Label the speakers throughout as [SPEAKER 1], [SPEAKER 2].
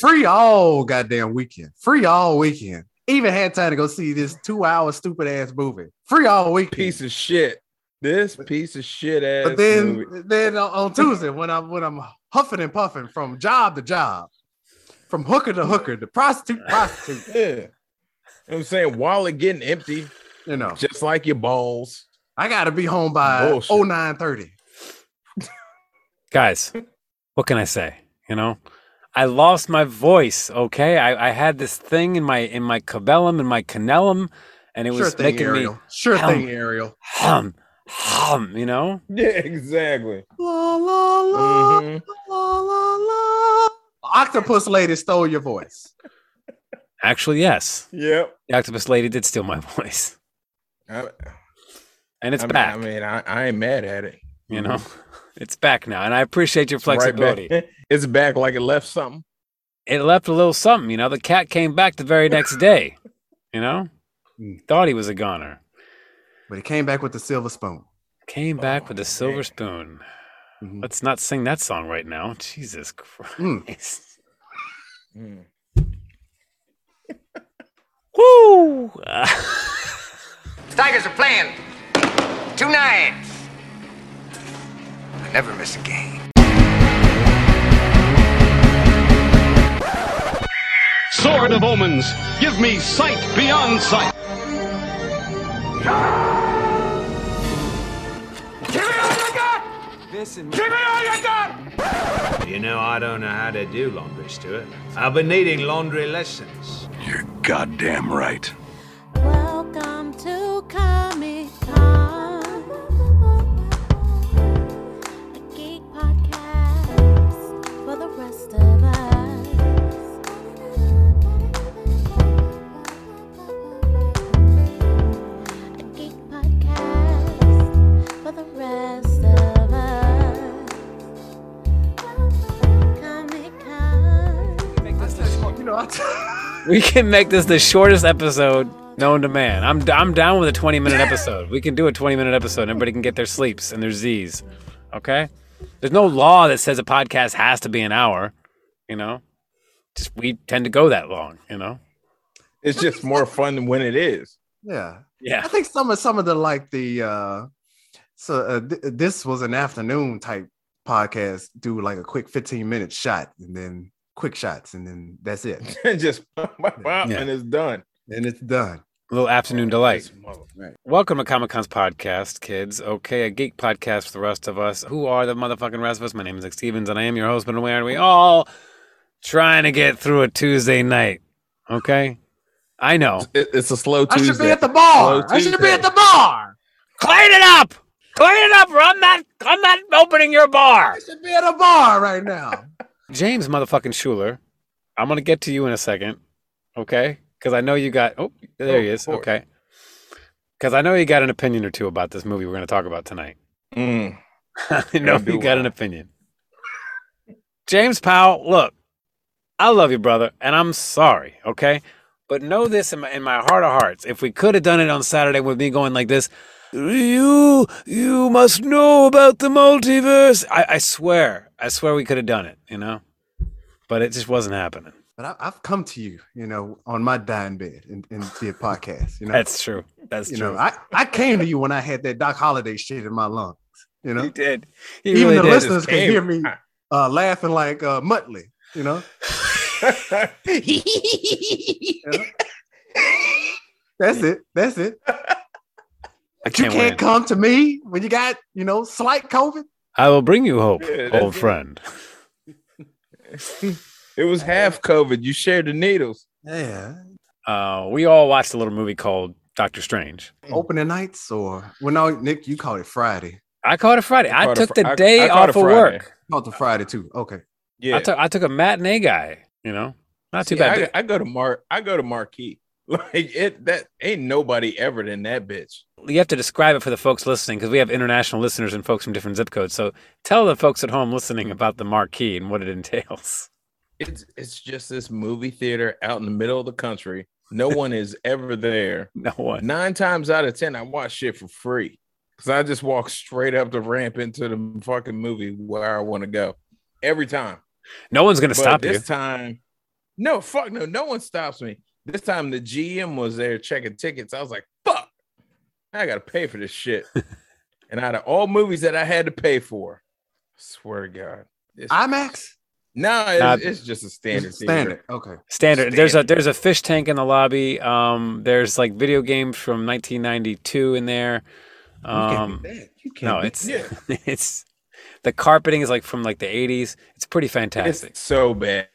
[SPEAKER 1] Free all goddamn weekend. Free all weekend. Even had time to go see this two hour stupid ass movie. Free all weekend.
[SPEAKER 2] Piece of shit. This piece of shit ass.
[SPEAKER 1] but then,
[SPEAKER 2] movie.
[SPEAKER 1] then on- on Tuesday when I'm when I'm huffing and puffing from job to job, from hooker to hooker, to prostitute to prostitute,
[SPEAKER 2] yeah. You know what I'm saying wallet getting empty,
[SPEAKER 1] you know,
[SPEAKER 2] just like your balls.
[SPEAKER 1] I gotta be home by
[SPEAKER 2] Bullshit.
[SPEAKER 1] oh nine thirty.
[SPEAKER 3] guys what can i say you know i lost my voice okay i, I had this thing in my in my cabellum in my canellum and it
[SPEAKER 1] Sure
[SPEAKER 3] was
[SPEAKER 1] thing,
[SPEAKER 3] making
[SPEAKER 1] Ariel.
[SPEAKER 3] me
[SPEAKER 1] Sure
[SPEAKER 3] hum.
[SPEAKER 1] thing, Ariel.
[SPEAKER 3] hum hum you know
[SPEAKER 2] Yeah, exactly.
[SPEAKER 1] La, la, la,
[SPEAKER 2] Mhm.
[SPEAKER 1] la, la, la. Octopus lady stole your voice.
[SPEAKER 3] actually yes
[SPEAKER 2] Yep.
[SPEAKER 3] the octopus lady did steal my voice
[SPEAKER 2] I,
[SPEAKER 3] and it's
[SPEAKER 2] I mean-
[SPEAKER 3] back
[SPEAKER 2] I mean, I, I ain't mad at it.
[SPEAKER 3] you know it's back now and i appreciate your
[SPEAKER 2] It's right back.
[SPEAKER 3] flexibility
[SPEAKER 2] it's back like it left something.
[SPEAKER 3] it left a little something you know the cat came back the very next day you know
[SPEAKER 1] Mm.
[SPEAKER 3] thought he was a goner
[SPEAKER 1] But he came back with the silver spoon.
[SPEAKER 3] came back with
[SPEAKER 2] Oh,
[SPEAKER 3] a silver
[SPEAKER 2] man.
[SPEAKER 3] spoon
[SPEAKER 1] Mhm.
[SPEAKER 3] let's not sing that song right now jesus christ
[SPEAKER 1] Mm.
[SPEAKER 2] Mm.
[SPEAKER 3] Woo!
[SPEAKER 4] Tigers are playing tonight. I never miss a game.
[SPEAKER 5] Sword of Omens, give me sight beyond sight.
[SPEAKER 6] You know, I don't know how to do laundry, Stuart. I've been needing laundry lessons.
[SPEAKER 5] Goddamn right.
[SPEAKER 7] Welcome to Comic Con, a geek podcast for the rest of us. A geek podcast for the rest of us. Comic Con.
[SPEAKER 1] You know, I t-
[SPEAKER 3] we can make this the shortest episode known to man. I'm I'm down with a 20 minute episode. We can do a 20 minute episode. and Everybody can get their sleeps and their Z's. Okay. There's no law that says a podcast has to be an hour. You know, just we tend to go that long. You know.
[SPEAKER 2] It's just more fun than when it is.
[SPEAKER 1] yeah. I
[SPEAKER 3] Yeah.
[SPEAKER 1] think some of some of the like the uh so uh, th- this was an afternoon type podcast do like a quick 15 minute shot and then quick shots and then that's it
[SPEAKER 2] just pop, pop, pop,
[SPEAKER 3] Yeah.
[SPEAKER 2] and it's done.
[SPEAKER 1] and it's done
[SPEAKER 3] A little afternoon delight.
[SPEAKER 2] This mother-
[SPEAKER 3] Welcome to Comic Con's podcast, kids. Okay, a geek podcast for the rest of us. Who are the motherfucking rest of us? My name is Nick Stevens, and I am your host, and where are we all trying to get through a Tuesday night? Okay? I know.
[SPEAKER 2] It- it's a slow
[SPEAKER 1] i
[SPEAKER 2] Tuesday.
[SPEAKER 1] should be at the bar
[SPEAKER 2] Hello,
[SPEAKER 1] i should be
[SPEAKER 2] Tuesday.
[SPEAKER 1] at the bar
[SPEAKER 3] Clean it up! Clean it up, or I'm not I'm not opening your bar.
[SPEAKER 1] i should be at a bar right now
[SPEAKER 3] James motherfucking Schuler. I'm gonna get to you in a second. Okay? Because I know you got oh there
[SPEAKER 2] Oh,
[SPEAKER 3] he
[SPEAKER 2] of
[SPEAKER 3] is.
[SPEAKER 2] course.
[SPEAKER 3] Okay. Cause I know you got an opinion or two about this movie we're gonna talk about tonight.
[SPEAKER 2] Mm.
[SPEAKER 3] I know
[SPEAKER 2] do
[SPEAKER 3] you got
[SPEAKER 2] I.
[SPEAKER 3] an opinion. James Powell, look, I love you, brother, and I'm sorry, okay? But know this in my, in my heart of hearts. If we could have done it on Saturday with me going like this, you you must know about the multiverse. I, I swear, I swear we could have done it, you know? But it just wasn't happening.
[SPEAKER 1] but I, i've come to you you know on my dying bed and, and did podcasts you know
[SPEAKER 3] That's true. That's
[SPEAKER 1] you
[SPEAKER 3] true.
[SPEAKER 1] know i i came to you when i had that doc holiday shit in my lungs you know
[SPEAKER 3] he did. He
[SPEAKER 1] even
[SPEAKER 3] really
[SPEAKER 1] the
[SPEAKER 3] did.
[SPEAKER 1] listeners can
[SPEAKER 2] came.
[SPEAKER 1] hear me uh laughing like uh muttley you know That's it. That's it.
[SPEAKER 3] I
[SPEAKER 1] But you
[SPEAKER 3] can't
[SPEAKER 1] can't
[SPEAKER 3] win.
[SPEAKER 1] come to me when you got, you know, slight COVID.
[SPEAKER 3] I will bring you hope,
[SPEAKER 2] Yeah, that's
[SPEAKER 3] old
[SPEAKER 2] it.
[SPEAKER 3] friend.
[SPEAKER 2] it was half COVID. You shared the needles.
[SPEAKER 1] Yeah.
[SPEAKER 3] Uh, we all watched a little movie called Doctor Strange.
[SPEAKER 1] Opening nights or well no, Nick, you call it Friday.
[SPEAKER 3] I caught it Friday. I,
[SPEAKER 2] caught it
[SPEAKER 3] took
[SPEAKER 2] Fri-
[SPEAKER 3] the
[SPEAKER 2] I-
[SPEAKER 3] day
[SPEAKER 2] I caught
[SPEAKER 3] off
[SPEAKER 2] it
[SPEAKER 3] of
[SPEAKER 2] Friday.
[SPEAKER 3] work.
[SPEAKER 1] Call it the Friday too. Okay.
[SPEAKER 2] Yeah,
[SPEAKER 3] I took I took a matinee guy. You know, not too
[SPEAKER 2] See,
[SPEAKER 3] bad.
[SPEAKER 2] I, I go to Mar. I go to Marquee. Like it. That ain't nobody ever than that bitch.
[SPEAKER 3] but you have to describe it for the folks listening because we have international listeners and folks from different zip codes. So tell the folks at home listening about the marquee and what it entails.
[SPEAKER 2] It's it's just this movie theater out in the middle of the country. No one is ever there.
[SPEAKER 3] No one.
[SPEAKER 2] Nine times out of ten, I watch shit for free because I just walk straight up the ramp into the fucking movie where I want to go every time.
[SPEAKER 3] No one's gonna
[SPEAKER 2] But
[SPEAKER 3] stop you.
[SPEAKER 2] this time, No, fuck no. No one stops me. This time the GM was there checking tickets. I was like, fuck, I gotta pay for this shit. and out of all movies that I had to pay for, I swear to God. It's,
[SPEAKER 1] IMAX?
[SPEAKER 2] no, it's,
[SPEAKER 3] Nah,
[SPEAKER 2] it's just a standard.
[SPEAKER 1] Standard. Standard.
[SPEAKER 2] Standard.
[SPEAKER 1] Okay.
[SPEAKER 3] Standard. There's a there's a fish tank in the lobby. Um, there's like video games from 1992 in there. Um,
[SPEAKER 1] You can't
[SPEAKER 3] no,
[SPEAKER 1] be-
[SPEAKER 3] it's it's the carpeting is like from like the 80s. It's pretty fantastic.
[SPEAKER 2] It's so bad.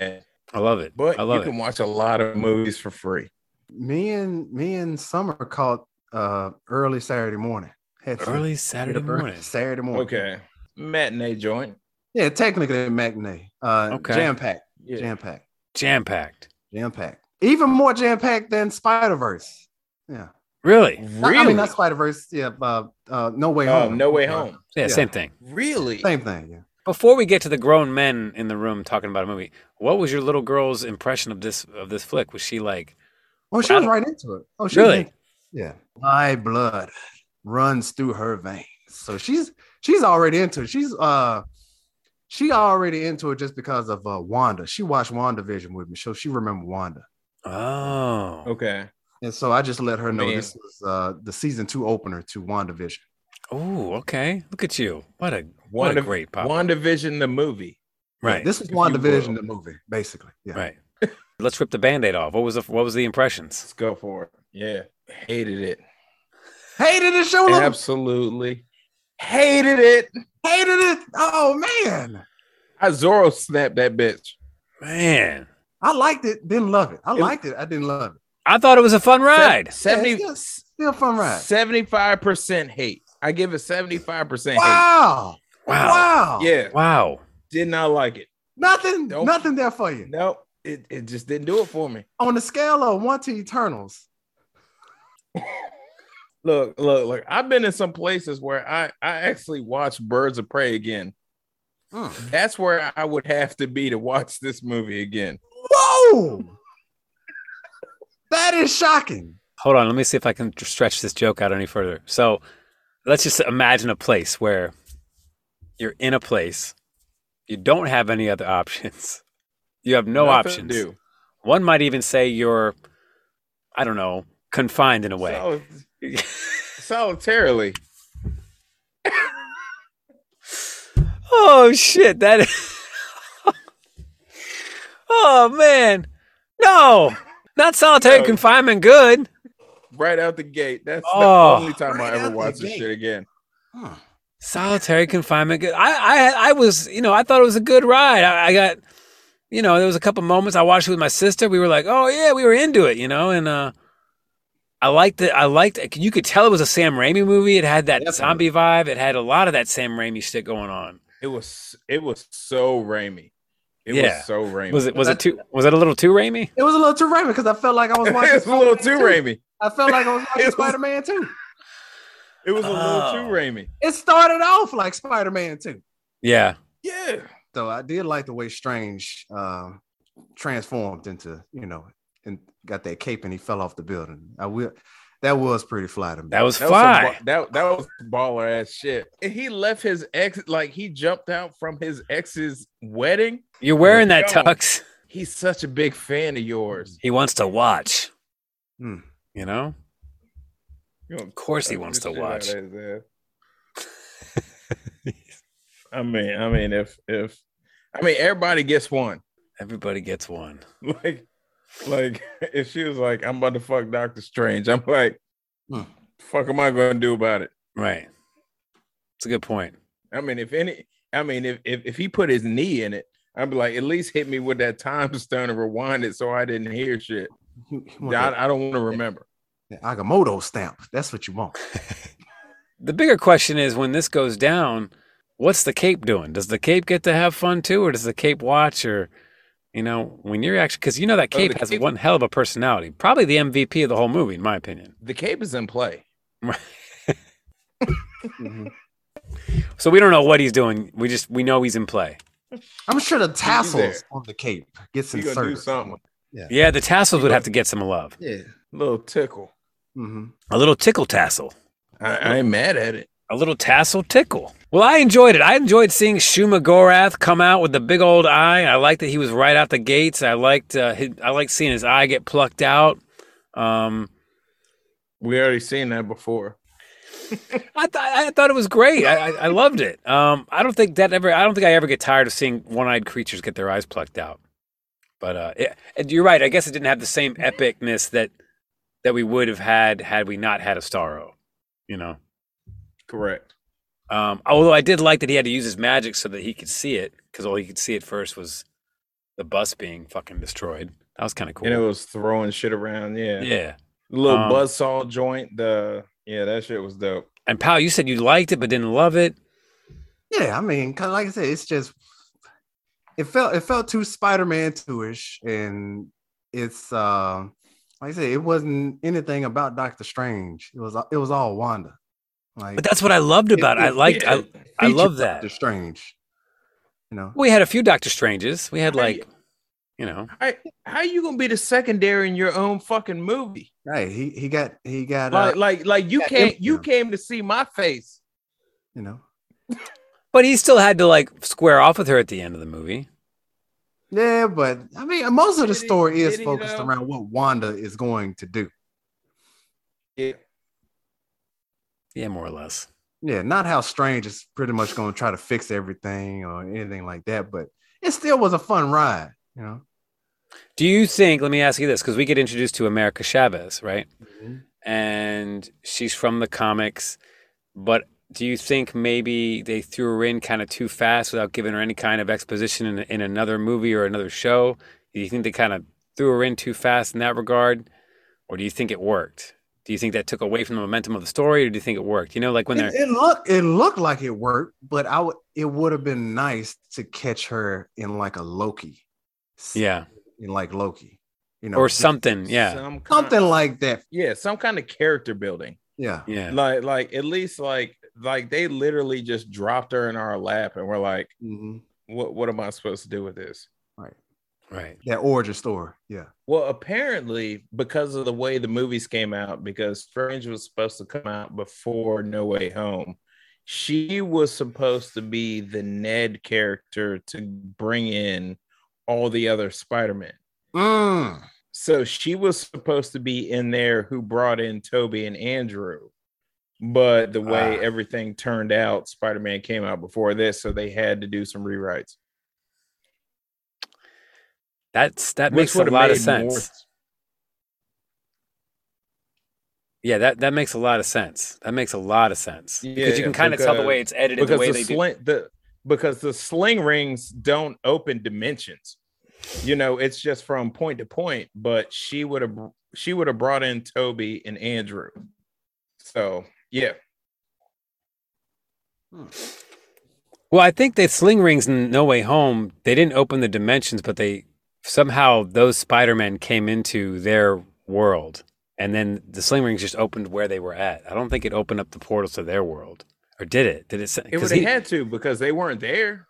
[SPEAKER 3] I love it.
[SPEAKER 2] But
[SPEAKER 3] I
[SPEAKER 2] you
[SPEAKER 3] love
[SPEAKER 2] can
[SPEAKER 3] it.
[SPEAKER 2] watch a lot of movies for free.
[SPEAKER 1] me and me and Summer caught uh early Saturday morning. Had to-
[SPEAKER 3] Early Saturday
[SPEAKER 1] early
[SPEAKER 3] morning.
[SPEAKER 1] Saturday morning.
[SPEAKER 2] Okay. Matinee joint.
[SPEAKER 1] Yeah, technically a matinee. Uh
[SPEAKER 3] Okay.
[SPEAKER 1] jam packed.
[SPEAKER 2] Yeah.
[SPEAKER 1] Jam packed.
[SPEAKER 3] Jam packed.
[SPEAKER 1] Jam packed. Even more jam packed than Spider Verse. Yeah.
[SPEAKER 3] Really?
[SPEAKER 1] Not-
[SPEAKER 2] Really?
[SPEAKER 1] I mean not Spider Verse. Yeah. Uh, uh, no way
[SPEAKER 2] Oh,
[SPEAKER 1] home.
[SPEAKER 2] no way
[SPEAKER 1] Yeah.
[SPEAKER 2] home.
[SPEAKER 3] Yeah,
[SPEAKER 1] Yeah.
[SPEAKER 3] same thing.
[SPEAKER 2] Really?
[SPEAKER 1] Same thing. Yeah.
[SPEAKER 3] Before we get to the grown men in the room talking about a movie, what was your little girl's impression of this of this flick? Was she like,
[SPEAKER 1] Oh, she
[SPEAKER 3] Wow.
[SPEAKER 1] was right into it. Oh, she was
[SPEAKER 3] really?
[SPEAKER 1] in- yeah. My blood runs through her veins. So she's she's already into it. She's uh she already into it just because of uh Wanda. She watched WandaVision with me, so she remembered Wanda.
[SPEAKER 3] Oh,
[SPEAKER 2] Okay.
[SPEAKER 1] And so I just let her know
[SPEAKER 2] Man.
[SPEAKER 1] this was uh the season two opener to WandaVision.
[SPEAKER 3] oh, okay. Look at you. What a what
[SPEAKER 2] Wanda,
[SPEAKER 3] a great pop.
[SPEAKER 2] WandaVision, the movie.
[SPEAKER 1] Yeah,
[SPEAKER 3] right.
[SPEAKER 1] this was
[SPEAKER 2] If you will.
[SPEAKER 1] WandaVision, the movie, basically. Yeah.
[SPEAKER 3] Right. Let's rip the band-aid off. What was the, what was the impressions?
[SPEAKER 2] Let's go for it. Yeah. Hated it.
[SPEAKER 1] Hated the show. Lou.
[SPEAKER 2] Absolutely. Hated it.
[SPEAKER 1] Hated it. Oh man.
[SPEAKER 2] I Zorro snapped that bitch.
[SPEAKER 3] Man,
[SPEAKER 1] I liked it, didn't love it. I liked it, I didn't love it.
[SPEAKER 3] I thought it was a fun ride.
[SPEAKER 1] Yeah,
[SPEAKER 2] 70,
[SPEAKER 1] it's still, still fun ride.
[SPEAKER 2] 75% hate. I give it 75%
[SPEAKER 1] Wow.
[SPEAKER 3] Wow.
[SPEAKER 1] Wow.
[SPEAKER 2] hate. Yeah.
[SPEAKER 3] Wow.
[SPEAKER 2] Did not like it.
[SPEAKER 1] Nothing,
[SPEAKER 2] Nope.
[SPEAKER 1] nothing there for you.
[SPEAKER 2] No, it, it just didn't do it for me.
[SPEAKER 1] On the scale of one to Eternals,
[SPEAKER 2] Look, look, look. I've been in some places where I I actually watched Birds of Prey again. Hmm. That's where I would have to be to watch this movie again.
[SPEAKER 1] whoa, that is shocking.
[SPEAKER 3] Hold on. Let me see if I can tr- stretch this joke out any further. So, let's just imagine a place where you're in a place, you don't have any other options, you have no
[SPEAKER 2] Nothing to
[SPEAKER 3] options. One might even say you're, I don't know, confined in a way.
[SPEAKER 2] Soli- solitarily.
[SPEAKER 3] Oh shit! That. oh man, no, not solitary
[SPEAKER 2] No.
[SPEAKER 3] confinement. Good.
[SPEAKER 2] Right out the gate. That's
[SPEAKER 3] Oh.
[SPEAKER 2] the only time
[SPEAKER 1] Right
[SPEAKER 2] I
[SPEAKER 1] out
[SPEAKER 2] ever
[SPEAKER 1] the
[SPEAKER 2] watch this
[SPEAKER 1] gate.
[SPEAKER 2] shit again.
[SPEAKER 1] Huh.
[SPEAKER 3] Solitary confinement. Good. I, I, I was, you know, I thought it was a good ride. I, I got, you know, there was a couple moments I watched it with my sister. We were like, oh yeah, we were into it, you know, and uh, I liked it. I liked. It. You could tell it was a Sam Raimi movie. It had that
[SPEAKER 1] Definitely.
[SPEAKER 3] zombie vibe. It had a lot of that Sam Raimi shit going on.
[SPEAKER 2] It was it was so Raimi. It
[SPEAKER 3] Yeah.
[SPEAKER 2] was so Raimi.
[SPEAKER 3] Was it? Was it too? Was it a little too Raimi?
[SPEAKER 1] It was a little too Raymond because I felt like I was watching.
[SPEAKER 2] it was a little too
[SPEAKER 1] Spider-Man 2.
[SPEAKER 2] Raimi.
[SPEAKER 1] I felt like I was
[SPEAKER 2] It
[SPEAKER 1] watching
[SPEAKER 2] was-
[SPEAKER 1] Spider Man too.
[SPEAKER 2] It was a little
[SPEAKER 3] Oh.
[SPEAKER 2] too Raimi.
[SPEAKER 1] It started off like Spider Man too.
[SPEAKER 3] Yeah.
[SPEAKER 2] Yeah.
[SPEAKER 1] So I did like the way Strange uh, transformed into, you know, and got that cape and he fell off the building. I will. That was pretty fly to me.
[SPEAKER 3] That was
[SPEAKER 2] That was, some
[SPEAKER 3] fly.
[SPEAKER 2] ba- that, that was baller ass shit. And he left his ex, like he jumped out from his ex's wedding.
[SPEAKER 3] You're wearing that
[SPEAKER 2] Yo.
[SPEAKER 3] tux.
[SPEAKER 2] He's such a big fan of yours.
[SPEAKER 3] He wants to watch.
[SPEAKER 1] Hmm.
[SPEAKER 3] You know?
[SPEAKER 2] You gonna
[SPEAKER 3] Of course he wants to
[SPEAKER 2] Shit out
[SPEAKER 3] watch.
[SPEAKER 2] of his ass. I mean, I mean, if if I mean everybody gets one.
[SPEAKER 3] Everybody gets one.
[SPEAKER 2] Like, like if she was like, I'm about to fuck Doctor Strange, I'm like,
[SPEAKER 1] Hmm.
[SPEAKER 2] fuck am I gonna do about it?
[SPEAKER 3] Right. It's a good point.
[SPEAKER 2] I mean, if any I mean if if, if he put his knee in it, I'd be like, at least hit me with that time stone and rewind it so I didn't hear shit.
[SPEAKER 1] He- he wanted that-
[SPEAKER 2] I, I don't want to remember.
[SPEAKER 1] that Agamotto stamp. That's what you want.
[SPEAKER 3] The bigger question is when this goes down, what's the cape doing? Does the cape get to have fun too, or does the cape watch or you know, when you're actually because you know that
[SPEAKER 2] Oh,
[SPEAKER 3] cape
[SPEAKER 2] the
[SPEAKER 3] has
[SPEAKER 2] Cape-
[SPEAKER 3] one hell of a personality. Probably the MVP of the whole movie, in my opinion.
[SPEAKER 2] The cape is in play.
[SPEAKER 3] So we don't know what he's doing. We just we know he's in play.
[SPEAKER 1] I'm sure the
[SPEAKER 2] there.
[SPEAKER 1] tassels on the cape gets
[SPEAKER 2] He's gonna do
[SPEAKER 1] inserted.
[SPEAKER 2] something.
[SPEAKER 3] Yeah, the tassels would have to get some love.
[SPEAKER 1] Yeah.
[SPEAKER 2] Little tickle.
[SPEAKER 1] hmm
[SPEAKER 3] A little tickle tassel.
[SPEAKER 2] I, I ain't mad at it.
[SPEAKER 3] A little tassel tickle. Well, I enjoyed it. I enjoyed seeing Shuma Gorath come out with the big old eye. I liked that he was right out the gates. I liked uh, his, I liked seeing his eye get plucked out. Um,
[SPEAKER 2] We already seen that before.
[SPEAKER 3] I, th- I thought it was great. I, I, I loved it. Um, I don't think that ever. I don't think I ever get tired of seeing one-eyed creatures get their eyes plucked out. But uh, it, and you're right. I guess it didn't have the same epicness that that we would have had had we not had a Starro. You know.
[SPEAKER 2] Correct.
[SPEAKER 3] Um, although I did like that he had to use his magic so that he could see it, because all he could see at first was the bus being fucking destroyed. That was kind of cool.
[SPEAKER 2] And it was throwing shit around. Yeah.
[SPEAKER 3] yeah.
[SPEAKER 2] The Little
[SPEAKER 3] Um,
[SPEAKER 2] buzz saw joint. The yeah, that shit was dope.
[SPEAKER 3] And Pal, you said you liked it but didn't love it.
[SPEAKER 1] Yeah, I mean, 'cause like I said, it's just it felt it felt too Spider-Man 2-ish. And it's uh like I said, it wasn't anything about Doctor Strange. It was it was all Wanda. Like
[SPEAKER 3] But that's what I loved about it. I liked. I, I
[SPEAKER 1] featured
[SPEAKER 3] love that.
[SPEAKER 1] Doctor Strange. You know,
[SPEAKER 3] We had a few Doctor Stranges. We had
[SPEAKER 2] Hey.
[SPEAKER 3] like, you know,
[SPEAKER 2] I, how you gonna be the secondary in your own fucking movie?
[SPEAKER 1] right. He he got he got uh,
[SPEAKER 2] Like, like, like you
[SPEAKER 1] Yeah,
[SPEAKER 2] came, you
[SPEAKER 1] yeah.
[SPEAKER 2] came to see my face.
[SPEAKER 1] you know.
[SPEAKER 3] but he still had to like square off with her at the end of the movie.
[SPEAKER 1] Yeah, but I mean most of the
[SPEAKER 2] Did he-
[SPEAKER 1] story is
[SPEAKER 2] did he,
[SPEAKER 1] focused
[SPEAKER 2] though?
[SPEAKER 1] around what Wanda is going to do.
[SPEAKER 2] Yeah.
[SPEAKER 3] Yeah, more or less.
[SPEAKER 1] Yeah, not how Strange is pretty much going to try to fix everything or anything like that, but it still was a fun ride, you know.
[SPEAKER 3] Do you think? Let me ask you this, because we get introduced to America Chavez, right? And she's from the comics, but do you think maybe they threw her in kind of too fast without giving her any kind of exposition in, in another movie or another show? Do you think they kind of threw her in too fast in that regard, or do you think it worked? Do you think that took away from the momentum of the story, or do you think it worked? You know, like when they're
[SPEAKER 1] It, it looked it looked like it worked, but I would it would have been nice to catch her in like a Loki, s-
[SPEAKER 3] yeah,
[SPEAKER 1] in like Loki, you know,
[SPEAKER 3] or something, yeah.
[SPEAKER 2] Some kind,
[SPEAKER 1] something like that.
[SPEAKER 2] Yeah, some kind of character building.
[SPEAKER 1] Yeah,
[SPEAKER 3] Yeah.
[SPEAKER 2] Like, like at least like, like they literally just dropped her in our lap, and we're like,
[SPEAKER 1] Mhm.
[SPEAKER 2] what, what am I supposed to do with this?
[SPEAKER 3] Right.
[SPEAKER 1] that origin story. Yeah,
[SPEAKER 2] Well, apparently, because of the way the movies came out, because Strange was supposed to come out before No Way Home, she was supposed to be the Ned character to bring in all the other Spider-Men.
[SPEAKER 1] Mm.
[SPEAKER 2] So she was supposed to be in there who brought in Toby and Andrew. But the way
[SPEAKER 3] Ah.
[SPEAKER 2] everything turned out, Spider-Man came out before this, so they had to do some rewrites.
[SPEAKER 3] That's that
[SPEAKER 2] which
[SPEAKER 3] makes a
[SPEAKER 2] would've
[SPEAKER 3] lot of
[SPEAKER 2] made more-
[SPEAKER 3] sense. Yeah, that, that makes a lot of sense. That makes a lot of sense. because you
[SPEAKER 2] Yeah,
[SPEAKER 3] can kind of tell the way
[SPEAKER 2] because-
[SPEAKER 3] it's edited, the
[SPEAKER 2] because
[SPEAKER 3] way
[SPEAKER 2] the,
[SPEAKER 3] they do.
[SPEAKER 2] sling the because the sling rings don't open dimensions. You know, it's just from point to point. But she would have she would have brought in Toby and Andrew. So yeah,
[SPEAKER 3] Well, I think that Sling Rings in No Way Home, they didn't open the dimensions, but they somehow those Spider-Men came into their world. And then the Sling Rings just opened where they were at. I don't think it opened up the portals to their world. Or did it? Did it? se-
[SPEAKER 2] it
[SPEAKER 3] 'cause
[SPEAKER 2] would have
[SPEAKER 3] he-
[SPEAKER 2] had to because they weren't there.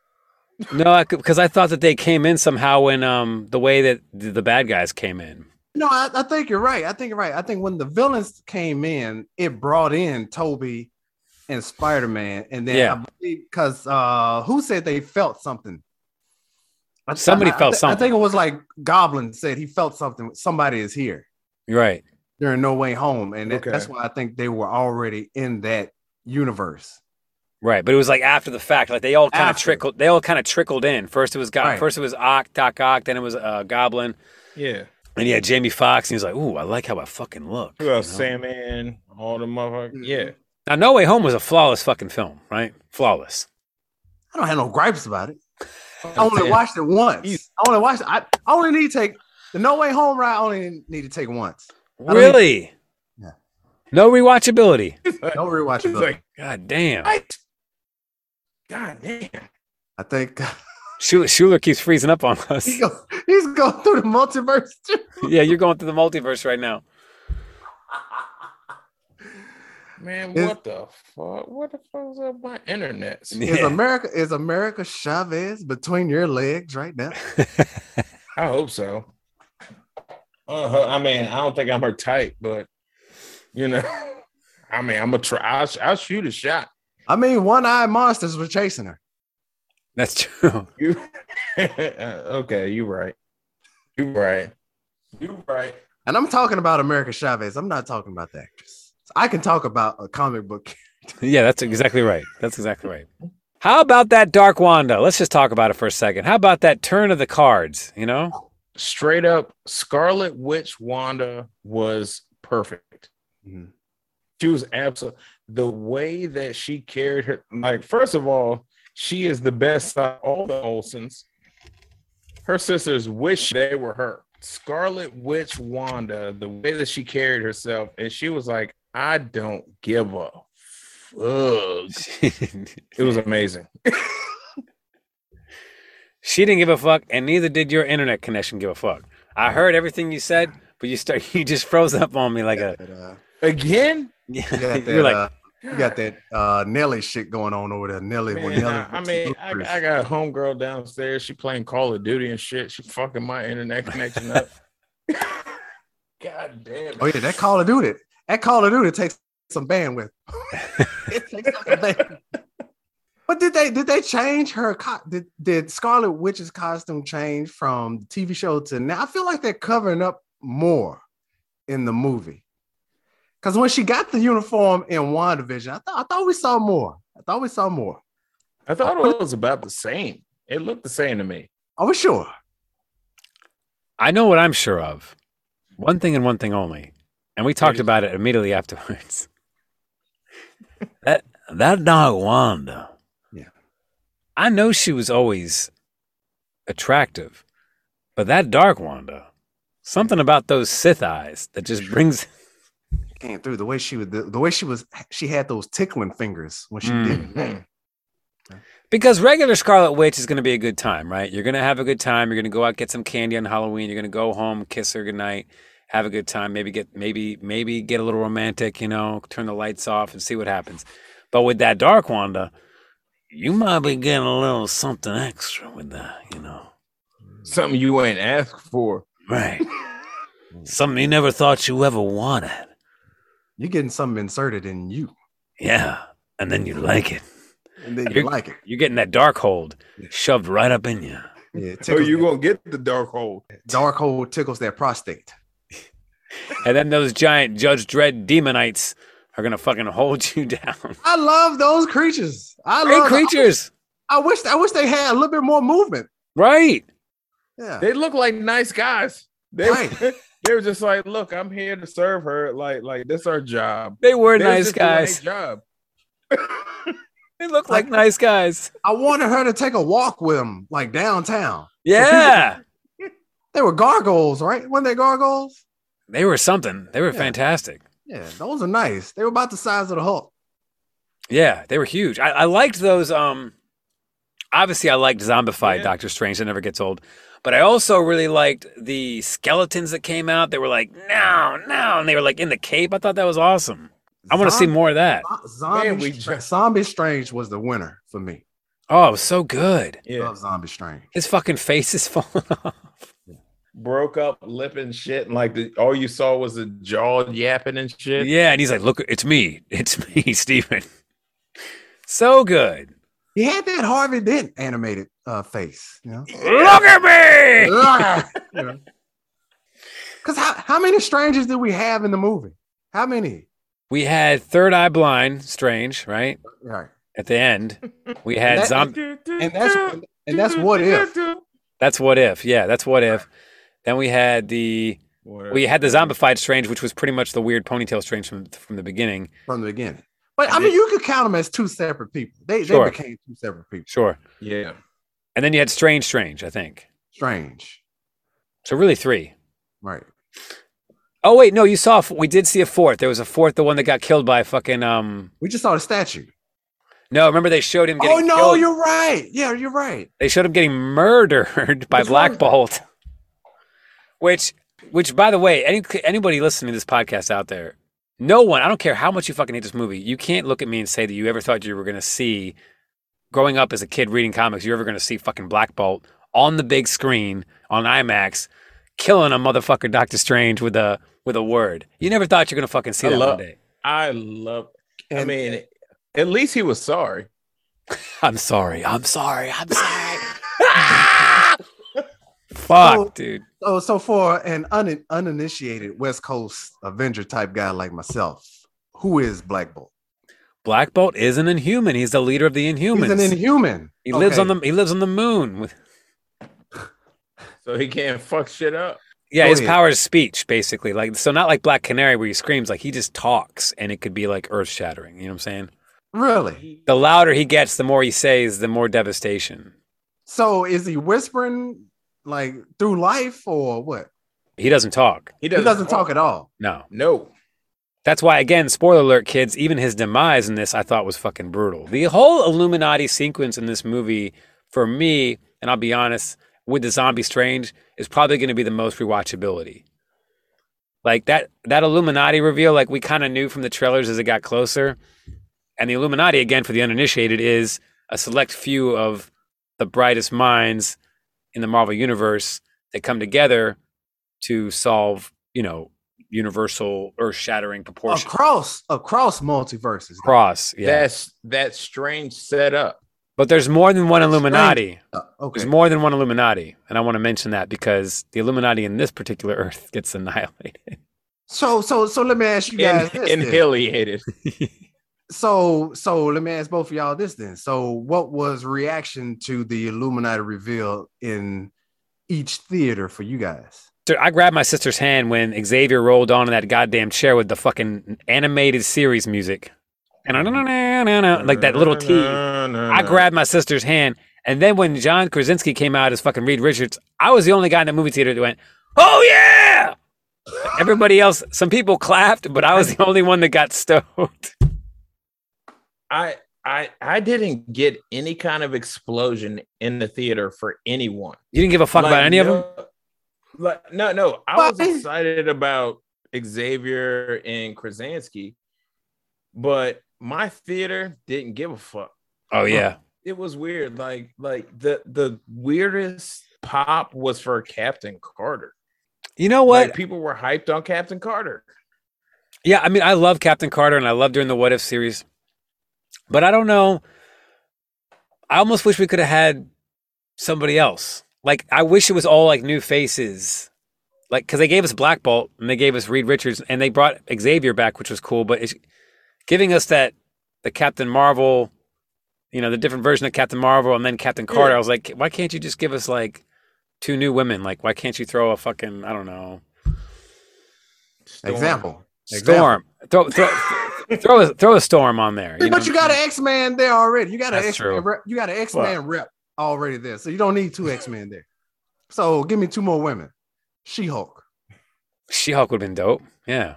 [SPEAKER 3] No, because I, thought that they came in somehow when um, the way that the, the bad guys came in.
[SPEAKER 1] No, I, I think you're right. I think you're right. I think when the villains came in, it brought in Toby and Spider Man, and then
[SPEAKER 3] Yeah.
[SPEAKER 1] I believe because uh, who said they felt something? I-
[SPEAKER 3] Somebody
[SPEAKER 1] I- I
[SPEAKER 3] felt
[SPEAKER 1] thi- I
[SPEAKER 3] something.
[SPEAKER 1] think it was like Goblin said he felt something. Somebody is here.
[SPEAKER 3] You're right.
[SPEAKER 1] They're in no way home, and that-
[SPEAKER 2] Okay.
[SPEAKER 1] that's why I think they were already in that universe.
[SPEAKER 3] Right, but it was like after the fact, like they all kind of
[SPEAKER 1] After.
[SPEAKER 3] trickled. They all kind of trickled in. First it was Go-
[SPEAKER 1] Right.
[SPEAKER 3] first it was Ock, Doc Ock, then it was uh, Goblin,
[SPEAKER 2] Yeah,
[SPEAKER 3] and he had Jamie Foxx, and he was like, "Ooh, I like how I fucking look."
[SPEAKER 2] who
[SPEAKER 3] you
[SPEAKER 2] else?
[SPEAKER 3] know?
[SPEAKER 2] Sandman, all the motherfuckers.
[SPEAKER 1] Mhm.
[SPEAKER 2] Yeah,
[SPEAKER 3] Now, No Way Home was a flawless fucking film, right? Flawless.
[SPEAKER 1] I don't have no gripes about it. I only
[SPEAKER 2] damn.
[SPEAKER 1] watched it once.
[SPEAKER 2] You-
[SPEAKER 1] I only watched. I, I only need to take the No Way Home ride. I only need to take once. don't even-
[SPEAKER 3] Really?
[SPEAKER 1] Yeah.
[SPEAKER 3] No rewatchability.
[SPEAKER 1] No
[SPEAKER 2] It's
[SPEAKER 1] rewatchability.
[SPEAKER 2] like
[SPEAKER 3] God damn.
[SPEAKER 2] what? God damn.
[SPEAKER 1] I think
[SPEAKER 3] Schuler, Schuler keeps freezing up on us.
[SPEAKER 1] He go, he's going through the multiverse. too.
[SPEAKER 3] yeah, you're going through the multiverse right now.
[SPEAKER 2] Man,
[SPEAKER 1] It's-
[SPEAKER 2] what the fuck? What the fuck's up with my internet?
[SPEAKER 1] Is
[SPEAKER 3] Yeah.
[SPEAKER 1] America is America Chavez between your legs right now?
[SPEAKER 2] I hope so. Uh, I mean, I don't think I'm her type, but you know, I mean, I'm gonna try. I'll, I'll shoot a shot.
[SPEAKER 1] I mean, one eyed monsters were chasing her.
[SPEAKER 3] That's true.
[SPEAKER 2] You okay? You right. You right. You right.
[SPEAKER 1] And I'm talking about America Chavez. I'm not talking about the actress. I can talk about a comic book.
[SPEAKER 3] yeah, that's exactly right. That's exactly right. How about that Dark Wanda? Let's just talk about it for a second. How about that turn of the cards? You know,
[SPEAKER 2] Straight up, Scarlet Witch Wanda was perfect.
[SPEAKER 1] Mhm.
[SPEAKER 2] She was absolute. The way that she carried her, like first of all, she is the best of all the Olsons. Her sisters wish they were her. Scarlet Witch Wanda, the way that she carried herself, and she was like, "I don't give a fuck."
[SPEAKER 3] she
[SPEAKER 2] It was amazing.
[SPEAKER 3] didn't give a fuck, and neither did your internet connection give a fuck. I heard everything you said, but you start you just froze up on me like a.
[SPEAKER 1] But, uh,
[SPEAKER 2] Again,
[SPEAKER 1] you
[SPEAKER 3] Yeah,
[SPEAKER 1] got that,
[SPEAKER 3] you're like
[SPEAKER 1] uh, you got that uh, Nelly shit going on over there. Nelly, when
[SPEAKER 2] Man,
[SPEAKER 1] Nelly
[SPEAKER 2] I, I mean, I, I got a homegirl downstairs. She playing Call of Duty and shit. She fucking my internet connection up. God damn. It.
[SPEAKER 1] oh yeah, that Call of Duty. That Call of Duty takes some bandwidth. it takes some bandwidth. But did they did they change her? Co- did did Scarlet Witch's costume change from the TV show to now? I feel like they're covering up more in the movie. Because when she got the uniform in WandaVision, I, thought I thought we saw more. I thought we saw more.
[SPEAKER 2] I thought it was about the same. It looked the same to me.
[SPEAKER 1] Are we sure?
[SPEAKER 3] I know what I'm sure of. One thing and one thing only. And we talked
[SPEAKER 2] Ladies.
[SPEAKER 3] about it immediately afterwards. that that dog Wanda.
[SPEAKER 1] Yeah.
[SPEAKER 3] I know she was always attractive, but that dark Wanda, something about those Sith eyes that just brings
[SPEAKER 1] came through the way she was the, the way she was she had those tickling fingers when she
[SPEAKER 3] Mm.
[SPEAKER 1] did it.
[SPEAKER 3] Because regular Scarlet Witch is going to be a good time, right? You're going to have a good time. You're going to go out, get some candy on Halloween. You're going to go home, kiss her goodnight, have a good time. Maybe get maybe maybe get a little romantic, you know, turn the lights off and see what happens. But with that Dark Wanda, you might be getting a little something extra with that, you know,
[SPEAKER 1] Mm.
[SPEAKER 2] Something you ain't asked for. Oh,
[SPEAKER 3] right? something you never thought you ever wanted.
[SPEAKER 1] You're getting something inserted in you,
[SPEAKER 3] Yeah, and then you like it.
[SPEAKER 1] and then you
[SPEAKER 3] You're-
[SPEAKER 1] like it.
[SPEAKER 3] You're getting that dark hold shoved right up in you.
[SPEAKER 1] Yeah, it
[SPEAKER 2] So
[SPEAKER 1] tickles
[SPEAKER 2] you
[SPEAKER 1] that-
[SPEAKER 2] gonna get the dark hole.
[SPEAKER 1] dark hole tickles their prostate.
[SPEAKER 3] And then those giant Judge Dredd demonites are gonna fucking hold you down.
[SPEAKER 1] I love those creatures. I
[SPEAKER 3] Great
[SPEAKER 1] love
[SPEAKER 3] creatures,
[SPEAKER 1] I wish I wish they had a little bit more movement.
[SPEAKER 3] right?
[SPEAKER 1] Yeah,
[SPEAKER 2] They look like nice guys. They,
[SPEAKER 1] Right.
[SPEAKER 2] they were just like, look, I'm here to serve her. Like, like that's our job.
[SPEAKER 3] They were
[SPEAKER 2] They was
[SPEAKER 3] nice
[SPEAKER 2] just doing
[SPEAKER 3] guys.
[SPEAKER 2] their Job.
[SPEAKER 3] They look like nice guys.
[SPEAKER 1] I wanted her to take a walk with them like downtown.
[SPEAKER 3] Yeah,
[SPEAKER 1] They were gargoyles, right? Weren't they gargoyles?
[SPEAKER 3] they were something. They were
[SPEAKER 1] Yeah.
[SPEAKER 3] fantastic.
[SPEAKER 1] Yeah, those are nice. They were about the size of the Hulk.
[SPEAKER 3] Yeah, they were huge. I, I liked those. Um, obviously, I liked Zombified
[SPEAKER 2] Yeah.
[SPEAKER 3] Doctor Strange that never gets old, but I also really liked the skeletons that came out. They were like, no, no, and they were like in the cape. I thought that was awesome. I want to see
[SPEAKER 1] Zom-
[SPEAKER 3] more of that.
[SPEAKER 1] Zombie,
[SPEAKER 2] Man, we
[SPEAKER 1] Stra-
[SPEAKER 2] just-
[SPEAKER 1] Zombie Strange was the winner for me.
[SPEAKER 3] Oh, it was so good.
[SPEAKER 2] Yeah.
[SPEAKER 1] Love Zombie Strange.
[SPEAKER 3] His fucking face is falling off.
[SPEAKER 2] Broke up lip and shit. And like the, all you saw was the jaw yapping and shit.
[SPEAKER 3] Yeah, and he's like, "Look, it's me, it's me, Steven. So good.
[SPEAKER 1] He had that Harvey Dent animated uh, face, you know.
[SPEAKER 3] Look at me.
[SPEAKER 1] Because how, how many strangers did we have in the movie? How many?
[SPEAKER 3] We had Third Eye Blind, strange, right
[SPEAKER 1] Right.
[SPEAKER 3] at the end. We had
[SPEAKER 1] That-
[SPEAKER 3] zombie.
[SPEAKER 1] And that's and that's what if.
[SPEAKER 3] That's what if. Yeah, that's what if. Then we had the we had the zombified strange, which was pretty much the weird ponytail strange from from the beginning.
[SPEAKER 1] from the beginning. But I mean, you could count them as two separate people. They
[SPEAKER 3] Sure.
[SPEAKER 1] they became two separate people.
[SPEAKER 3] Sure.
[SPEAKER 2] Yeah.
[SPEAKER 3] And then you had strange, strange. I think
[SPEAKER 1] Strange,
[SPEAKER 3] so. Really three.
[SPEAKER 1] right?
[SPEAKER 3] Oh wait, no, you saw. f- We did see a fourth. There was a fourth, the one that got killed by fucking um.
[SPEAKER 1] We just saw the statue.
[SPEAKER 3] No, remember they showed him. Getting
[SPEAKER 1] Oh no,
[SPEAKER 3] killed.
[SPEAKER 1] you're right. Yeah, you're right.
[SPEAKER 3] They showed him getting murdered by
[SPEAKER 1] Which
[SPEAKER 3] Black
[SPEAKER 1] one?
[SPEAKER 3] Bolt. Which, which, by the way, any anybody listening to this podcast out there, no one, I don't care how much you fucking hate this movie, you can't look at me and say that you ever thought you were going to see, growing up as a kid reading comics, you're ever going to see fucking Black Bolt on the big screen on IMAX, killing a motherfucker Doctor Strange with a with a word. You never thought you're going to fucking see
[SPEAKER 2] I
[SPEAKER 3] that
[SPEAKER 2] love-
[SPEAKER 3] one day.
[SPEAKER 2] I love. I
[SPEAKER 1] And-
[SPEAKER 2] mean, At least he was sorry.
[SPEAKER 3] I'm sorry. I'm sorry. I'm sorry. Ah! Fuck,
[SPEAKER 1] Oh.
[SPEAKER 3] dude.
[SPEAKER 1] So, so for an un- uninitiated West Coast Avenger type guy like myself, who is Black Bolt?
[SPEAKER 3] Black Bolt is an inhuman. He's the leader of the Inhumans.
[SPEAKER 1] He's an inhuman.
[SPEAKER 3] he lives
[SPEAKER 1] Okay.
[SPEAKER 3] on the he lives on the moon. With,
[SPEAKER 2] So he can't fuck shit up.
[SPEAKER 3] yeah,
[SPEAKER 1] Go
[SPEAKER 3] his
[SPEAKER 1] ahead.
[SPEAKER 3] power is speech, basically. Like so, not like Black Canary where he screams. Like he just talks, and it could be like earth shattering. You know what I'm saying?
[SPEAKER 1] really.
[SPEAKER 3] The louder he gets, the more he says, the more devastation.
[SPEAKER 1] So is he whispering like through life or what?
[SPEAKER 3] He doesn't talk.
[SPEAKER 2] He
[SPEAKER 1] He
[SPEAKER 2] doesn't,
[SPEAKER 1] doesn't talk at all.
[SPEAKER 3] No.
[SPEAKER 2] No.
[SPEAKER 3] That's why, again, spoiler alert, kids, even his demise in this I thought was fucking brutal. The whole Illuminati sequence in this movie, for me, and I'll be honest, with the Zombie Strange, is probably going to be the most rewatchability. Like that, that Illuminati reveal, like we kind of knew from the trailers as it got closer. And the Illuminati, again, for the uninitiated, is a select few of the brightest minds in the Marvel Universe that come together to solve, you know, universal earth shattering proportions.
[SPEAKER 1] Across across multiverses.
[SPEAKER 3] Cross, yeah.
[SPEAKER 2] That's that strange setup.
[SPEAKER 3] but there's more than one Illuminati.
[SPEAKER 1] Uh, okay.
[SPEAKER 3] There's more than one Illuminati, and I want to mention that because the Illuminati in this particular Earth gets annihilated.
[SPEAKER 1] So so so let me ask you
[SPEAKER 2] In,
[SPEAKER 1] guys. this then.
[SPEAKER 2] inhiliated.
[SPEAKER 1] So so let me ask both of y'all this then. So what was reaction to the Illuminati reveal in each theater for you guys?
[SPEAKER 3] So I grabbed my sister's hand when Xavier rolled on in that goddamn chair with the fucking animated series music, and like that little T. I grabbed my sister's hand, and then when John Krasinski came out as fucking Reed Richards, I was the only guy in the movie theater that went, "Oh yeah!" Everybody else, some people clapped, but I was the only one that got stoked.
[SPEAKER 2] I I I didn't get any kind of explosion in the theater for anyone.
[SPEAKER 3] You didn't give a fuck about
[SPEAKER 2] Like,
[SPEAKER 3] any of
[SPEAKER 2] no-
[SPEAKER 3] them.
[SPEAKER 2] Like no, no. I was
[SPEAKER 1] Why?
[SPEAKER 2] excited about Xavier and Krasinski, but my theater didn't give a fuck.
[SPEAKER 3] Oh yeah,
[SPEAKER 2] It was weird. Like like the the weirdest pop was for Captain Carter.
[SPEAKER 3] you know what?
[SPEAKER 2] Like, people were hyped on Captain Carter.
[SPEAKER 3] Yeah, I mean, I love Captain Carter and I love doing the What If series, but I don't know. I almost wish we could have had somebody else. Like, I wish it was all like new faces. Like, because they gave us Black Bolt and they gave us Reed Richards and they brought Xavier back, which was cool, but it's giving us that, the Captain Marvel, you know, the different version of Captain Marvel and then Captain Carter. I was like, why can't you just give us like two new women? Like, why can't you throw a fucking, I don't know,
[SPEAKER 2] Storm.
[SPEAKER 1] Example.
[SPEAKER 3] Storm. Throw, throw, throw, a, throw a storm on there. you know?
[SPEAKER 1] but you got an X Man there already. You got an
[SPEAKER 3] That's
[SPEAKER 1] X Man
[SPEAKER 3] true.
[SPEAKER 1] rep. You got an X Man rep already there, so you don't need two X Men there. So give me two more women. She Hulk.
[SPEAKER 3] She Hulk would have been dope. Yeah.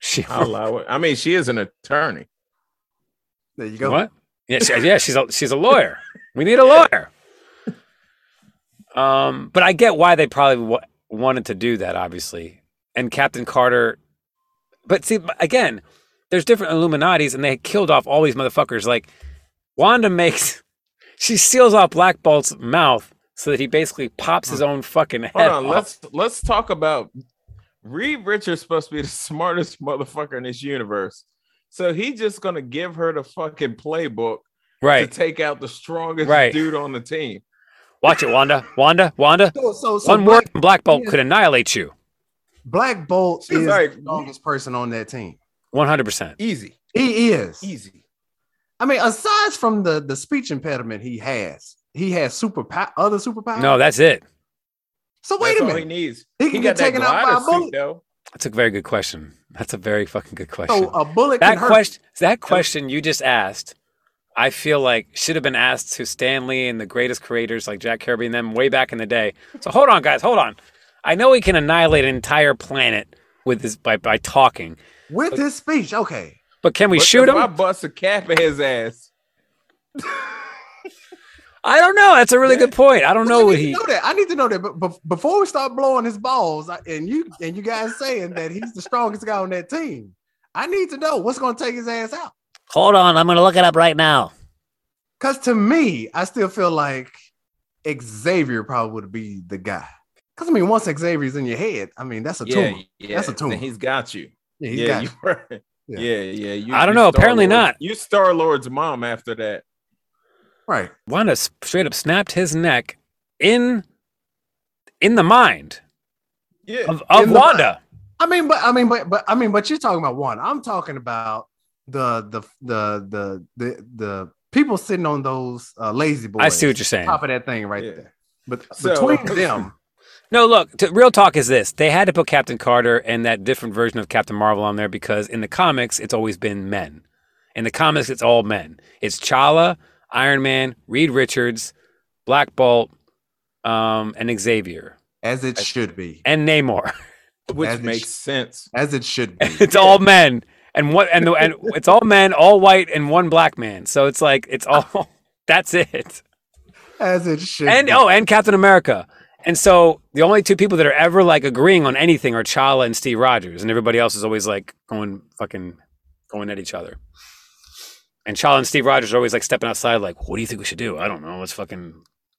[SPEAKER 3] She
[SPEAKER 2] I'll
[SPEAKER 3] Hulk.
[SPEAKER 2] allow it. I mean, she is an attorney.
[SPEAKER 1] There you go.
[SPEAKER 3] What? Yeah, she, yeah. She's a she's a lawyer. We need a lawyer. Um, but I get why they probably w- wanted to do that, obviously. And Captain Carter, but see but again, there's different Illuminati's, and they killed off all these motherfuckers. Like Wanda makes, she seals off Black Bolt's mouth so that he basically pops his own fucking head.
[SPEAKER 2] Hold on,
[SPEAKER 3] off.
[SPEAKER 2] let's let's talk about Reed Richards supposed to be the smartest motherfucker in this universe. So he just gonna give her the fucking playbook
[SPEAKER 3] right.
[SPEAKER 2] to take out the strongest
[SPEAKER 3] Right.
[SPEAKER 2] dude on the team.
[SPEAKER 3] Watch it, Wanda. Wanda. Wanda.
[SPEAKER 1] So so, so
[SPEAKER 3] One
[SPEAKER 1] Black,
[SPEAKER 3] word from Black Bolt
[SPEAKER 1] yeah.
[SPEAKER 3] could annihilate you.
[SPEAKER 1] Black Bolt
[SPEAKER 2] She's
[SPEAKER 1] is
[SPEAKER 2] like-
[SPEAKER 1] the strongest person on that team.
[SPEAKER 3] One hundred percent.
[SPEAKER 2] Easy,
[SPEAKER 1] He is.
[SPEAKER 2] easy.
[SPEAKER 1] I mean, aside from the the speech impediment he has, he has super other superpowers.
[SPEAKER 3] No, that's it.
[SPEAKER 1] So wait
[SPEAKER 2] That's
[SPEAKER 1] a
[SPEAKER 2] all he
[SPEAKER 1] minute.
[SPEAKER 2] needs.
[SPEAKER 1] He can get
[SPEAKER 2] got that
[SPEAKER 1] taken out by a
[SPEAKER 2] glider suit,
[SPEAKER 1] bullet.
[SPEAKER 2] though.
[SPEAKER 3] That's a very good question. That's a very fucking good question.
[SPEAKER 1] So a bullet
[SPEAKER 3] that
[SPEAKER 1] can Oh, uh, hurt.
[SPEAKER 3] question, that question you just asked, I feel like should have been asked to Stanley and the greatest creators like Jack Kirby and them way back in the day. So hold on, guys, hold on. I know he can annihilate an entire planet with his by, by talking,
[SPEAKER 1] with his speech. Okay.
[SPEAKER 3] but can we
[SPEAKER 2] But
[SPEAKER 3] shoot
[SPEAKER 2] if
[SPEAKER 3] him?
[SPEAKER 2] I bust a cap in his ass.
[SPEAKER 3] I don't know. That's a really good point. I don't know
[SPEAKER 1] I
[SPEAKER 3] what
[SPEAKER 1] need
[SPEAKER 3] he.
[SPEAKER 1] to know that. I need to know that. But bef- before we start blowing his balls, I- and you and you guys saying that he's the strongest guy on that team, I need to know what's going to take his ass out.
[SPEAKER 3] Hold on, I'm gonna look it up right now.
[SPEAKER 1] Because to me, I still feel like Xavier probably would be the guy. Because I mean, once Xavier's in your head, I mean that's a
[SPEAKER 2] yeah,
[SPEAKER 1] tumor.
[SPEAKER 2] yeah.
[SPEAKER 1] That's a tumor.
[SPEAKER 2] Then he's got you.
[SPEAKER 1] Yeah, he's
[SPEAKER 2] yeah,
[SPEAKER 1] got
[SPEAKER 2] you
[SPEAKER 1] you.
[SPEAKER 2] right.
[SPEAKER 1] Yeah.
[SPEAKER 2] Yeah, yeah. you-
[SPEAKER 3] I don't
[SPEAKER 2] you
[SPEAKER 3] know, apparently
[SPEAKER 2] Star-Lord-
[SPEAKER 3] not.
[SPEAKER 2] You Star Lord's mom after that.
[SPEAKER 1] Right.
[SPEAKER 3] Wanda s- straight up snapped his neck in in the mind
[SPEAKER 2] Yeah.
[SPEAKER 3] of, of
[SPEAKER 1] In the
[SPEAKER 3] Wanda.
[SPEAKER 1] I mean, but I mean, but but I mean, but you're talking about one. I'm talking about the the the the the, the people sitting on those uh, lazy boys.
[SPEAKER 3] I see what you're saying.
[SPEAKER 1] top of that thing right
[SPEAKER 2] Yeah.
[SPEAKER 1] there. But
[SPEAKER 2] So-
[SPEAKER 1] between them,
[SPEAKER 3] No, look, t real talk is this. They had to put Captain Carter and that different version of Captain Marvel on there because in the comics, it's always been men. In the comics, it's all men. It's Chala, Iron Man, Reed Richards, Black Bolt, um, and Xavier,
[SPEAKER 1] as it should be,
[SPEAKER 3] and Namor.
[SPEAKER 2] Which
[SPEAKER 1] As it
[SPEAKER 2] makes
[SPEAKER 1] sh-
[SPEAKER 2] sense.
[SPEAKER 1] as it should be.
[SPEAKER 3] it's all men. And what and the, and it's all men, all white, and one black man. So it's like it's all that's it.
[SPEAKER 1] as it should.
[SPEAKER 3] and
[SPEAKER 1] be.
[SPEAKER 3] oh, and Captain America. And so the only two people that are ever like agreeing on anything are Chala and Steve Rogers, and everybody else is always like going fucking going at each other. And Chala and Steve Rogers are always like stepping outside, like, "What do you think we should do? I don't know. Let's fucking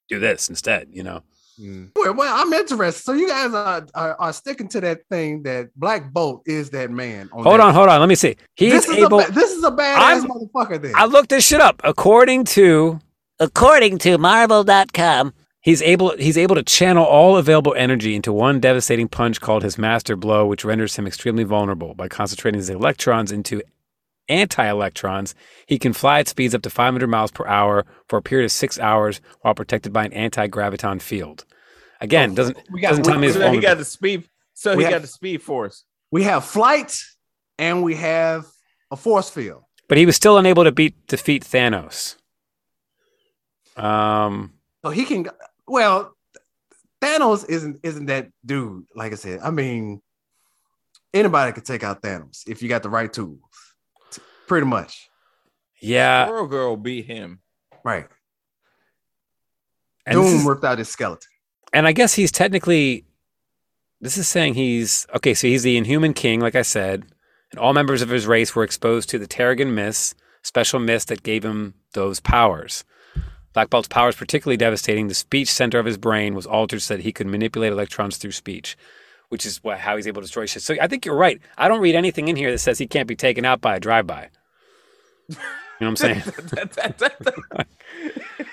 [SPEAKER 3] do this instead." You know?
[SPEAKER 1] Mm. Well, well, I'm interested. So you guys are, are are sticking to that thing that Black Bolt is that man. On
[SPEAKER 3] Hold
[SPEAKER 1] that-
[SPEAKER 3] on, hold on. Let me see. He's
[SPEAKER 1] This is,
[SPEAKER 3] able.
[SPEAKER 1] a, ba- this is a badass
[SPEAKER 3] I'm-
[SPEAKER 1] motherfucker. Then
[SPEAKER 3] I looked this shit up. According to according to marvel.com, he's able he's able to channel all available energy into one devastating punch called his master blow, which renders him extremely vulnerable. By concentrating his electrons into anti-electrons, he can fly at speeds up to 500 miles per hour for a period of 6 hours while protected by an anti-graviton field. Again, doesn't
[SPEAKER 1] we got-
[SPEAKER 3] doesn't tell me he's
[SPEAKER 2] So he got
[SPEAKER 3] vulnerable.
[SPEAKER 2] the speed. So
[SPEAKER 1] We
[SPEAKER 2] he
[SPEAKER 1] have-
[SPEAKER 2] got the speed force.
[SPEAKER 1] we have flight, and we have a force field.
[SPEAKER 3] But he was still unable to beat defeat Thanos. Um
[SPEAKER 1] So he can. Well, Thanos isn't isn't that dude. Like I said, I mean, anybody could take out Thanos if you got the right tools. T- Pretty much,
[SPEAKER 3] yeah,
[SPEAKER 2] Squirrel Girl beat him.
[SPEAKER 1] right?
[SPEAKER 3] and this
[SPEAKER 1] Doom
[SPEAKER 3] is-
[SPEAKER 1] ripped out his skeleton.
[SPEAKER 3] and I guess he's technically. This is saying he's okay. So he's the Inhuman King, like I said, and all members of his race were exposed to the Terrigen Mist, special mist that gave him those powers. Black Bolt's power is particularly devastating. The speech center of his brain was altered so that he could manipulate electrons through speech, which is what, how he's able to destroy shit. So I think you're right. I don't read anything in here that says he can't be taken out by a drive-by. You know what I'm saying?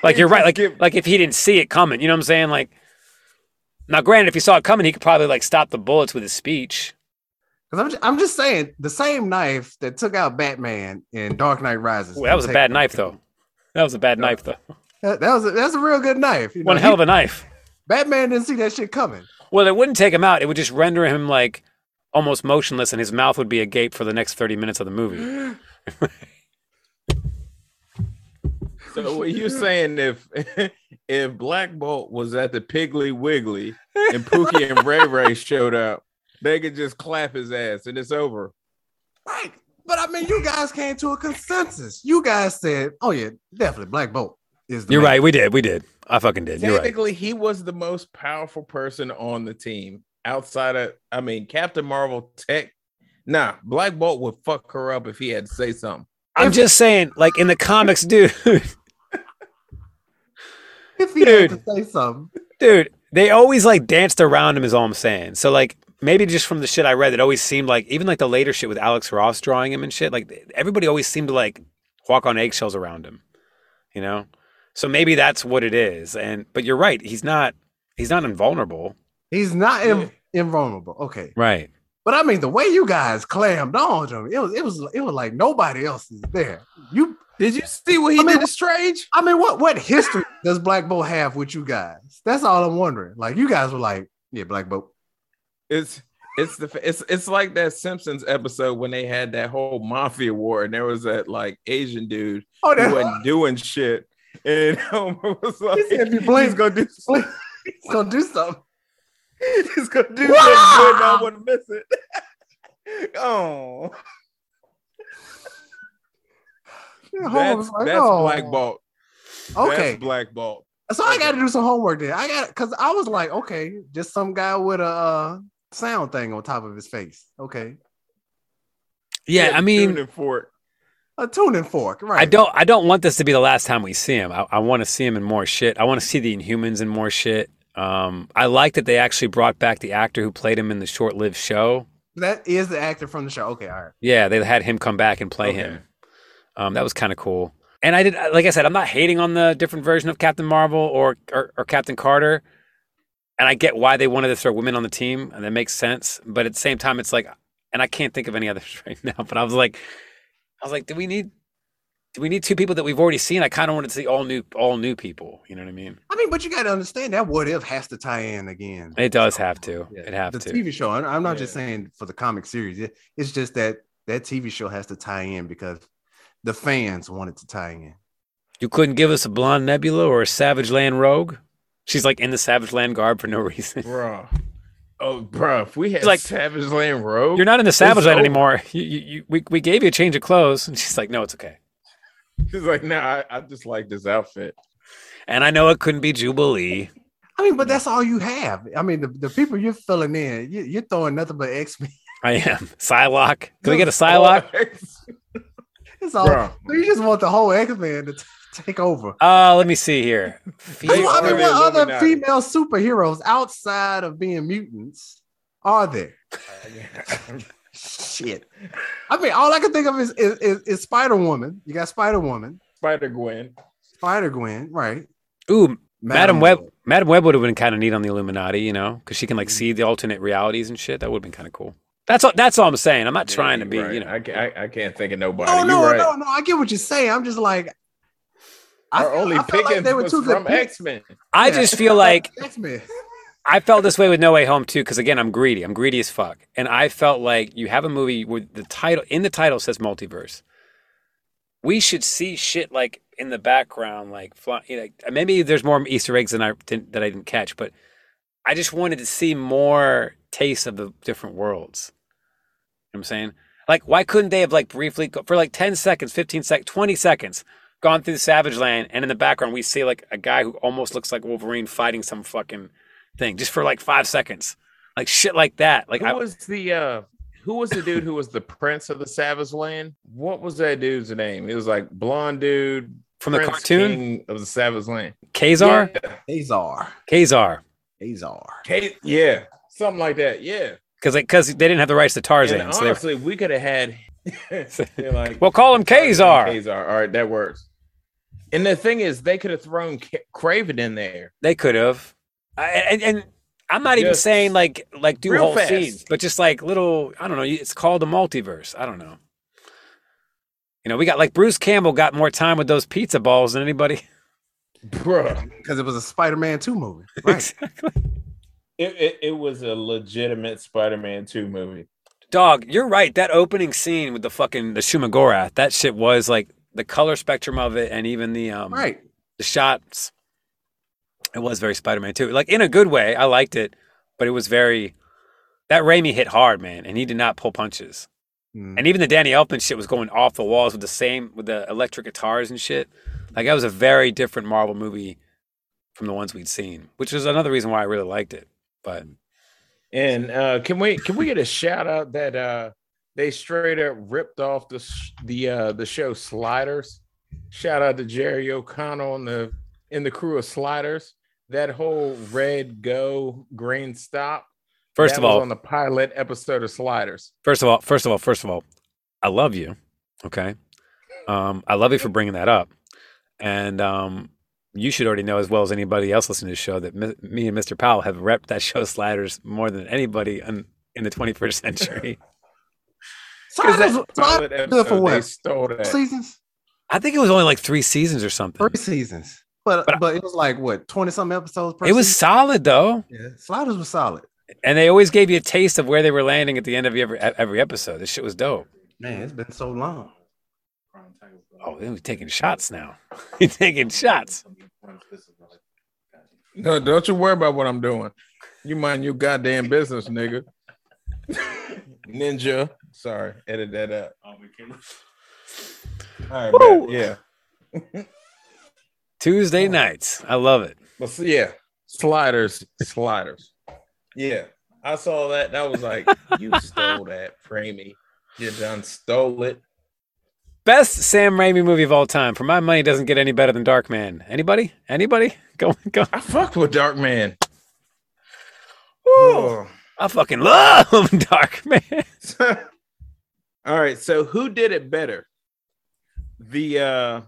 [SPEAKER 3] Like you're right. Like like if he didn't see it coming, you know what I'm saying? Like now, granted, if he saw it coming, he could probably like stop the bullets with his speech.
[SPEAKER 1] Because I'm, ju- I'm just saying, the same knife that took out Batman in Dark Knight Rises.
[SPEAKER 3] Ooh, that was a bad knife, though. That was a bad knife, though.
[SPEAKER 1] That, that was a, that's a real good knife. you
[SPEAKER 3] One
[SPEAKER 1] know?
[SPEAKER 3] hell of a knife.
[SPEAKER 1] Batman didn't see that shit coming.
[SPEAKER 3] Well, it wouldn't take him out. It would just render him like almost motionless, and his mouth would be agape for the next thirty minutes of the movie.
[SPEAKER 2] So what you saying if if Black Bolt was at the Piggly Wiggly and Pookie and Ray Ray showed up, they could just clap his ass and it's over.
[SPEAKER 1] Right. But I mean, you guys came to a consensus. You guys said, "Oh yeah, definitely Black Bolt is." The
[SPEAKER 3] You're
[SPEAKER 1] man.
[SPEAKER 3] right. We did. We did. I fucking did. You're right.
[SPEAKER 2] Technically, he was the most powerful person on the team outside of I mean Captain Marvel tech. Nah, Black Bolt would fuck her up if he had to say something.
[SPEAKER 3] I'm just saying, like in the comics, dude.
[SPEAKER 1] If he had to say something,
[SPEAKER 3] dude they always like danced around him is all i'm saying so like maybe just from the shit i read it always seemed like even like the later shit with alex ross drawing him and shit like everybody always seemed to like walk on eggshells around him you know so maybe that's what it is and but you're right he's not he's not invulnerable
[SPEAKER 1] he's not in,
[SPEAKER 2] Yeah.
[SPEAKER 1] invulnerable. Okay,
[SPEAKER 3] right
[SPEAKER 1] but I mean, the way you guys clammed on to him, it was it was it was like nobody else is there. You,
[SPEAKER 2] Did you see what he
[SPEAKER 1] I mean,
[SPEAKER 2] did to Strange?
[SPEAKER 1] I mean, what what history does Black Bolt have with you guys? That's all I'm wondering. Like, you guys were like, "Yeah, Black Bolt."
[SPEAKER 2] It's it's the it's it's like that Simpsons episode when they had that whole mafia war and there was that like Asian dude
[SPEAKER 1] Oh,
[SPEAKER 2] who
[SPEAKER 1] that
[SPEAKER 2] wasn't doing shit. And Homer was like,
[SPEAKER 1] said if you blink-
[SPEAKER 2] he's gonna do,
[SPEAKER 1] blink. he's gonna do something.
[SPEAKER 2] he's gonna do something good, and I wouldn't miss it. oh,
[SPEAKER 1] Yeah, Homer
[SPEAKER 2] that's,
[SPEAKER 1] was like,
[SPEAKER 2] that's
[SPEAKER 1] "Oh,
[SPEAKER 2] Black Bolt.
[SPEAKER 1] Okay,
[SPEAKER 2] that's Black Bolt.
[SPEAKER 1] So I
[SPEAKER 2] Okay.
[SPEAKER 1] got to do some homework then. I got because I was like, okay, just some guy with a uh, sound thing on top of his face. Okay,
[SPEAKER 3] yeah,
[SPEAKER 2] He
[SPEAKER 3] i
[SPEAKER 2] had
[SPEAKER 3] mean
[SPEAKER 2] tuning for it.
[SPEAKER 1] a tuning fork, right?
[SPEAKER 3] I don't. I don't want this to be the last time we see him. I, I want to see him in more shit. I want to see the Inhumans in more shit. Um, I like that they actually brought back the actor who played him in the short-lived show.
[SPEAKER 1] That is the actor from the show. Okay, all right.
[SPEAKER 3] Yeah, they had him come back and play him. Um, that was kind of cool. And I did, like I said, I'm not hating on the different version of Captain Marvel or, or or Captain Carter. And I get why they wanted to throw women on the team, and that makes sense. But at the same time, it's like, and I can't think of any others right now. But I was like, I was like, do we need, do we need two people that we've already seen? I kind of wanted to see all new, all new people. You know what I mean?
[SPEAKER 1] I mean, but you got to understand that what if has to tie in again.
[SPEAKER 3] It does have to. It have
[SPEAKER 1] the
[SPEAKER 3] to.
[SPEAKER 1] TV show. I- I'm not just saying for the comic series. It- It's just that that TV show has to tie in because the fans wanted to tie in.
[SPEAKER 3] You couldn't give us a blonde Nebula or a Savage Land Rogue. She's like in the Savage Land garb for no reason.
[SPEAKER 2] bro. Oh, bro, if we had
[SPEAKER 3] It's like-
[SPEAKER 2] like Savage Land Rogue,
[SPEAKER 3] You're not in the Savage Land
[SPEAKER 2] over.
[SPEAKER 3] anymore. You, you, you, we, we gave you a change of clothes. And she's like, no, it's okay.
[SPEAKER 2] He's like, nah, I, I just like this outfit.
[SPEAKER 3] And I know it couldn't be Jubilee.
[SPEAKER 1] I mean, but that's all you have. I mean, the, the people you're filling in, you, you're throwing nothing but X Men.
[SPEAKER 3] I am. Psylocke. Can we get a Psylocke?
[SPEAKER 1] It's all.
[SPEAKER 2] Bruh.
[SPEAKER 1] so you just want the whole X Men to t- take over.
[SPEAKER 3] Uh, let me see here. Fe-
[SPEAKER 1] I
[SPEAKER 2] They are
[SPEAKER 1] mean,
[SPEAKER 2] the
[SPEAKER 1] what other
[SPEAKER 2] Illuminati.
[SPEAKER 1] female superheroes outside of being mutants are there? Shit. I mean, all I can think of is is, is, is Spider Woman. You got Spider Woman,
[SPEAKER 2] Spider Gwen.
[SPEAKER 1] Spider Gwen, right?
[SPEAKER 3] Ooh, Madam Web.
[SPEAKER 1] Web.
[SPEAKER 3] Madam Web would have been kind of neat on the Illuminati, you know, because she can like see the alternate realities and shit. That would have been kind of cool. That's all. That's all I'm saying. I'm not trying to be, you know.
[SPEAKER 2] I, ca- I, I can't think of nobody.
[SPEAKER 1] No,
[SPEAKER 2] You're
[SPEAKER 1] Oh, no,
[SPEAKER 2] right.
[SPEAKER 1] no, no. I get what you're saying. I'm just like,
[SPEAKER 2] Our only
[SPEAKER 1] I felt
[SPEAKER 2] picking
[SPEAKER 1] like they were
[SPEAKER 2] was
[SPEAKER 1] too good
[SPEAKER 2] from
[SPEAKER 1] picks.
[SPEAKER 2] X Men.
[SPEAKER 3] I just feel like
[SPEAKER 1] X Men.
[SPEAKER 3] I felt this way with No Way Home too, because again, I'm greedy. I'm greedy as fuck, and I felt like you have a movie where the title in the title says multiverse. We should see shit like in the background, like fly, you know, maybe there's more Easter eggs than I didn't, that I didn't catch, but I just wanted to see more taste of the different worlds. You know what I'm saying, like, why couldn't they have like briefly go, for like ten seconds, fifteen sec, twenty seconds? Gone through Savage Land, and in the background we see like a guy who almost looks like Wolverine fighting some fucking thing just for like five seconds, like shit like that. Like
[SPEAKER 2] Who
[SPEAKER 3] I,
[SPEAKER 2] was the uh who was the dude who was the prince of the Savage Land? What was that dude's name? It was like blonde dude
[SPEAKER 3] from the
[SPEAKER 2] Prince
[SPEAKER 3] cartoon
[SPEAKER 2] King of the Savage Land.
[SPEAKER 3] Kazar,
[SPEAKER 1] Azar.
[SPEAKER 3] Kazar,
[SPEAKER 1] Azar.
[SPEAKER 2] Kate, yeah, something like that. Yeah.
[SPEAKER 3] because because they didn't have the rights to Tarzan.
[SPEAKER 2] And
[SPEAKER 3] so they were-
[SPEAKER 2] honestly, we could have had they're like
[SPEAKER 3] well, call him Kazar.
[SPEAKER 2] Kazar. All right, that works. And the thing is, they could have thrown Ca- Craven in there.
[SPEAKER 3] They could have, I- and and I'm not even
[SPEAKER 2] Just
[SPEAKER 3] saying like like do
[SPEAKER 2] real
[SPEAKER 3] whole
[SPEAKER 2] fast.
[SPEAKER 3] scenes, but just like little. I don't know. It's called the multiverse. I don't know. You know, we got like Bruce Campbell got more time with those pizza balls than anybody.
[SPEAKER 2] Bruh.
[SPEAKER 1] Because it was a Spider Man 2 movie. Right.
[SPEAKER 2] It, it, it was a legitimate Spider-Man 2 movie.
[SPEAKER 3] Dog, you're right. That opening scene with the fucking the Shumagorath, that shit was like the color spectrum of it, and even the um
[SPEAKER 1] right.
[SPEAKER 3] the shots. It was very Spider-Man too, like in a good way. I liked it, but it was very that Raimi hit hard, man, and he did not pull punches.
[SPEAKER 1] Mm.
[SPEAKER 3] And even the Danny Elfman shit was going off the walls with the same with the electric guitars and shit. Like that was a very different Marvel movie from the ones we'd seen, which is another reason why I really liked it. But
[SPEAKER 2] Mm. And uh, can we can we get a shout out that uh, they straight up ripped off the sh- the uh, the show Sliders? Shout out to Jerry O'Connell and the in the crew of Sliders. That whole red go green stop.
[SPEAKER 3] first
[SPEAKER 2] that
[SPEAKER 3] of
[SPEAKER 2] was
[SPEAKER 3] all,
[SPEAKER 2] on the pilot episode of Sliders.
[SPEAKER 3] First of all, first of all, first of all, I love you. Okay. Um, I love you for bringing that up. And um, you should already know, as well as anybody else listening to the show, that mi- me and Mr. Powell have repped that show Sliders more than anybody in, in the 21st century.
[SPEAKER 1] So
[SPEAKER 2] Is
[SPEAKER 1] that,
[SPEAKER 2] that
[SPEAKER 1] was,
[SPEAKER 2] pilot
[SPEAKER 1] good for
[SPEAKER 2] episode, they
[SPEAKER 1] what?
[SPEAKER 2] stole that.
[SPEAKER 1] Seasons?
[SPEAKER 3] I think it was only like three seasons or something.
[SPEAKER 1] Three seasons. But,
[SPEAKER 3] But I-
[SPEAKER 1] but, it was like what, 20 something episodes per
[SPEAKER 3] It was
[SPEAKER 1] season?
[SPEAKER 3] solid though,
[SPEAKER 1] Yeah. Sliders was solid.
[SPEAKER 3] and they always gave you a taste of where they were landing at the end of every e, every episode. This shit was dope.
[SPEAKER 1] Man, it's been so long.
[SPEAKER 3] Oh, we're taking shots now. We're taking shots.
[SPEAKER 2] No, don't you worry about what I'm doing. You mind your goddamn business, nigga. Ninja. Sorry, edit that out. All right,
[SPEAKER 3] Woo!
[SPEAKER 2] man. yeah.
[SPEAKER 3] Tuesday nights. I love it.
[SPEAKER 2] But so, yeah, sliders, sliders. Yeah, I saw that. That was like, you stole that, Framey. You done stole it.
[SPEAKER 3] Best Sam Raimi movie of all time. For my money, it doesn't get any better than Dark Man. Anybody? Anybody? Go, go.
[SPEAKER 2] I fucked with Dark Man.
[SPEAKER 3] Ooh. I fucking love Dark Man.
[SPEAKER 2] All right, so who did it better? The uh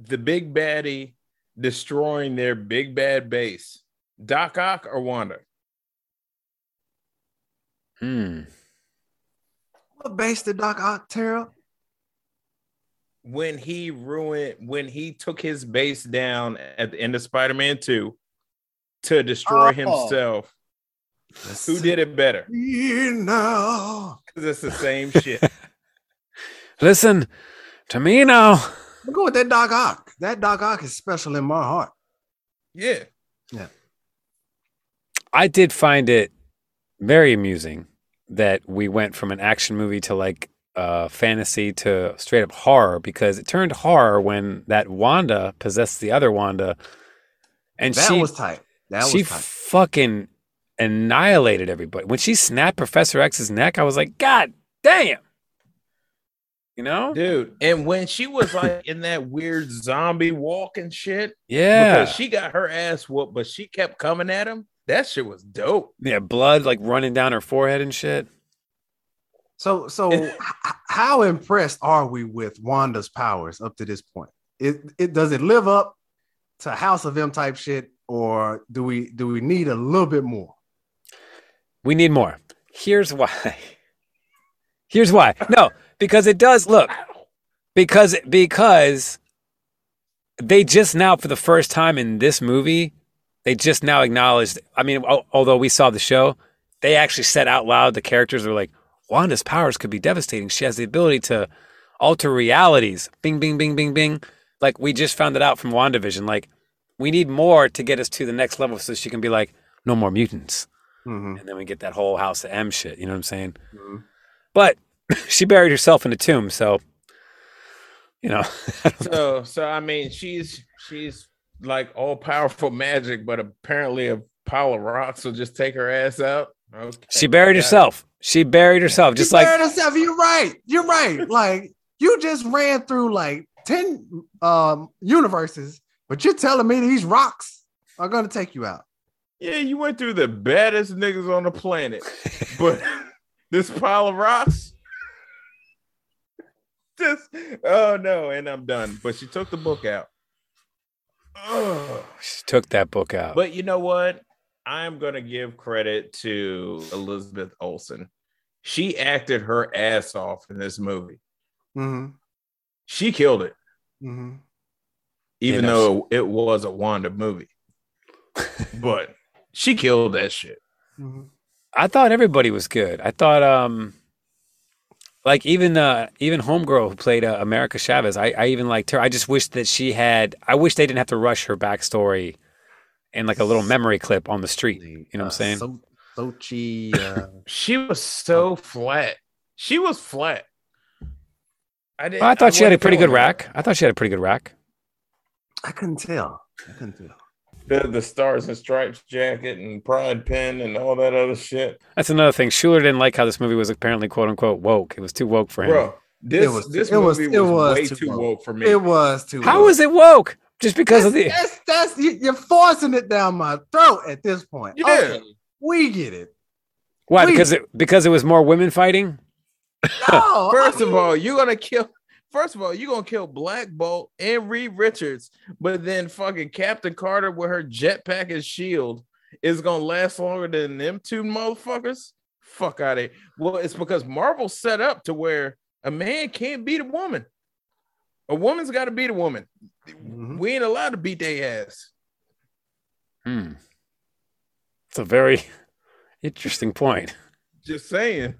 [SPEAKER 2] the big baddie destroying their big bad base. Doc Ock or Wanda?
[SPEAKER 3] Hmm.
[SPEAKER 1] What base did Doc Ock tear up?
[SPEAKER 2] When he ruined when he took his base down at the end of Spider-Man 2 to destroy
[SPEAKER 1] Oh.
[SPEAKER 2] himself.
[SPEAKER 1] Let's
[SPEAKER 2] Who did it better?
[SPEAKER 1] see now?
[SPEAKER 2] Cuz it's the same shit.
[SPEAKER 3] Listen to me now.
[SPEAKER 1] I'm going with that Doc Ock. That Doc Ock is special in my heart.
[SPEAKER 2] Yeah.
[SPEAKER 3] I did find it very amusing that we went from an action movie to like uh, fantasy to straight up horror because it turned horror when that Wanda possessed the other Wanda, and
[SPEAKER 1] that
[SPEAKER 3] she
[SPEAKER 1] was tight. That
[SPEAKER 3] she
[SPEAKER 1] was tight.
[SPEAKER 3] fucking annihilated everybody. When she snapped Professor X's neck, I was like, God damn, you know?
[SPEAKER 2] Dude, and when she was like in that weird zombie walk and shit,
[SPEAKER 3] Yeah,
[SPEAKER 2] because she got her ass whooped, but she kept coming at him. That shit was dope.
[SPEAKER 3] yeah, blood like running down her forehead and shit.
[SPEAKER 1] So, so h- h- how impressed are we with Wanda's powers up to this point? It, it does it live up to House of M type shit, or do we do we need a little bit more?
[SPEAKER 3] We need more. Here's why. Here's why. No, because it does look because because they just now for the first time in this movie, they just now acknowledged. I mean, al- although we saw the show, they actually said out loud the characters were like, "Wanda's powers could be devastating. She has the ability to alter realities." Bing, bing, bing, bing, bing. Like we just found it out from WandaVision. Like we need more to get us to the next level, so she can be like, "No more mutants."
[SPEAKER 1] Mhm.
[SPEAKER 3] and then we get that whole House of M shit. You know what I'm saying? But she buried herself in a tomb, so you know,
[SPEAKER 2] So, so I mean, she's she's like all powerful magic, but apparently a pile of rocks will just take her ass out. Okay,
[SPEAKER 3] she
[SPEAKER 2] got
[SPEAKER 3] buried
[SPEAKER 2] it.
[SPEAKER 3] herself. She buried herself, just
[SPEAKER 1] She
[SPEAKER 3] like
[SPEAKER 1] buried herself. You're right. You're right. like you just ran through like ten um, universes, but you're telling me these rocks are gonna take you out.
[SPEAKER 2] Yeah, you went through the baddest niggas on the planet, but this pile of rocks. Just oh no, and I'm done. But she took the book out. Ugh.
[SPEAKER 3] she took that book out.
[SPEAKER 2] But you know what? I'm gonna give credit to Elizabeth Olsen. She acted her ass off in this movie.
[SPEAKER 1] Mhm.
[SPEAKER 2] She killed it,
[SPEAKER 1] Mhm.
[SPEAKER 2] even
[SPEAKER 3] Yeah, no,
[SPEAKER 2] though it was a Wanda movie. but she killed that shit.
[SPEAKER 1] Mhm.
[SPEAKER 3] I thought everybody was good. I thought, um, like even uh, even homegirl who played uh, America Chavez, I, I even liked her. I just wish that she had. I wish they didn't have to rush her backstory and like a little memory clip on the street. You know what I'm saying?
[SPEAKER 1] So, Sochi. Uh,
[SPEAKER 2] She was so
[SPEAKER 3] Oh.
[SPEAKER 2] flat. She was flat. I didn't.
[SPEAKER 3] I thought she had a
[SPEAKER 2] wasn't
[SPEAKER 3] pretty good
[SPEAKER 2] feeling her.
[SPEAKER 3] rack. I thought she had a pretty good rack.
[SPEAKER 1] I couldn't tell. I couldn't tell.
[SPEAKER 2] The, the stars and stripes jacket and pride pin and all that other shit,
[SPEAKER 3] That's another thing. Schuler didn't like how this movie was apparently "quote unquote" woke. It was too woke for him.
[SPEAKER 2] bro. This
[SPEAKER 1] It was-
[SPEAKER 2] this
[SPEAKER 1] it was-
[SPEAKER 2] movie
[SPEAKER 1] it
[SPEAKER 2] was,
[SPEAKER 1] was
[SPEAKER 2] way
[SPEAKER 1] too
[SPEAKER 2] too,
[SPEAKER 1] woke.
[SPEAKER 2] woke. for me.
[SPEAKER 1] It was too.
[SPEAKER 3] How
[SPEAKER 1] much.
[SPEAKER 3] is it woke? Just because of the
[SPEAKER 1] That's, that's you- you're forcing it down my throat at this point.
[SPEAKER 2] Yeah.
[SPEAKER 1] Okay, we get it.
[SPEAKER 3] why?
[SPEAKER 1] Wait.
[SPEAKER 3] Because it because it was more women fighting.
[SPEAKER 1] No,
[SPEAKER 2] First
[SPEAKER 1] I mean,
[SPEAKER 2] of all, you're gonna kill. First of all, you're gonna kill Black Bolt and Reed Richards, but then fucking Captain Carter with her jetpack and shield is gonna last longer than them two motherfuckers. Fuck out of here. Well, it's because Marvel set up to where a man can't beat a woman. A woman's got to beat a woman.
[SPEAKER 1] Mhm.
[SPEAKER 2] We ain't allowed to beat their ass.
[SPEAKER 3] Hmm. It's a very interesting point.
[SPEAKER 2] Just saying.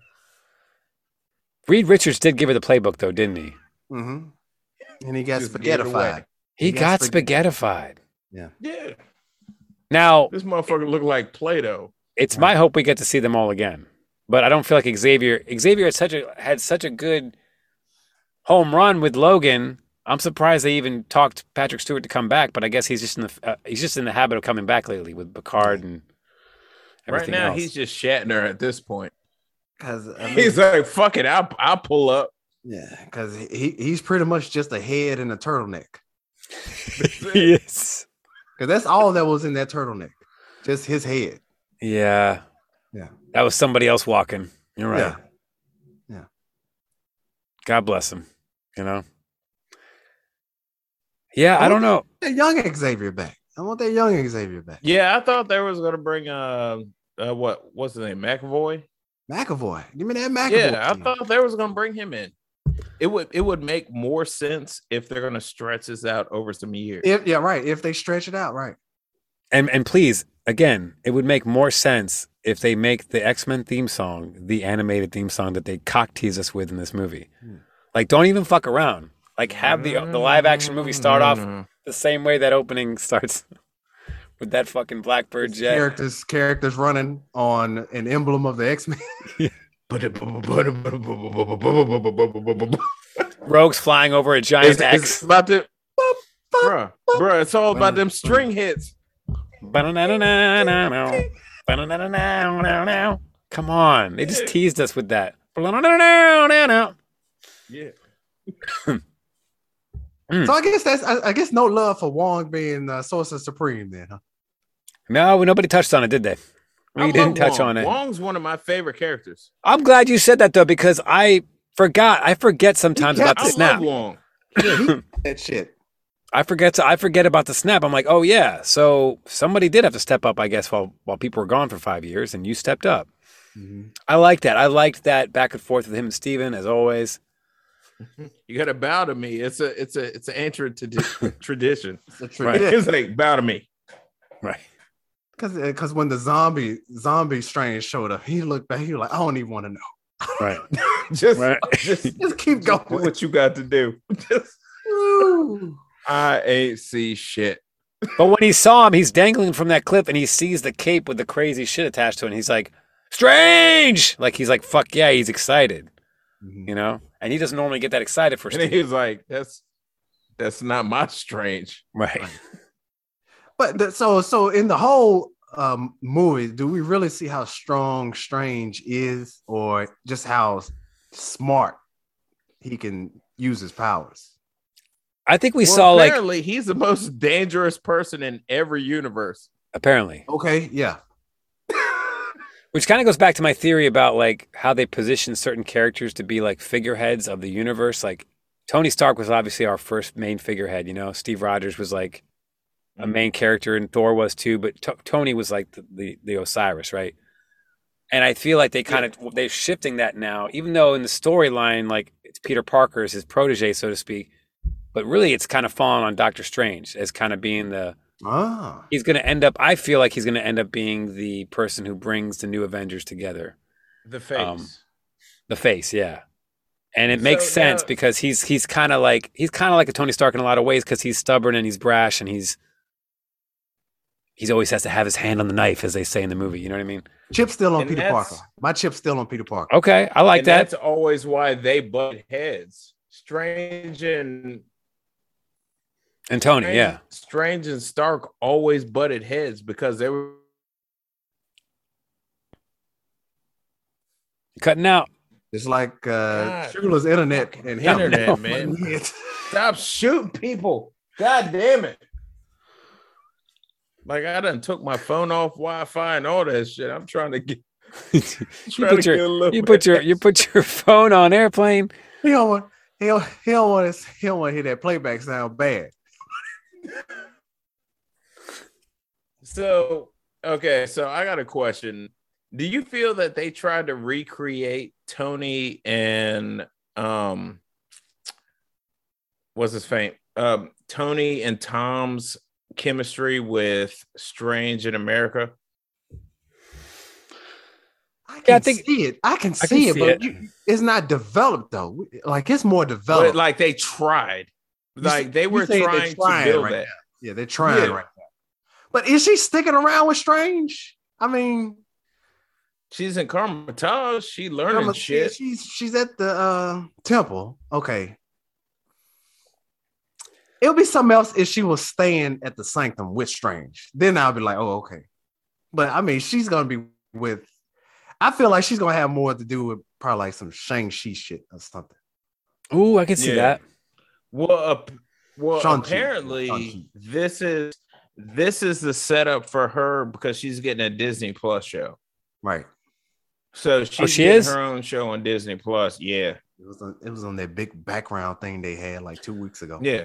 [SPEAKER 3] Reed Richards did give her the playbook though, didn't he?
[SPEAKER 1] Mhm. and he got
[SPEAKER 2] Just gave it
[SPEAKER 1] spaghettified.
[SPEAKER 2] away.
[SPEAKER 3] He
[SPEAKER 1] Yes,
[SPEAKER 3] got
[SPEAKER 1] but-
[SPEAKER 3] spaghettified.
[SPEAKER 2] Yeah,
[SPEAKER 3] Now
[SPEAKER 2] this motherfucker looked like Play-Doh.
[SPEAKER 3] it's my hope we get to see them all again. But I don't feel like Xavier Xavier had such a had such a good home run with Logan. I'm surprised they even talked Patrick Stewart to come back, but I guess he's just in the uh, he's just in the habit of coming back lately with Picard and
[SPEAKER 2] Right
[SPEAKER 3] everything
[SPEAKER 2] now,
[SPEAKER 3] else.
[SPEAKER 2] he's just Shatner at this point.
[SPEAKER 1] Because I mean,
[SPEAKER 2] He's like, "Fuck it, I I pull up."
[SPEAKER 1] yeah, because he, he's pretty much just a head and a turtleneck.
[SPEAKER 3] yes.
[SPEAKER 1] Because that's all that was in that turtleneck, just his head.
[SPEAKER 3] Yeah.
[SPEAKER 1] Yeah.
[SPEAKER 3] That was somebody else walking. You're right.
[SPEAKER 1] Yeah.
[SPEAKER 3] God bless him. You know. Yeah, I don't know.
[SPEAKER 1] That young Xavier back. I want that young Xavier back.
[SPEAKER 2] Yeah, I thought they was gonna bring uh, uh what what's the name McAvoy.
[SPEAKER 1] McAvoy. Give me that McAvoy.
[SPEAKER 2] Yeah, I
[SPEAKER 1] team.
[SPEAKER 2] thought they was gonna bring him in. It would it would make more sense if they're gonna stretch this out over some years.
[SPEAKER 1] If, yeah, right. If they stretch it out, right.
[SPEAKER 3] And and please, again, it would make more sense if they make the X Men theme song the animated theme song that they cock tease us with in this movie. Like, don't even fuck around. Like, have the the live action movie start off the same way that opening starts with that fucking Blackbird jet.
[SPEAKER 1] Characters, characters running on an emblem of the X Men.
[SPEAKER 3] Rogues flying over a giant
[SPEAKER 2] It's,
[SPEAKER 3] X.
[SPEAKER 2] it's about to, bruh, bruh. It's all about them string hits.
[SPEAKER 3] Ba-na-na-na-na-na. Ba-na-na-na-na-na-na. Come on, they just teased us with that. Ba-na-na-na-na-na.
[SPEAKER 2] Yeah. Hmm.
[SPEAKER 1] so I guess that's. I, I guess no love for Wong being uh, Sorcerer Supreme then. Huh?
[SPEAKER 3] No, nobody touched on it, did they?
[SPEAKER 2] I
[SPEAKER 3] We
[SPEAKER 2] love
[SPEAKER 3] didn't touch
[SPEAKER 2] Wong.
[SPEAKER 3] on it.
[SPEAKER 2] Wong's one of my favorite characters.
[SPEAKER 3] I'm glad you said that though, because I forgot. I forget sometimes
[SPEAKER 1] Yeah,
[SPEAKER 3] about
[SPEAKER 2] I
[SPEAKER 3] the
[SPEAKER 2] love
[SPEAKER 3] snap.
[SPEAKER 2] Wong.
[SPEAKER 1] That shit.
[SPEAKER 3] I forget to. I forget about the snap. I'm like, oh yeah. So somebody did have to step up, I guess, while while people were gone for five years, and you stepped up.
[SPEAKER 2] Mm-hmm.
[SPEAKER 3] I like that. I liked that back and forth with him and Steven, as always.
[SPEAKER 2] You gotta bow to me. It's a it's a it's an ancient tradi- tradition.
[SPEAKER 1] It's a
[SPEAKER 3] Right.
[SPEAKER 1] trick.
[SPEAKER 2] It's like bow to me.
[SPEAKER 3] Right.
[SPEAKER 1] Because because when the zombie zombie strange showed up, he looked back. He was like, I don't even want to know.
[SPEAKER 3] Right.
[SPEAKER 2] Just,
[SPEAKER 3] Right.
[SPEAKER 2] just
[SPEAKER 1] Just keep
[SPEAKER 2] Just do
[SPEAKER 1] going.
[SPEAKER 2] what you got to do. Just- I ain't see shit.
[SPEAKER 3] But when he saw him, he's dangling from that cliff, and he sees the cape with the crazy shit attached to it, and he's like, "Strange!" Like he's like, "Fuck yeah!" He's excited, you know. And he doesn't normally get that excited for
[SPEAKER 2] And
[SPEAKER 3] Steven.
[SPEAKER 2] he was like, "That's that's not my strange."
[SPEAKER 3] Right.
[SPEAKER 1] But the, so so in the whole um, movie, do we really see how strong Strange is, or just how smart he can use his powers?
[SPEAKER 3] I think we
[SPEAKER 2] Well,
[SPEAKER 3] saw like
[SPEAKER 2] apparently he's the most dangerous person in every universe.
[SPEAKER 3] apparently
[SPEAKER 1] Okay, yeah,
[SPEAKER 3] Which kind of goes back to my theory about like how they position certain characters to be like figureheads of the universe. Like Tony Stark was obviously our first main figurehead, you know. Steve Rogers was like a main character, and Thor was too. But To- Tony was like the, the the Osiris, right? And I feel like they kind of they're shifting that now, even though in the storyline, like it's Peter Parker is his protege, so to speak. But really, it's kind of fallen on Doctor Strange as kind of being the
[SPEAKER 1] ah,
[SPEAKER 3] he's going to end up i feel like he's going to end up being the person who brings the new avengers together
[SPEAKER 2] The face.
[SPEAKER 3] Um, the face yeah and it makes
[SPEAKER 2] So
[SPEAKER 3] sense
[SPEAKER 2] now-
[SPEAKER 3] because he's he's kind of like he's kind of like a tony stark in a lot of ways because he's stubborn and he's brash and he's he's always has to have his hand on the knife as they say in the movie you know what i mean
[SPEAKER 1] chip's still on
[SPEAKER 2] And
[SPEAKER 1] Peter
[SPEAKER 2] that's-
[SPEAKER 1] Parker. My chip's still on Peter Parker.
[SPEAKER 3] okay i like
[SPEAKER 2] and
[SPEAKER 3] that
[SPEAKER 2] That's always why they butt heads. Strange and
[SPEAKER 3] and tony
[SPEAKER 2] Strange,
[SPEAKER 3] yeah
[SPEAKER 2] Strange and Stark always butted heads because they were
[SPEAKER 3] cutting out
[SPEAKER 1] It's like uh,
[SPEAKER 2] God.
[SPEAKER 1] Shula's internet
[SPEAKER 2] Fucking
[SPEAKER 1] and him.
[SPEAKER 2] internet, man. Stop shooting people. God damn it. Like I done took my phone off Wi-Fi and all that shit. I'm trying to get
[SPEAKER 3] you
[SPEAKER 2] trying to
[SPEAKER 3] put
[SPEAKER 2] get a
[SPEAKER 3] your
[SPEAKER 2] little
[SPEAKER 3] you put your you put your phone on airplane
[SPEAKER 1] He don't want. He don't, he don't want to. He don't want to hear that playback sound bad.
[SPEAKER 2] So, okay, so I got a question. Do you feel that they tried to recreate Tony and um what's his fame? Um Tony and Tom's chemistry with Strange in America?
[SPEAKER 1] I can
[SPEAKER 3] Yeah, I think-
[SPEAKER 1] see it. I can
[SPEAKER 3] I
[SPEAKER 1] see
[SPEAKER 3] can
[SPEAKER 1] it,
[SPEAKER 3] see
[SPEAKER 1] but
[SPEAKER 3] it.
[SPEAKER 1] You, it's not developed though. Like it's more
[SPEAKER 2] But
[SPEAKER 1] developed.
[SPEAKER 2] like they tried. Like they
[SPEAKER 1] you
[SPEAKER 2] were
[SPEAKER 1] say they're
[SPEAKER 2] trying,
[SPEAKER 1] trying
[SPEAKER 2] to build
[SPEAKER 1] right
[SPEAKER 2] that.
[SPEAKER 1] yeah, they're trying
[SPEAKER 2] Yeah.
[SPEAKER 1] right now. But is she sticking around with Strange? I mean,
[SPEAKER 2] She's in Carmitage. She learning
[SPEAKER 1] I'm a,
[SPEAKER 2] shit.
[SPEAKER 1] she's she's at the uh, temple. Okay. It'll be something else if she was staying at the sanctum with Strange. Then I'll be like, oh, okay. But I mean, she's gonna be with. I feel like she's gonna have more to do with probably like some Shang Chi shit or something.
[SPEAKER 3] ooh i can see
[SPEAKER 2] Yeah.
[SPEAKER 3] that
[SPEAKER 2] Well, ap- well,
[SPEAKER 1] Shang-Chi.
[SPEAKER 2] apparently
[SPEAKER 1] Shang-Chi.
[SPEAKER 2] this is this is the setup for her because she's getting a Disney Plus show.
[SPEAKER 1] Right.
[SPEAKER 2] So she's
[SPEAKER 3] she
[SPEAKER 2] getting
[SPEAKER 3] is?
[SPEAKER 2] her own show on Disney Plus. Yeah,
[SPEAKER 1] It was on, it was on that big background thing they had like two weeks ago.
[SPEAKER 2] yeah.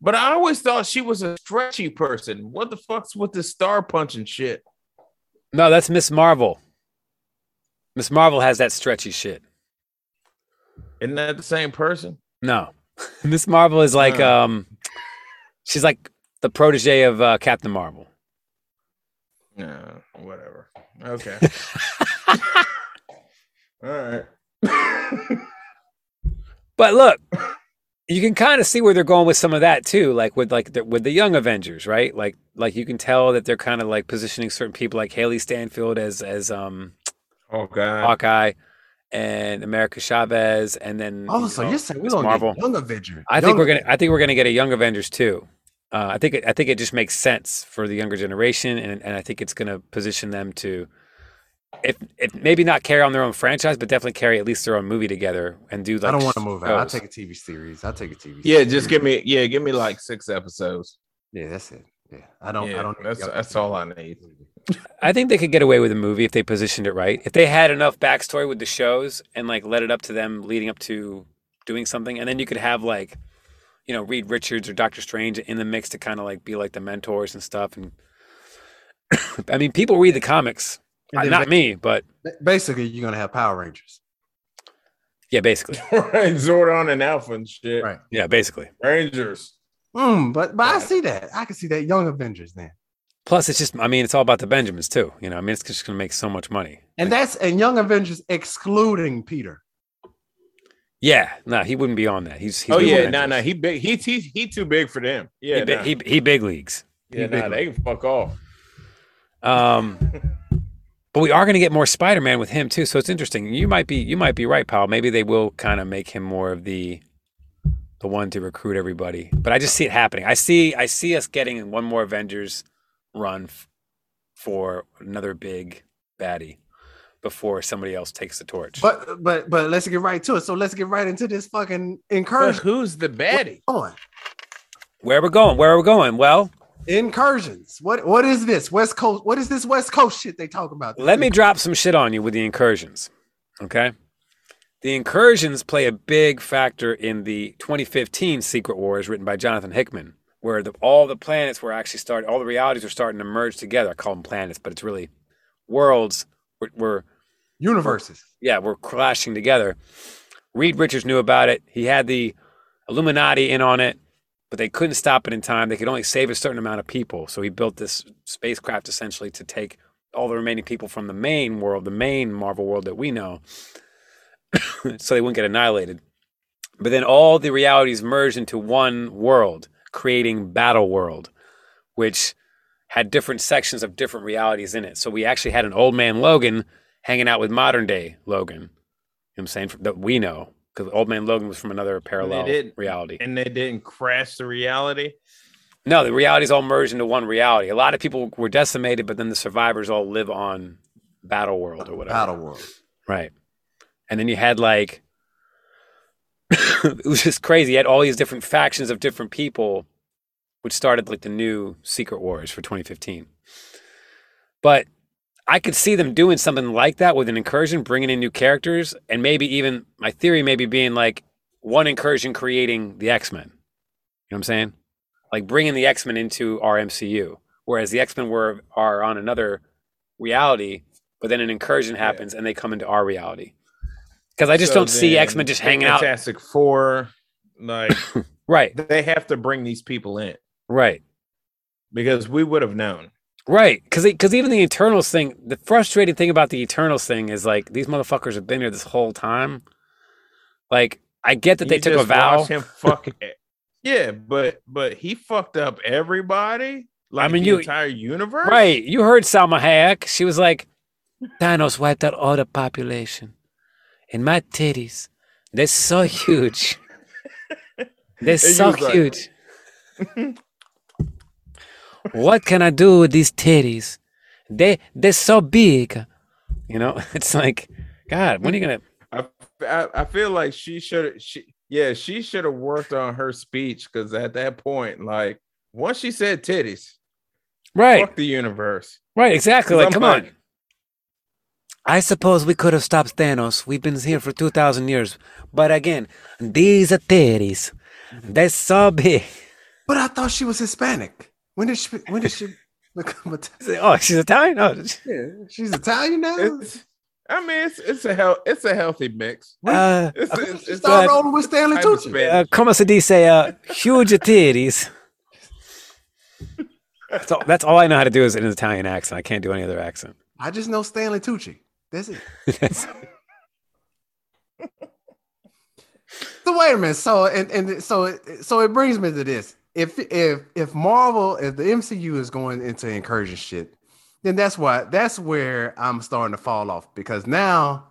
[SPEAKER 2] But I always thought she was a stretchy person. What the fuck's with this star punching shit?
[SPEAKER 3] No, that's Miss Marvel. Miss Marvel has that stretchy shit.
[SPEAKER 2] Isn't that the same person?
[SPEAKER 3] No, Miss Marvel is like
[SPEAKER 2] Huh.
[SPEAKER 3] um, she's like the protege of uh, Captain Marvel.
[SPEAKER 2] No, whatever. Okay. All right.
[SPEAKER 3] But look, you can kind of see where they're going with some of that too, like with like the, with the Young Avengers, right? Like like you can tell that they're kind of like positioning certain people, like Haley Stanfield as as um
[SPEAKER 2] Oh god.
[SPEAKER 3] Hawkeye, and America Chavez, and then
[SPEAKER 1] Oh, so
[SPEAKER 3] know,
[SPEAKER 1] you're saying we're
[SPEAKER 3] Miss
[SPEAKER 1] gonna
[SPEAKER 3] Marvel.
[SPEAKER 1] get Young Avenger?
[SPEAKER 3] I think
[SPEAKER 1] Young-
[SPEAKER 3] we're gonna. I think we're gonna get a Young Avengers too. Uh, I think. It, I think it just makes sense for the younger generation, and and I think it's gonna position them to, if if maybe not carry on their own franchise, but definitely carry at least their own movie together and do like.
[SPEAKER 1] I don't want to move out. I'll
[SPEAKER 3] shows.
[SPEAKER 1] take a TV series. I'll take a TV.
[SPEAKER 2] Yeah,
[SPEAKER 1] series.
[SPEAKER 2] just give me yeah, give me like six episodes.
[SPEAKER 1] Yeah, that's it. Yeah, I don't.
[SPEAKER 2] Yeah,
[SPEAKER 1] I don't.
[SPEAKER 2] that's- that's all I need.
[SPEAKER 3] I think they could get away with a movie if they positioned it right. If they had enough backstory with the shows and like let it up to them leading up to doing something, and then you could have like, you know, Reed Richards or Doctor Strange in the mix to kind of like be like the mentors and stuff. And I mean, people read the comics,
[SPEAKER 1] And then
[SPEAKER 3] not
[SPEAKER 1] ba-
[SPEAKER 3] me, but
[SPEAKER 1] Basically, you're gonna have Power Rangers.
[SPEAKER 3] yeah, basically,
[SPEAKER 2] right, Zordon and Alpha and shit.
[SPEAKER 1] Right.
[SPEAKER 3] yeah, basically.
[SPEAKER 2] Rangers.
[SPEAKER 1] Mm, but but I
[SPEAKER 2] Yeah.
[SPEAKER 1] see that. I can see that Young Avengers then.
[SPEAKER 3] Plus, it's just I mean, it's all about the Benjamins too. You know, I mean, it's just gonna make so much money.
[SPEAKER 1] And that's and Young Avengers excluding Peter.
[SPEAKER 3] Yeah, no, he wouldn't be on that. He's, he's
[SPEAKER 2] oh
[SPEAKER 3] with the
[SPEAKER 2] yeah, no, no,
[SPEAKER 3] Benjamins.
[SPEAKER 2] he big, he he he too big for them. Yeah,
[SPEAKER 3] he, bi-
[SPEAKER 2] nah.
[SPEAKER 3] he he big leagues.
[SPEAKER 2] yeah,
[SPEAKER 1] he big
[SPEAKER 2] nah, they can fuck off.
[SPEAKER 3] Um, but we are going to get more Spider-Man with him too, so it's interesting. You might be you might be right, pal. Maybe they will kind of make him more of the the one to recruit everybody. But I just see it happening. I see I see us getting one more Avengers run f- for another big baddie before somebody else takes the torch.
[SPEAKER 1] But but but let's get right to it. So let's get right into this fucking
[SPEAKER 2] But
[SPEAKER 1] incursion.
[SPEAKER 2] who's the baddie?
[SPEAKER 1] On
[SPEAKER 3] Where we going? Where are we going? Well,
[SPEAKER 1] incursions. What what is this West Coast? What is this West Coast shit they talk about?
[SPEAKER 3] Let me drop some shit on you with the incursions. Okay. The incursions play a big factor in the 2015 Secret Wars written by Jonathan Hickman, where the, all the planets were actually starting, all the realities were starting to merge together. I call them planets, but it's really worlds were, were
[SPEAKER 1] universes.
[SPEAKER 3] yeah, were clashing together. Reed Richards knew about it. He had the Illuminati in on it, but they couldn't stop it in time. They could only save a certain amount of people. So he built this spacecraft essentially to take all the remaining people from the main world, the main Marvel world that we know, so they wouldn't get annihilated. But then all the realities merged into one world, creating Battle World, which had different sections of different realities in it. So we actually had an old man Logan hanging out with modern day Logan. You know what I'm saying? That we know. Because old man Logan was from another parallel
[SPEAKER 2] did-
[SPEAKER 3] reality.
[SPEAKER 2] And they didn't crash the reality.
[SPEAKER 3] No, the realities all merged into one reality. A lot of people were decimated, but then the survivors all live on Battle World or whatever.
[SPEAKER 1] Battle World.
[SPEAKER 3] Right. And then you had like it was just crazy. You had all these different factions of different people, which started like the new Secret Wars for 2015. But I could see them doing something like that with an incursion, bringing in new characters, and maybe even my theory maybe being like one incursion creating the X Men. You know what I'm saying? Like bringing the X Men into our MCU, whereas the X Men were are on another reality, but then an incursion happens and they come into our reality. Because I just
[SPEAKER 2] So
[SPEAKER 3] don't see
[SPEAKER 2] then
[SPEAKER 3] X Men just hanging out.
[SPEAKER 2] Fantastic Four, like
[SPEAKER 3] Right,
[SPEAKER 2] they have to bring these people in
[SPEAKER 3] right.
[SPEAKER 2] because we would have known.
[SPEAKER 3] Right, because because even the Eternals thing, the frustrating thing about the Eternals thing is like these motherfuckers have been here this whole time. Like I get that they
[SPEAKER 2] You
[SPEAKER 3] took a
[SPEAKER 2] just
[SPEAKER 3] vow.
[SPEAKER 2] watch Him fuck it. Yeah, but but he fucked up everybody. Like
[SPEAKER 3] mean,
[SPEAKER 2] the
[SPEAKER 3] you-
[SPEAKER 2] entire universe.
[SPEAKER 3] Right, you heard Salma Hayek. She was like, "Thanos wiped out all the population, and my titties, they're so huge, they're
[SPEAKER 2] you
[SPEAKER 3] so
[SPEAKER 2] was like-
[SPEAKER 3] huge. what can I do with these titties? They they're so big. You know, it's like, God, when are you gonna?"
[SPEAKER 2] I, I, I feel like she should she yeah she should have worked on her speech because at that point like once she said titties
[SPEAKER 3] Right,
[SPEAKER 2] fuck the universe
[SPEAKER 3] right, exactly.
[SPEAKER 2] 'Cause
[SPEAKER 3] Like,
[SPEAKER 2] I'm
[SPEAKER 3] come
[SPEAKER 2] like-
[SPEAKER 3] on. I suppose we could have stopped Thanos. We've been here for 2,000 years. But again, these are titties. They're so big.
[SPEAKER 1] But I thought she was Hispanic. When did she? When did she become Italian?
[SPEAKER 3] Oh, she's Italian? Oh,
[SPEAKER 1] She's Italian now.
[SPEAKER 2] It's, I mean, it's it's a hel- it's a healthy mix.
[SPEAKER 3] uh,
[SPEAKER 2] It's,
[SPEAKER 1] I think
[SPEAKER 2] it's,
[SPEAKER 1] she
[SPEAKER 2] it's
[SPEAKER 1] started
[SPEAKER 3] uh,
[SPEAKER 1] rolling with Stanley
[SPEAKER 2] type of
[SPEAKER 1] Tucci.
[SPEAKER 2] Spanish.
[SPEAKER 3] uh, como se dice, uh, huge titties. That's all, that's all I know how to do is an Italian accent. I can't do any other accent.
[SPEAKER 1] I just know Stanley Tucci. That's it.
[SPEAKER 3] That's-
[SPEAKER 1] So wait a minute. So and and so so it brings me to this. If if if Marvel, if the MCU is going into incursion shit, then that's why that's where I'm starting to fall off because now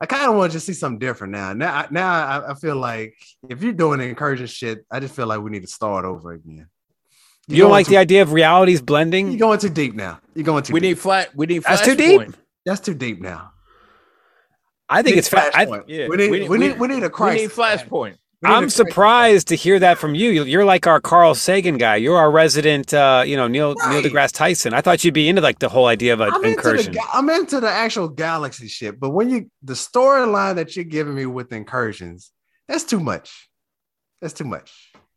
[SPEAKER 1] I kind of want to just see something different now. Now I- now I, I feel like if you're doing incursion shit, I just feel like we need to start over again.
[SPEAKER 3] you don't like the
[SPEAKER 1] idea.
[SPEAKER 3] idea of realities
[SPEAKER 1] You're
[SPEAKER 3] blending?
[SPEAKER 1] going too deep now. You're going too
[SPEAKER 2] We
[SPEAKER 1] deep.
[SPEAKER 2] need flat. We need
[SPEAKER 3] That's too
[SPEAKER 2] flashpoint.
[SPEAKER 1] That's too deep now.
[SPEAKER 3] I think it's. Fa- I,
[SPEAKER 1] flashpoint.
[SPEAKER 2] Yeah,
[SPEAKER 1] we need we need, we need, a
[SPEAKER 2] We need
[SPEAKER 1] crisis.
[SPEAKER 2] flashpoint.
[SPEAKER 1] We need a
[SPEAKER 3] I'm
[SPEAKER 1] crisis.
[SPEAKER 3] surprised to hear that from you. You- You're like our Carl Sagan guy. You're our resident, uh, you know, Neil
[SPEAKER 1] Right.
[SPEAKER 3] Neil deGrasse Tyson. I thought you'd be into like the whole idea of an
[SPEAKER 1] I'm into, the,
[SPEAKER 3] incursion.
[SPEAKER 1] ga- I'm into the actual galaxy shit, but when you the storyline that you're giving me with incursions, that's too much. That's too much.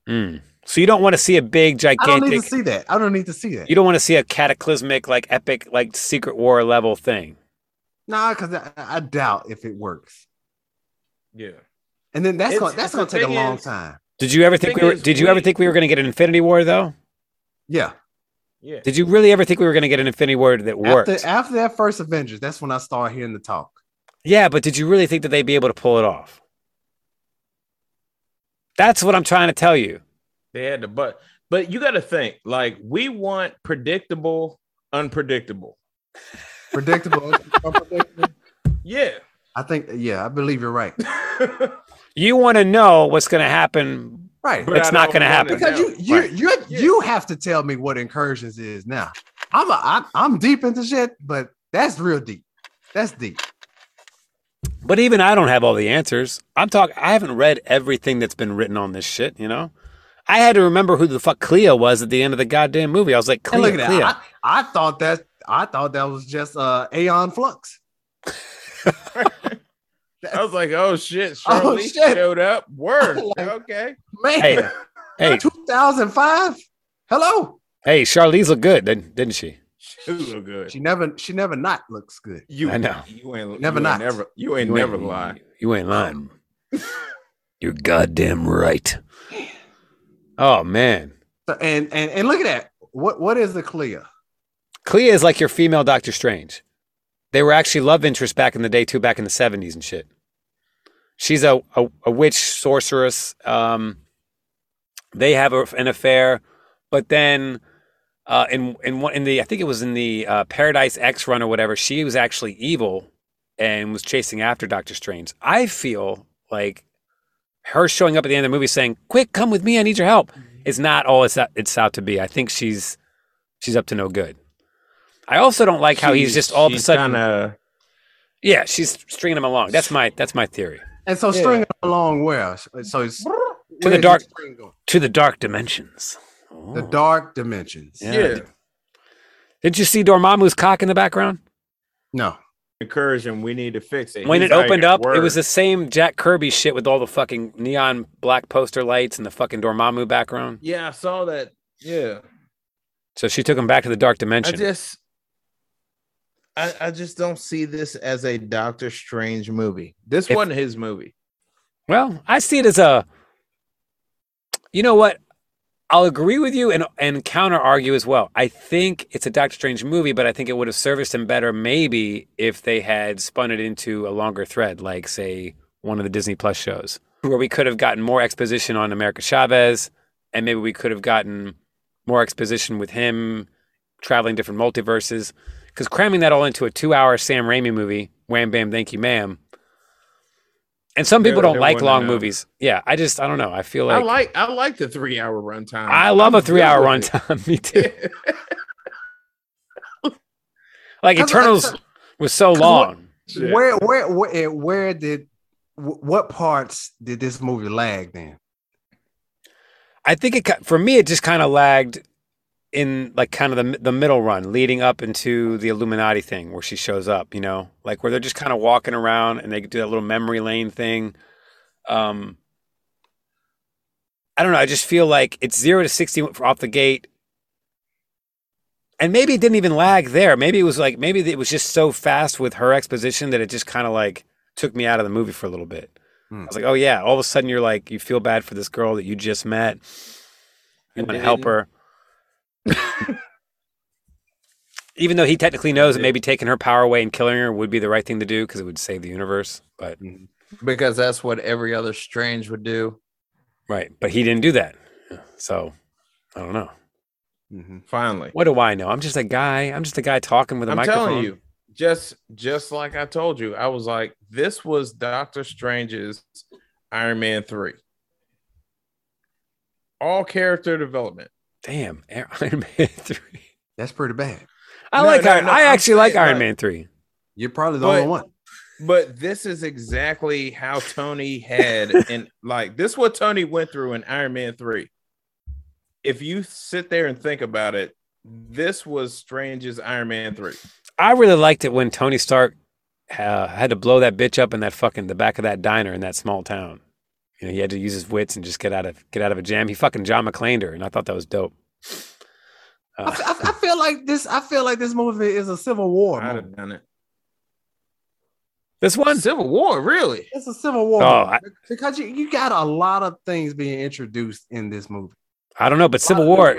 [SPEAKER 3] Mm. So you don't want to see a big,
[SPEAKER 1] I don't need to
[SPEAKER 3] gigantic.
[SPEAKER 1] see that. I don't need to see that.
[SPEAKER 3] You don't want to see a cataclysmic, like epic, like Secret War level thing.
[SPEAKER 1] Nah, because I, I doubt if it works.
[SPEAKER 2] Yeah.
[SPEAKER 1] And then that's
[SPEAKER 2] It's-
[SPEAKER 1] gonna that's
[SPEAKER 2] the
[SPEAKER 1] gonna take a
[SPEAKER 2] thing
[SPEAKER 1] long
[SPEAKER 2] is-
[SPEAKER 1] time.
[SPEAKER 3] Did you ever
[SPEAKER 2] The
[SPEAKER 3] think
[SPEAKER 2] thing
[SPEAKER 3] we were?
[SPEAKER 2] is,
[SPEAKER 3] Did you ever
[SPEAKER 2] we-
[SPEAKER 3] think we were going to get an Infinity War though?
[SPEAKER 1] Yeah.
[SPEAKER 2] Yeah.
[SPEAKER 3] Did you really ever think we were going to get an Infinity War that worked?
[SPEAKER 1] After after that first Avengers, that's when I start hearing the talk.
[SPEAKER 3] Yeah, but did you really think that they'd be able to pull it off? That's what I'm trying to tell you.
[SPEAKER 2] They had to, but but you got to think like we want predictable, unpredictable.
[SPEAKER 1] Predictable. unpredictable.
[SPEAKER 2] Yeah.
[SPEAKER 1] I think yeah, I believe you're right.
[SPEAKER 3] You want to know what's going to happen
[SPEAKER 1] Right.
[SPEAKER 2] But
[SPEAKER 3] It's
[SPEAKER 2] I
[SPEAKER 3] not
[SPEAKER 2] don't
[SPEAKER 3] gonna
[SPEAKER 2] wanna
[SPEAKER 3] happen.
[SPEAKER 1] because
[SPEAKER 2] know.
[SPEAKER 1] you you
[SPEAKER 3] Right.
[SPEAKER 1] you
[SPEAKER 2] Yeah.
[SPEAKER 1] you have to tell me what incursions is now. I'm a, I'm I'm deep into shit, but that's real deep. That's deep.
[SPEAKER 3] But even I don't have all the answers. I'm talking. I haven't read everything that's been written on this shit. You know, I had to remember who the fuck Cleo was at the end of the goddamn movie. I was like, Cleo,
[SPEAKER 1] and look at
[SPEAKER 3] Cleo.
[SPEAKER 1] that. I, I thought that I thought that was just uh Aeon Flux.
[SPEAKER 2] I was like, oh shit,
[SPEAKER 1] Oh,
[SPEAKER 2] Charlize
[SPEAKER 1] shit.
[SPEAKER 2] showed up. Word.
[SPEAKER 1] Like-
[SPEAKER 2] okay.
[SPEAKER 1] Man,
[SPEAKER 3] Hey, hey,
[SPEAKER 1] 2005. Hello.
[SPEAKER 3] hey, Charlize looked good, didn't, didn't she?
[SPEAKER 2] She look good.
[SPEAKER 1] She never she never not looks good.
[SPEAKER 2] You
[SPEAKER 3] I know.
[SPEAKER 2] You ain't
[SPEAKER 1] Never
[SPEAKER 2] you
[SPEAKER 1] not.
[SPEAKER 2] Ain't never you ain't
[SPEAKER 3] You
[SPEAKER 2] never lie. Um,
[SPEAKER 3] You ain't lying. You're goddamn right. Oh man,
[SPEAKER 1] So, and and and look at that. What what is the Clea?
[SPEAKER 3] Clea is like your female Doctor Strange. They were actually love interests back in the day too, back in the seventies and shit. She's a, a, a witch sorceress. Um, they have a, an affair, but then uh, in in one in the I think it was in the uh, Paradise X run or whatever, she was actually evil and was chasing after Doctor Strange. I feel like her showing up at the end of the movie saying, "Quick, come with me, I need your help," is not all it's it's out to be. I think she's she's up to no good. I also don't like how he's just all of a sudden.
[SPEAKER 2] Kinda,
[SPEAKER 3] Yeah, she's stringing him along. That's my that's my theory.
[SPEAKER 1] And so
[SPEAKER 2] Yeah.
[SPEAKER 1] string along where? So it's where
[SPEAKER 3] the
[SPEAKER 1] is
[SPEAKER 3] dark-
[SPEAKER 1] string going?
[SPEAKER 3] To the dark dimensions.
[SPEAKER 1] The dark dimensions.
[SPEAKER 2] yeah.
[SPEAKER 3] Didn't you see Dormammu's cock in the background?
[SPEAKER 1] No.
[SPEAKER 2] Incursion. We need to fix it.
[SPEAKER 3] When
[SPEAKER 2] He's
[SPEAKER 3] it
[SPEAKER 2] like,
[SPEAKER 3] opened up, it
[SPEAKER 2] word.
[SPEAKER 3] was the same Jack Kirby shit with all the fucking neon black poster lights and the fucking Dormammu background.
[SPEAKER 2] Yeah, I saw that. Yeah.
[SPEAKER 3] So she took him back to the dark dimension.
[SPEAKER 2] I just I, I just don't see this as a Doctor Strange movie. This
[SPEAKER 3] If-
[SPEAKER 2] wasn't his movie.
[SPEAKER 3] Well, I see it as a. You know what? I'll agree with you and and counter argue as well. I think it's a Doctor Strange movie, but I think it would have serviced him better maybe if they had spun it into a longer thread, like say one of the Disney Plus shows, where we could have gotten more exposition on America Chavez, and maybe we could have gotten more exposition with him traveling different multiverses. Because cramming that all into a two-hour Sam Raimi movie, wham bam, thank you, ma'am. And some people
[SPEAKER 2] They're-
[SPEAKER 3] don't
[SPEAKER 2] they're
[SPEAKER 3] like
[SPEAKER 2] wanting
[SPEAKER 3] long
[SPEAKER 2] to know.
[SPEAKER 3] movies. Yeah, I just I don't know. I feel like
[SPEAKER 2] I like I like the three hour runtime.
[SPEAKER 3] I love a
[SPEAKER 2] I'm
[SPEAKER 3] three hour
[SPEAKER 2] good with
[SPEAKER 3] runtime. Me too.
[SPEAKER 2] it.
[SPEAKER 3] Like
[SPEAKER 1] Cause-
[SPEAKER 3] Eternals was so long.
[SPEAKER 2] Shit.
[SPEAKER 1] Where, where where eh, where did wh- what parts did this movie lag then?
[SPEAKER 3] I think it ki- for me it just kind of lagged in like kind of the the middle run leading up into the Illuminati thing where she shows up, you know, like where they're just kind of walking around and they do that little memory lane thing. Um, I don't know. I just feel like it's zero to sixty off the gate, and maybe it didn't even lag there. Maybe it was like maybe it was just so fast with her exposition that it just kind of like took me out of the movie for a little bit. I
[SPEAKER 1] Hmm.
[SPEAKER 3] was like, oh yeah, all of a sudden you're like you feel bad for this girl that you just met. You
[SPEAKER 2] And
[SPEAKER 3] want to
[SPEAKER 2] then-
[SPEAKER 3] help her. Even though he technically knows that maybe taking her power away and killing her would be the right thing to do because it would save the universe, but
[SPEAKER 8] because that's what every other strange would do.
[SPEAKER 3] right, but he didn't do that. So I don't know.
[SPEAKER 1] Mhm.
[SPEAKER 2] Finally,
[SPEAKER 3] What do I know? I'm just a guy. I'm just a guy talking with a
[SPEAKER 2] I'm
[SPEAKER 3] microphone.
[SPEAKER 2] telling you, just just like I told you, I was like, this was Doctor Strange's Iron Man three. All character development.
[SPEAKER 3] Damn, Air- Iron Man three.
[SPEAKER 1] That's pretty bad.
[SPEAKER 3] I
[SPEAKER 2] No,
[SPEAKER 3] like.
[SPEAKER 2] no,
[SPEAKER 3] Iron,
[SPEAKER 2] no,
[SPEAKER 3] I
[SPEAKER 2] I'm
[SPEAKER 3] actually like
[SPEAKER 2] saying,
[SPEAKER 3] Iron
[SPEAKER 2] like-
[SPEAKER 3] Man three.
[SPEAKER 1] You're probably the
[SPEAKER 2] But-
[SPEAKER 1] only one.
[SPEAKER 2] But this is exactly how Tony had, and like this, is what Tony went through in Iron Man 3. If you sit there and think about it, this was Strange's Iron Man 3.
[SPEAKER 3] I really liked it when Tony Stark uh, had to blow that bitch up in that fucking the back of that diner in that small town. You know, he had to use his wits and just get out of get out of a jam. He fucking John McClane her, and I thought that was dope.
[SPEAKER 1] I,
[SPEAKER 3] Uh,
[SPEAKER 1] I- I feel like this. I feel like this movie is a civil war.
[SPEAKER 2] I'd
[SPEAKER 1] Movie.
[SPEAKER 2] have done it.
[SPEAKER 3] this one,
[SPEAKER 2] Civil War, really?
[SPEAKER 1] It's a civil war
[SPEAKER 3] Oh,
[SPEAKER 1] movie.
[SPEAKER 3] I-
[SPEAKER 1] because you, you got a lot of things being introduced in this movie.
[SPEAKER 3] I don't know, but Civil War,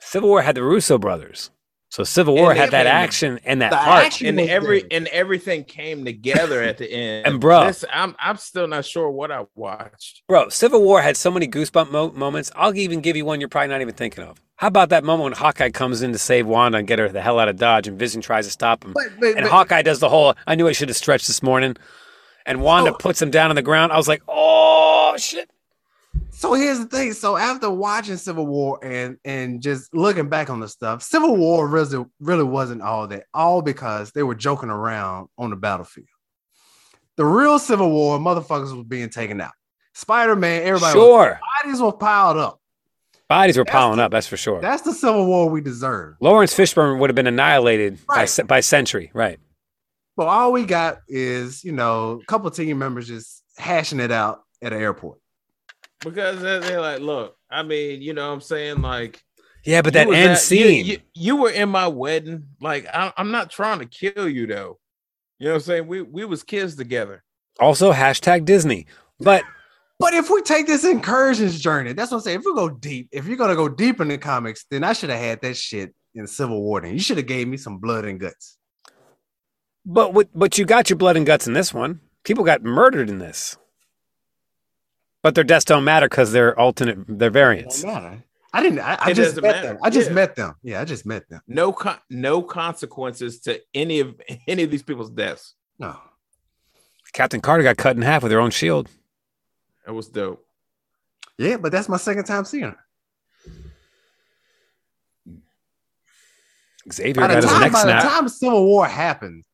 [SPEAKER 3] Civil War had the Russo brothers, so Civil War
[SPEAKER 2] And
[SPEAKER 3] had
[SPEAKER 2] they-
[SPEAKER 3] that action and that
[SPEAKER 1] The
[SPEAKER 3] heart.
[SPEAKER 1] action
[SPEAKER 2] And
[SPEAKER 1] was
[SPEAKER 2] every
[SPEAKER 1] there.
[SPEAKER 2] and everything came together at the end.
[SPEAKER 3] And bruh.
[SPEAKER 2] This- I'm I'm still not sure what I watched.
[SPEAKER 3] Bro, Civil War had so many goosebump mo- moments. I'll even give you one you're probably not even thinking of. How about that moment when Hawkeye comes in to save Wanda and get her the hell out of Dodge, and Vision tries to stop him,
[SPEAKER 1] But- but-
[SPEAKER 3] and
[SPEAKER 1] but-
[SPEAKER 3] Hawkeye does the whole "I knew I should have stretched this morning," and Wanda
[SPEAKER 1] So-
[SPEAKER 3] puts him down on the ground. I was like, "Oh shit!"
[SPEAKER 1] So here's the thing. So after watching Civil War and and just looking back on the stuff, Civil War really really wasn't all that. All because they were joking around on the battlefield. The real Civil War, motherfuckers was being taken out. Spider Man, everybody, was-
[SPEAKER 3] sure,
[SPEAKER 1] bodies were piled up.
[SPEAKER 3] bodies were
[SPEAKER 1] That's
[SPEAKER 3] piling
[SPEAKER 1] the-
[SPEAKER 3] up. That's for sure.
[SPEAKER 1] That's the Civil War we deserve.
[SPEAKER 3] Lawrence Fishburne would have been annihilated by
[SPEAKER 1] Right.
[SPEAKER 3] by by Sentry, right?
[SPEAKER 1] But all we got is you know a couple team members just hashing it out at an airport.
[SPEAKER 2] Because they- they're like, look, I mean, you know what I'm saying? Like
[SPEAKER 3] Yeah, but
[SPEAKER 2] you
[SPEAKER 3] that
[SPEAKER 2] was
[SPEAKER 3] end
[SPEAKER 2] at- you-
[SPEAKER 3] scene.
[SPEAKER 2] You, you were in my wedding. Like I, I'm not trying to kill you though. You know what I'm saying? We we was kids together.
[SPEAKER 3] Also, hashtag Disney. But
[SPEAKER 1] But if we take this incursions journey, that's what I'm saying. If we go deep, if you're gonna go deep in the comics, then I should have had that shit in Civil War. Then you should have gave me some blood and guts.
[SPEAKER 3] but what- but you got your blood and guts in this one. People got murdered in this. But their deaths don't matter because they're alternate, they're variants.
[SPEAKER 1] matter. I didn't. I, I
[SPEAKER 2] It
[SPEAKER 1] just
[SPEAKER 2] doesn't
[SPEAKER 1] met
[SPEAKER 2] matter.
[SPEAKER 1] them. I just
[SPEAKER 2] Yeah.
[SPEAKER 1] met them. Yeah, I just met them.
[SPEAKER 2] No con- no consequences to any of any of these people's deaths.
[SPEAKER 1] No,
[SPEAKER 3] Captain Carter got cut in half with her own shield.
[SPEAKER 2] That was dope.
[SPEAKER 1] yeah, but that's my second time seeing her.
[SPEAKER 3] Xavier
[SPEAKER 1] By the,
[SPEAKER 3] got his
[SPEAKER 1] time,
[SPEAKER 3] neck
[SPEAKER 1] by the
[SPEAKER 3] snapped.
[SPEAKER 1] time Civil War happened,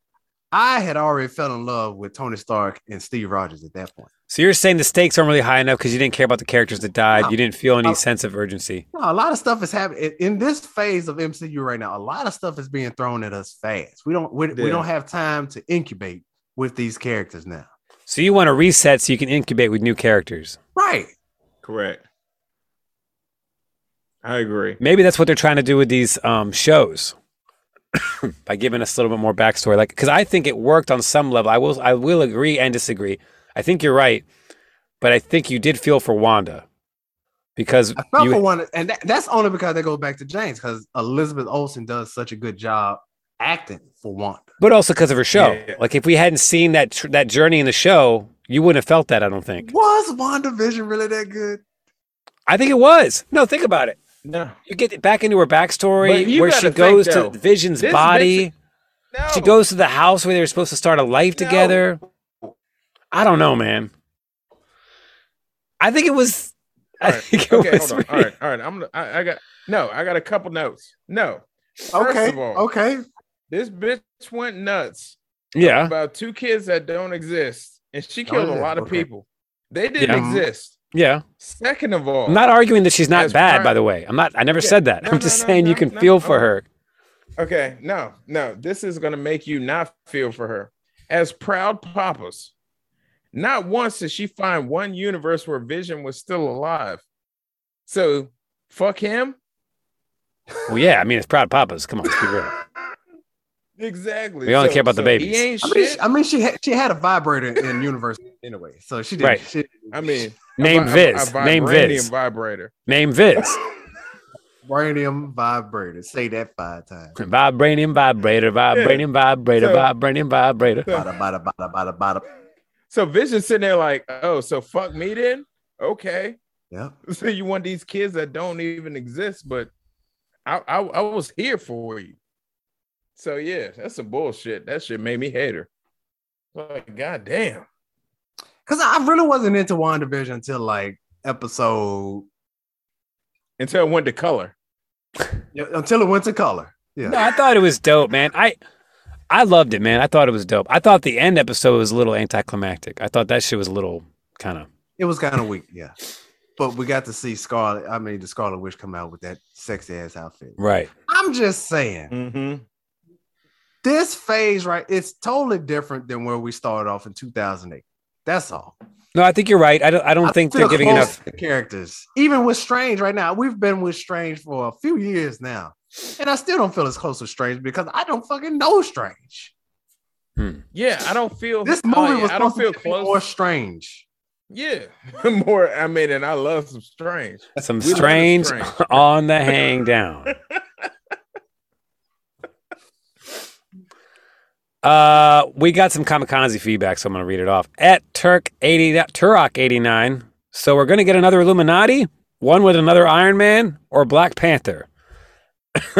[SPEAKER 1] I had already fell in love with Tony Stark and Steve Rogers at that point.
[SPEAKER 3] So you're saying the stakes aren't really high enough because you didn't care about the characters that died.
[SPEAKER 1] No.
[SPEAKER 3] You didn't feel any
[SPEAKER 1] No.
[SPEAKER 3] sense of urgency.
[SPEAKER 1] No, a lot of stuff is happening in- in this phase of MCU right now. A lot of stuff is being thrown at us fast. We don't we, we
[SPEAKER 2] Yeah.
[SPEAKER 1] don't have time to incubate with these characters now.
[SPEAKER 3] So you want to reset so you can incubate with new characters.
[SPEAKER 1] Right.
[SPEAKER 2] Correct. I agree.
[SPEAKER 3] Maybe that's what they're trying to do with these um, shows by giving us a little bit more backstory. Like, because I think it worked on some level. I will, I will agree and disagree. I think you're right, but I think you did feel for Wanda because
[SPEAKER 1] I felt
[SPEAKER 3] you,
[SPEAKER 1] for one, and that, that's only because they go back to James because Elizabeth Olsen does such a good job acting for Wanda.
[SPEAKER 3] but also because of her show.
[SPEAKER 2] Yeah.
[SPEAKER 3] Like, if we hadn't seen that tr- that journey in the show, you wouldn't have felt that. I don't think.
[SPEAKER 1] Was WandaVision really that good?
[SPEAKER 3] I think it was. No, think about it.
[SPEAKER 2] No.
[SPEAKER 3] You get back into her
[SPEAKER 2] But
[SPEAKER 3] backstory
[SPEAKER 2] you
[SPEAKER 3] where
[SPEAKER 2] gotta
[SPEAKER 3] she
[SPEAKER 2] think,
[SPEAKER 3] goes
[SPEAKER 2] though,
[SPEAKER 3] to Vision's
[SPEAKER 2] this
[SPEAKER 3] body.
[SPEAKER 2] makes No.
[SPEAKER 3] She goes to the house where they were supposed to start a life
[SPEAKER 2] No.
[SPEAKER 3] together. I don't know, man. I think it was. I
[SPEAKER 2] All right.
[SPEAKER 3] think it
[SPEAKER 2] Okay,
[SPEAKER 3] was.
[SPEAKER 2] hold on. All right, all right. I'm gonna- I, I got no, I got a couple notes. No. First
[SPEAKER 1] okay.
[SPEAKER 2] of all,
[SPEAKER 1] Okay.
[SPEAKER 2] this bitch went nuts
[SPEAKER 3] Yeah.
[SPEAKER 2] about two kids that don't exist, and she
[SPEAKER 1] Oh,
[SPEAKER 2] killed a
[SPEAKER 1] yeah,
[SPEAKER 2] lot of
[SPEAKER 1] okay.
[SPEAKER 2] people. They didn't
[SPEAKER 3] Yeah.
[SPEAKER 2] exist.
[SPEAKER 3] Yeah.
[SPEAKER 2] Second of all,
[SPEAKER 3] I'm not arguing that she's not
[SPEAKER 2] As
[SPEAKER 3] bad,
[SPEAKER 2] pri-
[SPEAKER 3] by the way. I'm not, I never
[SPEAKER 2] Yeah.
[SPEAKER 3] said that.
[SPEAKER 2] No,
[SPEAKER 3] I'm
[SPEAKER 2] no,
[SPEAKER 3] just
[SPEAKER 2] no,
[SPEAKER 3] saying you
[SPEAKER 2] no, Oh.
[SPEAKER 3] can
[SPEAKER 2] no,
[SPEAKER 3] feel for
[SPEAKER 2] no.
[SPEAKER 3] her.
[SPEAKER 2] Okay, no, no, this is gonna make you not feel for her. As proud papas, not once did she find one universe where Vision was still alive. So fuck him.
[SPEAKER 3] Well, yeah. I mean, it's Proud Papas. Come on. let's be real.
[SPEAKER 2] Exactly.
[SPEAKER 3] We only
[SPEAKER 2] So-
[SPEAKER 3] care about the
[SPEAKER 2] so
[SPEAKER 3] babies.
[SPEAKER 2] He ain't
[SPEAKER 1] I mean,
[SPEAKER 2] shit.
[SPEAKER 1] she, I mean, she had, she had a vibrator in universe anyway, so she didn't.
[SPEAKER 3] Right.
[SPEAKER 1] She,
[SPEAKER 2] I mean,
[SPEAKER 3] Name
[SPEAKER 2] a- a-
[SPEAKER 3] Viz.
[SPEAKER 2] a
[SPEAKER 3] Name
[SPEAKER 2] vibranium
[SPEAKER 3] Viz.
[SPEAKER 2] Vibrator.
[SPEAKER 3] Name Viz.
[SPEAKER 1] Uranium vibrator. Say that five times.
[SPEAKER 3] Vibranium, vibrator, vibranium, vibrator,
[SPEAKER 2] So-
[SPEAKER 3] vibranium, vibrator.
[SPEAKER 1] Bada bada bada bada bada.
[SPEAKER 2] So Vision's sitting there like, oh, so fuck me then? Okay.
[SPEAKER 1] Yep.
[SPEAKER 2] So you want these kids that don't even exist, but I I, I was here for you. So yeah, that's some bullshit. That shit made me hate her. Like, goddamn.
[SPEAKER 1] Because I really wasn't into WandaVision until like episode
[SPEAKER 2] Until it went to color.
[SPEAKER 1] yeah, until it went to color. Yeah.
[SPEAKER 3] No, I thought it was dope, man. I I loved it, man. I thought it was dope. I thought the end episode was a little anticlimactic. I thought that shit was a little kind of
[SPEAKER 1] It was kind of weak. Yeah. But we got to see Scarlet. I mean, the Scarlet Witch come out with that sexy ass outfit.
[SPEAKER 3] right.
[SPEAKER 1] I'm just saying.
[SPEAKER 3] Mm.
[SPEAKER 2] Mm-hmm.
[SPEAKER 1] this phase right it's totally different than where we started off in 2008 that's all
[SPEAKER 3] No, I think you're right. I don't. I don't think they're
[SPEAKER 1] feel
[SPEAKER 3] giving
[SPEAKER 1] close
[SPEAKER 3] enough.
[SPEAKER 1] to the characters even with strange right now we've been with strange for a few years now and i still don't feel as close to strange because i don't fucking know strange
[SPEAKER 2] Yeah, I don't feel
[SPEAKER 3] Oh,
[SPEAKER 1] this
[SPEAKER 2] I-
[SPEAKER 1] movie was
[SPEAKER 2] I don't
[SPEAKER 1] supposed
[SPEAKER 2] feel
[SPEAKER 1] to be more
[SPEAKER 2] close.
[SPEAKER 1] strange
[SPEAKER 2] Yeah. More, I mean, and I love some strange.
[SPEAKER 3] Some
[SPEAKER 2] We love
[SPEAKER 3] strange
[SPEAKER 2] Strange.
[SPEAKER 3] on the hang down. Uh, we got some kamikaze feedback, so I'm gonna read it off. At Turk eighty, Turok eighty nine. So we're gonna get another Illuminati, one with another Iron Man or Black Panther.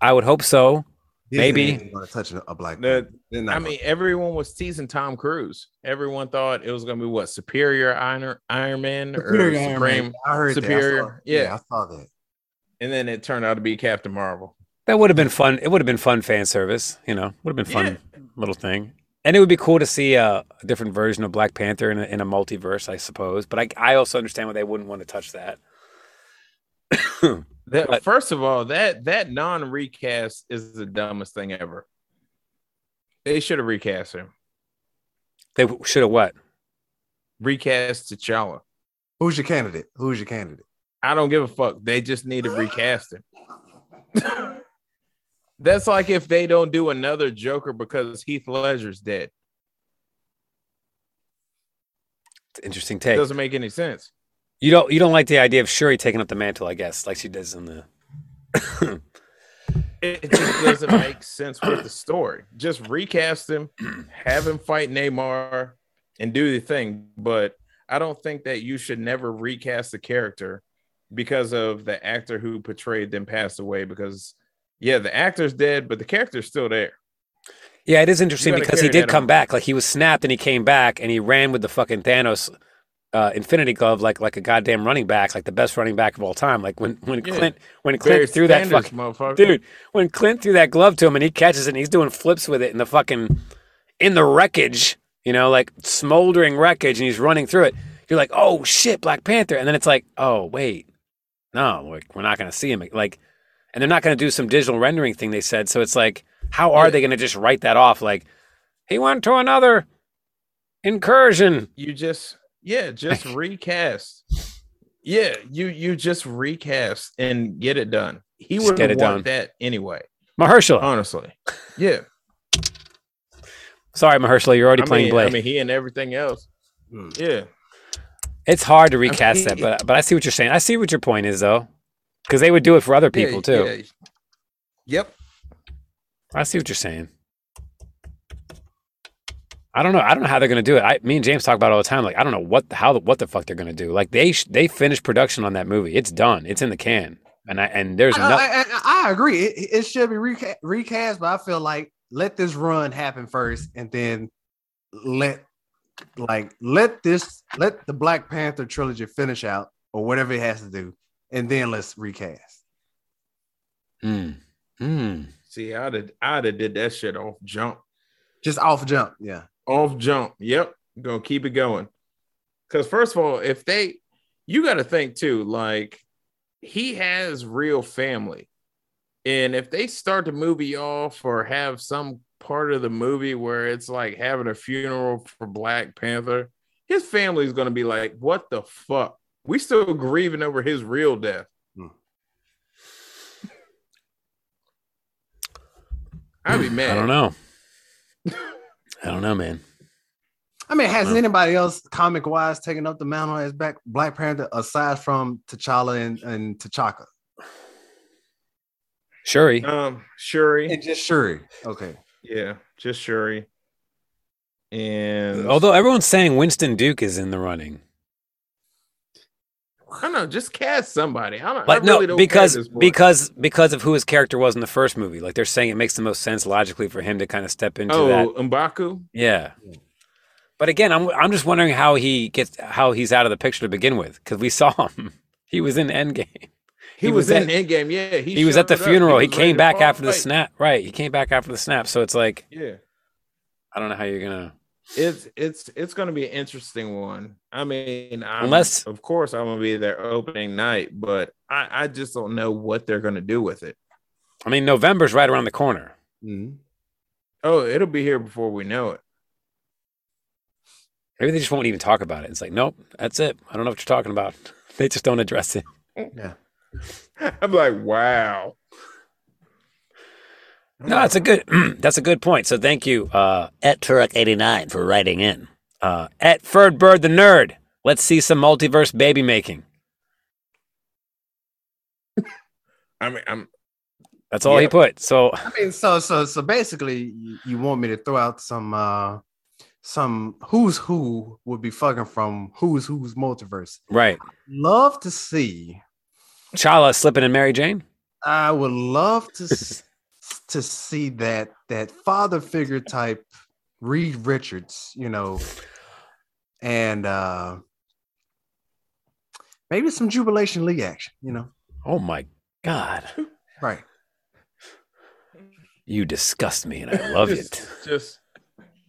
[SPEAKER 3] I would hope so. Maybe.
[SPEAKER 1] going to touch a black
[SPEAKER 2] The-
[SPEAKER 1] man. They're not
[SPEAKER 2] I
[SPEAKER 1] gonna-
[SPEAKER 2] mean, everyone was teasing Tom Cruise. Everyone thought it was gonna be what Superior Iron Iron Man or
[SPEAKER 1] Superior Iron
[SPEAKER 2] Supreme,
[SPEAKER 1] Man. I heard that. I saw-
[SPEAKER 2] Superior. Yeah.
[SPEAKER 1] I saw that.
[SPEAKER 2] and then it turned out to be Captain Marvel.
[SPEAKER 3] That would have been fun. It would have been fun fan service, you know. Would have been fun little thing, and it would be cool to see a, a different version of Black Panther in a, in a multiverse, I suppose. But I, I also understand why they wouldn't want to touch that.
[SPEAKER 2] That,
[SPEAKER 3] But-
[SPEAKER 2] first of all, that that non recast is the dumbest thing ever. They should have recast him.
[SPEAKER 3] They w- should have what?
[SPEAKER 2] Recast T'Challa.
[SPEAKER 1] Who's your candidate? Who's your candidate?
[SPEAKER 2] I don't give a fuck. They just need to recast him. That's like if they don't do another Joker because Heath Ledger's dead.
[SPEAKER 3] It's an Interesting
[SPEAKER 2] It
[SPEAKER 3] take.
[SPEAKER 2] doesn't make any sense.
[SPEAKER 3] You don't you don't like the idea of Shuri taking up the mantle, I guess, like she does in the.
[SPEAKER 2] It just doesn't make sense with the story. Just recast him, have him fight Neymar, and do the thing. But I don't think that you should never recast the character because of the actor who portrayed them passed away. Because yeah, the actor's dead, but the character's still there.
[SPEAKER 3] Yeah, it is interesting
[SPEAKER 2] gotta
[SPEAKER 3] because he
[SPEAKER 2] carry
[SPEAKER 3] did
[SPEAKER 2] that
[SPEAKER 3] come
[SPEAKER 2] on.
[SPEAKER 3] back. Like he was snapped and he came back and he ran with the fucking Thanos uh, Infinity Glove like like a goddamn running back, like the best running back of all time. Like when when
[SPEAKER 2] Yeah.
[SPEAKER 3] Clint when Clint threw that
[SPEAKER 2] Sanders,
[SPEAKER 3] fucking
[SPEAKER 2] motherfucker.
[SPEAKER 3] dude when clint threw that glove to him and he catches it and he's doing flips with it in the fucking in the wreckage you know like smoldering wreckage and he's running through it you're like oh shit black panther and then it's like oh wait no we're, we're not going to see him like and they're not going to do some digital rendering thing they said so it's like how are
[SPEAKER 2] Yeah.
[SPEAKER 3] they going to just write that off like he went to another incursion
[SPEAKER 2] you just yeah just recast yeah you you just recast and get it done he
[SPEAKER 3] Just
[SPEAKER 2] would
[SPEAKER 3] get
[SPEAKER 2] want
[SPEAKER 3] it done.
[SPEAKER 2] that anyway
[SPEAKER 3] mahershala
[SPEAKER 2] honestly yeah
[SPEAKER 3] sorry mahershala you're already
[SPEAKER 2] I
[SPEAKER 3] playing
[SPEAKER 2] mean,
[SPEAKER 3] blade
[SPEAKER 2] I mean he and everything else yeah
[SPEAKER 3] It's hard to recast
[SPEAKER 2] mean,
[SPEAKER 3] that, but but I see what you're saying. I see what your point is though, because they would do it for other people
[SPEAKER 2] yeah,
[SPEAKER 3] too.
[SPEAKER 2] yeah. yep
[SPEAKER 3] I see what you're saying. I don't know. I don't know how they're gonna do it. I, me and James talk about it all the time. Like I don't know what the- how the- what the fuck they're gonna do. Like they sh- they finished production on that movie. It's done. It's in the can. And I and there's
[SPEAKER 1] I, know,
[SPEAKER 3] no.
[SPEAKER 1] I, I- I agree. It, it should be reca- recast, but I feel like let this run happen first, and then let like let this let the Black Panther trilogy finish out or whatever it has to do, and then let's recast.
[SPEAKER 3] Mm. Mm.
[SPEAKER 2] see i'd have i'd have did that shit off jump
[SPEAKER 1] Just off jump, yeah.
[SPEAKER 2] off jump yep gonna keep it going because first of all if they you got to think too, like he has real family. And if they start the movie off or have some part of the movie where it's like having a funeral for Black Panther, his family's going to be like, what the fuck? We still grieving over his real death.
[SPEAKER 1] Hmm.
[SPEAKER 2] I'd be mad.
[SPEAKER 3] I don't know. I don't know, man.
[SPEAKER 1] I mean, has
[SPEAKER 3] Yeah.
[SPEAKER 1] anybody else comic wise taken up the mantle as back Black Panther aside from T'Challa and, and T'Chaka?
[SPEAKER 3] Shuri.
[SPEAKER 2] Um, Shuri.
[SPEAKER 1] And just Shuri. Okay.
[SPEAKER 2] Yeah, just Shuri. And
[SPEAKER 3] Although everyone's saying Winston Duke is in the running.
[SPEAKER 2] I don't know, just cast somebody. I don't.
[SPEAKER 3] Like
[SPEAKER 2] I really
[SPEAKER 3] no,
[SPEAKER 2] don't care at
[SPEAKER 3] because
[SPEAKER 2] this point.
[SPEAKER 3] because because of who his character was in the first movie. Like they're saying it makes the most sense logically for him to kind of step into that.
[SPEAKER 2] oh Mbaku.
[SPEAKER 3] Yeah. But again, I'm I'm just wondering how he gets how he's out of the picture to begin with because we saw him. He was in Endgame.
[SPEAKER 2] He,
[SPEAKER 3] He
[SPEAKER 2] was,
[SPEAKER 3] was
[SPEAKER 2] in Endgame. Yeah, he,
[SPEAKER 3] He, was at the
[SPEAKER 2] showed up.
[SPEAKER 3] funeral. He,
[SPEAKER 2] was ready
[SPEAKER 3] came
[SPEAKER 2] to
[SPEAKER 3] back
[SPEAKER 2] fall
[SPEAKER 3] after the
[SPEAKER 2] fight.
[SPEAKER 3] snap. Right. He came back after the snap. So it's like
[SPEAKER 2] Yeah,
[SPEAKER 3] I don't know how you're gonna.
[SPEAKER 2] it's it's it's going to be an interesting one. I mean, I'm,
[SPEAKER 3] Unless-
[SPEAKER 2] of course I'm going to be there opening night, but I I just don't know what they're going to do with it.
[SPEAKER 3] I mean, November's right around the corner.
[SPEAKER 1] Mhm.
[SPEAKER 2] Oh, it'll be here before we know it.
[SPEAKER 3] Maybe they just won't even talk about it. It's like, nope, that's it. I don't know what you're talking about. They just don't address it.
[SPEAKER 2] I'm like, wow.
[SPEAKER 3] No, that's a good that's a good point. So thank you, uh, at Turek eighty nine for writing in. Uh, at Ferd Bird the nerd, let's see some multiverse baby making.
[SPEAKER 2] I mean, I'm
[SPEAKER 3] That's all he
[SPEAKER 2] Yeah.
[SPEAKER 3] put. So
[SPEAKER 1] I mean, so so so basically, you- you want me to throw out some uh some who's who would be fucking from who's who's multiverse.
[SPEAKER 3] right,
[SPEAKER 1] Love to see.
[SPEAKER 3] Chala slipping in Mary Jane.
[SPEAKER 1] I would love to s- to see that that father figure type Reed Richards, you know, and uh maybe some Jubilation League action, you know.
[SPEAKER 3] Oh my God,
[SPEAKER 1] Right.
[SPEAKER 3] you disgust me, and I love
[SPEAKER 2] just,
[SPEAKER 3] it.
[SPEAKER 2] Just,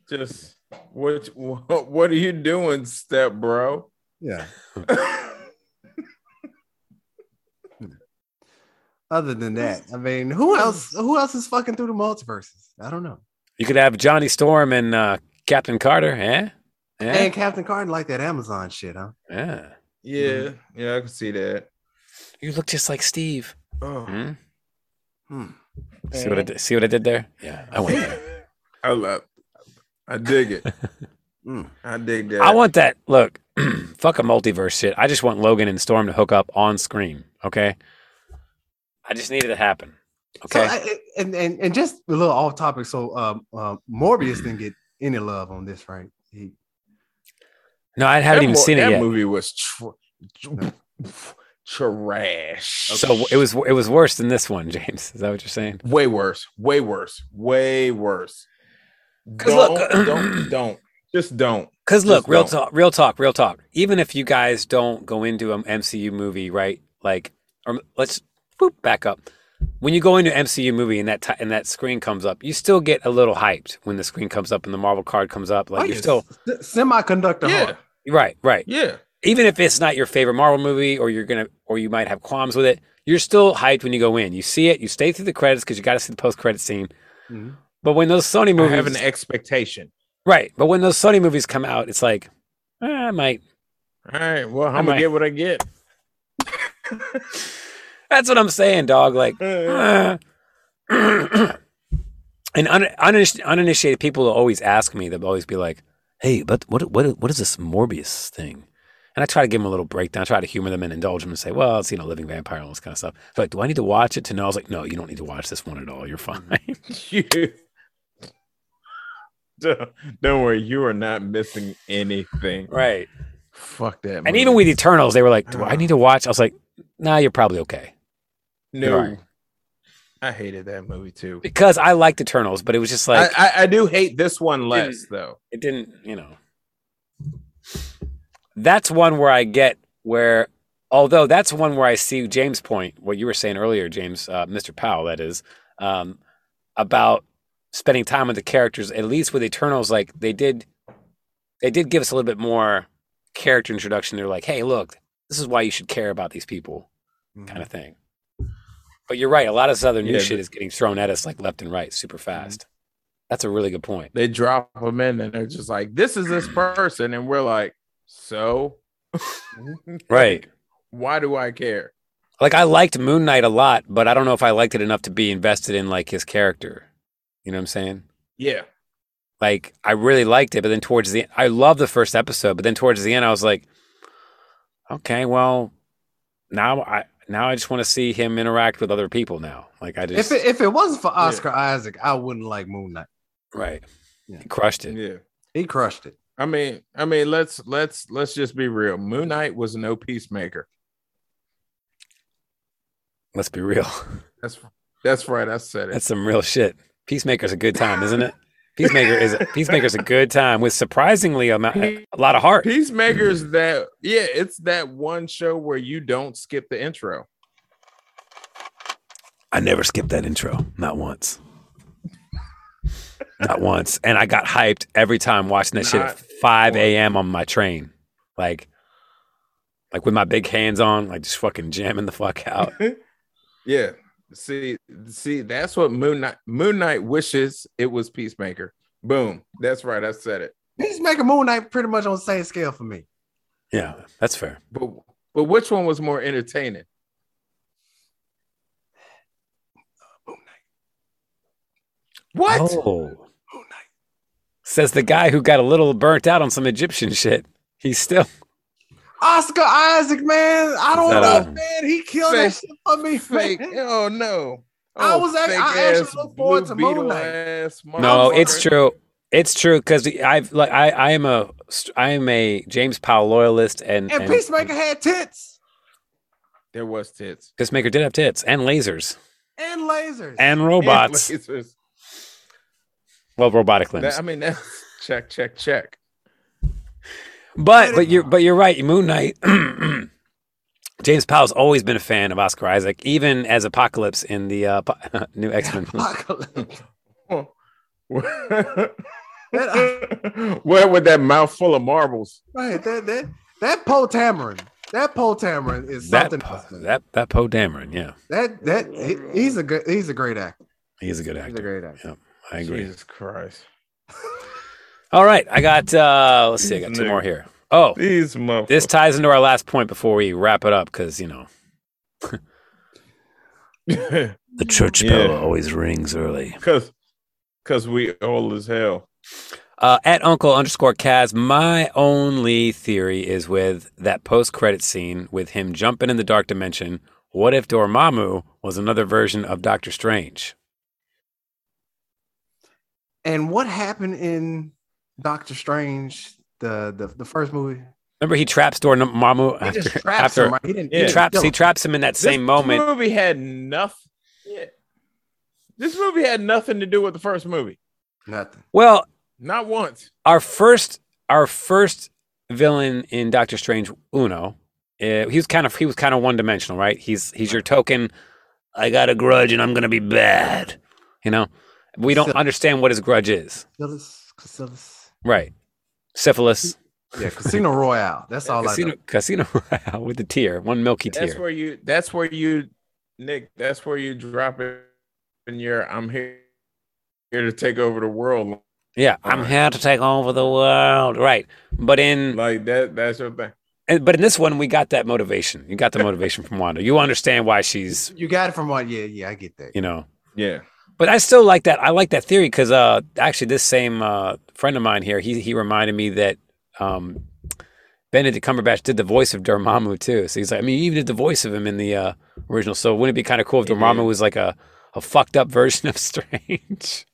[SPEAKER 2] just what, what? What are you doing, step bro?
[SPEAKER 1] Yeah.
[SPEAKER 2] I
[SPEAKER 1] Other than that, I mean, who else who else is fucking through the multiverses? I don't know.
[SPEAKER 3] You could have Johnny Storm and uh, Captain Carter. Eh? Eh?
[SPEAKER 1] And Captain Carter like that Amazon shit, huh?
[SPEAKER 3] Yeah.
[SPEAKER 2] Yeah,
[SPEAKER 3] Mm-hmm.
[SPEAKER 2] yeah, I can see that.
[SPEAKER 3] You look just like Steve.
[SPEAKER 2] Oh,
[SPEAKER 3] Hmm?
[SPEAKER 1] Hmm.
[SPEAKER 3] See what I did? See what I did there? Yeah, I went there.
[SPEAKER 2] I love. I dig it.
[SPEAKER 1] Mm.
[SPEAKER 2] I dig that.
[SPEAKER 3] I want that. Look, fuck a multiverse shit. I just want Logan and Storm to hook up on screen. Okay. I just need it to happen.
[SPEAKER 1] So
[SPEAKER 3] Okay.
[SPEAKER 1] I, and, and and just a little off topic. So um, uh, Morbius didn't get any love on this, right? He,
[SPEAKER 3] no, I
[SPEAKER 2] That
[SPEAKER 3] haven't even
[SPEAKER 2] mo-
[SPEAKER 3] seen it
[SPEAKER 2] that
[SPEAKER 3] yet.
[SPEAKER 2] movie was tr- trash.
[SPEAKER 3] So it was it was worse than this one, James. Is that what you're saying?
[SPEAKER 2] way worse. Way worse. Way worse.
[SPEAKER 3] 'Cause
[SPEAKER 2] Don't,
[SPEAKER 3] look-
[SPEAKER 2] don't, don't. Just don't.
[SPEAKER 3] Because look,
[SPEAKER 2] Just
[SPEAKER 3] real
[SPEAKER 2] don't.
[SPEAKER 3] talk, real talk, real talk. Even if you guys don't go into an MCU movie, right? Like, or let's boop, back up. When you go into an MCU movie and that ti and that screen comes up, you still get a little hyped when the screen comes up and the Marvel card comes up. Like
[SPEAKER 2] Oh,
[SPEAKER 3] you're
[SPEAKER 2] yes.
[SPEAKER 3] still
[SPEAKER 1] S- semiconductor.
[SPEAKER 2] Yeah,
[SPEAKER 1] hard.
[SPEAKER 3] right, right.
[SPEAKER 2] yeah.
[SPEAKER 3] even if it's not your favorite Marvel movie or you're gonna or you might have qualms with it, you're still hyped when you go in. You see it, you stay through the credits because you got to see the post credit scene.
[SPEAKER 1] Mhm.
[SPEAKER 3] But when those Sony
[SPEAKER 2] Mm-hmm. I
[SPEAKER 3] movies,
[SPEAKER 2] have an expectation.
[SPEAKER 3] right? But when those Sony movies come out, it's like eh, I might.
[SPEAKER 2] All right. Well, I'm
[SPEAKER 3] Am I-
[SPEAKER 2] gonna get what I get.
[SPEAKER 3] That's what I'm saying, dog. Like, eh. and un, uniniti- uninitiated people will always ask me. They'll always be like, "Hey, but what what what is this Morbius thing?" And I try to give them a little breakdown, try to humor them and indulge them and say, well, it's, you know, living vampire and all this kind of stuff. They're like, do I need to watch it to know? I was like, no, you don't need to watch this one at all. You're fine.
[SPEAKER 2] you don't, don't worry you are not missing anything
[SPEAKER 3] Right.
[SPEAKER 2] fuck that
[SPEAKER 3] And even with Eternals, they were like, Do I need to watch? I was like, Nah, you're probably okay.
[SPEAKER 2] no
[SPEAKER 3] Right.
[SPEAKER 2] i hated that movie too
[SPEAKER 3] Because I liked Eternals, but it was just like,
[SPEAKER 2] I, I i do hate this one less though
[SPEAKER 3] it didn't, you know. That's one where I get where, although that's one where I see James' point, what you were saying earlier, James, uh, Mr. Powell, that is, um, about spending time with the characters. At least with Eternals, like they did, they did give us a little bit more character introduction. They're like, hey, look, this is why you should care about these people kind
[SPEAKER 1] Mhm.
[SPEAKER 3] of thing. But you're right. A lot of Southern
[SPEAKER 2] Mm-hmm. Yeah,
[SPEAKER 3] new shit
[SPEAKER 2] but- Mm-hmm.
[SPEAKER 3] is getting thrown at us like left and right super fast. That's a really good point.
[SPEAKER 2] They drop them in and they're just like, this is this person. And we're like, so
[SPEAKER 3] Right.
[SPEAKER 2] why do I care?
[SPEAKER 3] Like I liked Moon Knight a lot, but I don't know if I liked it enough to be invested in like his character. You know what I'm saying?
[SPEAKER 2] Yeah.
[SPEAKER 3] Like I really liked it, but then towards the e, I love the first episode, but then towards the end I was like, okay, well, now I now I just want to see him interact with other people now. Like I just
[SPEAKER 1] If it, if it wasn't for Oscar Isaac, I wouldn't like Moon Knight.
[SPEAKER 3] right,
[SPEAKER 1] Yeah.
[SPEAKER 3] He crushed it.
[SPEAKER 2] Yeah.
[SPEAKER 1] He crushed it.
[SPEAKER 2] I mean, I mean, let's let's let's just be real. Moon Knight was no peacemaker.
[SPEAKER 3] Let's be real.
[SPEAKER 2] That's that's right. I said it.
[SPEAKER 3] That's some real shit. Peacemaker's a good time, isn't it? Peacemaker is Peacemaker's a good time with surprisingly amount, a lot of heart.
[SPEAKER 2] Peacemakers that yeah, it's that one show where you don't skip the intro.
[SPEAKER 3] I never skipped that intro, not once. not once. And I got hyped every time watching that shit at
[SPEAKER 2] Not
[SPEAKER 3] 5
[SPEAKER 2] once.
[SPEAKER 3] a.m. on my train. Like, like with my big hands on, like just fucking jamming the fuck out.
[SPEAKER 2] Yeah. See, see, that's what Moon Knight Moon Knight wishes it was Peacemaker. Boom. That's right. I said it.
[SPEAKER 1] He's making Moon Knight pretty much on the same scale for me.
[SPEAKER 3] yeah, that's fair.
[SPEAKER 2] But but which one was more entertaining? What?
[SPEAKER 3] Oh. Says the guy who got a little burnt out on some Egyptian shit. He's still
[SPEAKER 1] Oscar Isaac, man, I don't
[SPEAKER 3] that
[SPEAKER 1] know,
[SPEAKER 3] a-
[SPEAKER 1] man. He killed that
[SPEAKER 2] Fake-
[SPEAKER 1] shit for me,
[SPEAKER 2] fake.
[SPEAKER 1] man.
[SPEAKER 2] Oh no. Oh,
[SPEAKER 1] I was act- I actually
[SPEAKER 2] fake-ass
[SPEAKER 1] look forward
[SPEAKER 2] Blue
[SPEAKER 1] to Moon
[SPEAKER 2] Beetle
[SPEAKER 1] Knight.
[SPEAKER 2] ass
[SPEAKER 3] No,
[SPEAKER 2] motherfucker.
[SPEAKER 3] it's true. It's true because I've like I, I am a st- I am a James Powell loyalist and
[SPEAKER 1] And Peacemaker had tits
[SPEAKER 2] There was tits.
[SPEAKER 3] Peacemaker did have tits and lasers
[SPEAKER 1] and lasers.
[SPEAKER 3] and robots.
[SPEAKER 2] And lasers.
[SPEAKER 3] well, robotic limbs.
[SPEAKER 2] That- I mean, that's check, check, check.
[SPEAKER 3] but but you're but you're right. Moon Knight. James Powell's always been a fan of Oscar Isaac, even as Apocalypse in the uh, po- new X Men.
[SPEAKER 1] Apocalypse. That-
[SPEAKER 2] Where with that mouth full of marbles?
[SPEAKER 1] right, that that that Poe Tamarin. That Poe Tamarin is
[SPEAKER 3] that
[SPEAKER 1] something.
[SPEAKER 3] po-
[SPEAKER 1] else, man.
[SPEAKER 3] that that Poe Dameron, yeah,
[SPEAKER 1] that that he- he's a good he's a great actor.
[SPEAKER 3] he's a good
[SPEAKER 1] He's a
[SPEAKER 3] actor.
[SPEAKER 1] great actor.
[SPEAKER 3] I agree.
[SPEAKER 2] Jesus Christ!
[SPEAKER 3] All right, I got. uh Let's see, I got two
[SPEAKER 2] Nigga.
[SPEAKER 3] more here. Oh,
[SPEAKER 2] These motherfuckers.
[SPEAKER 3] this ties into our last point before we wrap it up because you know the church
[SPEAKER 2] Yeah.
[SPEAKER 3] bell always rings early
[SPEAKER 2] because because we old as hell.
[SPEAKER 3] uh, at uncle underscore kaz my only theory is with that post-credit scene with him jumping in the dark dimension what if dormammu was another version of doctor strange
[SPEAKER 1] And what happened in Doctor Strange, the the, the first movie?
[SPEAKER 3] remember he traps dormammu
[SPEAKER 1] He just
[SPEAKER 3] after,
[SPEAKER 1] traps
[SPEAKER 3] after-
[SPEAKER 1] him. Right? He didn't.
[SPEAKER 2] Yeah.
[SPEAKER 3] he
[SPEAKER 1] didn't
[SPEAKER 3] traps
[SPEAKER 1] kill
[SPEAKER 3] he
[SPEAKER 1] him.
[SPEAKER 3] traps him in that same
[SPEAKER 2] This
[SPEAKER 3] moment
[SPEAKER 2] movie had nothing. Yeah. This movie had nothing to do with the first movie.
[SPEAKER 1] Nothing.
[SPEAKER 3] well
[SPEAKER 2] Not once.
[SPEAKER 3] our first our first villain in Doctor Strange Uno, eh, he was kind of he was kind of one dimensional, right? He's he's your token. I got a grudge and I'm gonna be bad. You know, we don't
[SPEAKER 1] Syph-
[SPEAKER 3] understand what his grudge is,
[SPEAKER 1] Casillas, Casillas.
[SPEAKER 3] right? Syphilis,
[SPEAKER 1] Yeah, Casino Royale. That's all I know.
[SPEAKER 3] casino, casino Royale with the tear, one milky
[SPEAKER 2] That's
[SPEAKER 3] tear.
[SPEAKER 2] where you. That's where you, Nick. That's where you drop it in your. I'm here, here to take over the world.
[SPEAKER 3] Yeah, I'm
[SPEAKER 2] Alright.
[SPEAKER 3] here to take over the world, right? But in
[SPEAKER 2] Like that. That's your thing.
[SPEAKER 3] and- but in this one, we got that motivation. You got the motivation from Wanda. You understand why she's
[SPEAKER 1] You got it from what? Yeah, yeah, I get that.
[SPEAKER 3] you know
[SPEAKER 2] Yeah.
[SPEAKER 3] But I still like that. I like that theory because uh, actually, this same uh, friend of mine here, he he reminded me that um, Benedict Cumberbatch did the voice of Dormammu too. So he's like, I mean, he even did the voice of him in the uh, original. So wouldn't it be kind of cool if
[SPEAKER 2] He
[SPEAKER 3] Dormammu
[SPEAKER 2] did.
[SPEAKER 3] was like a, a fucked up version of Strange,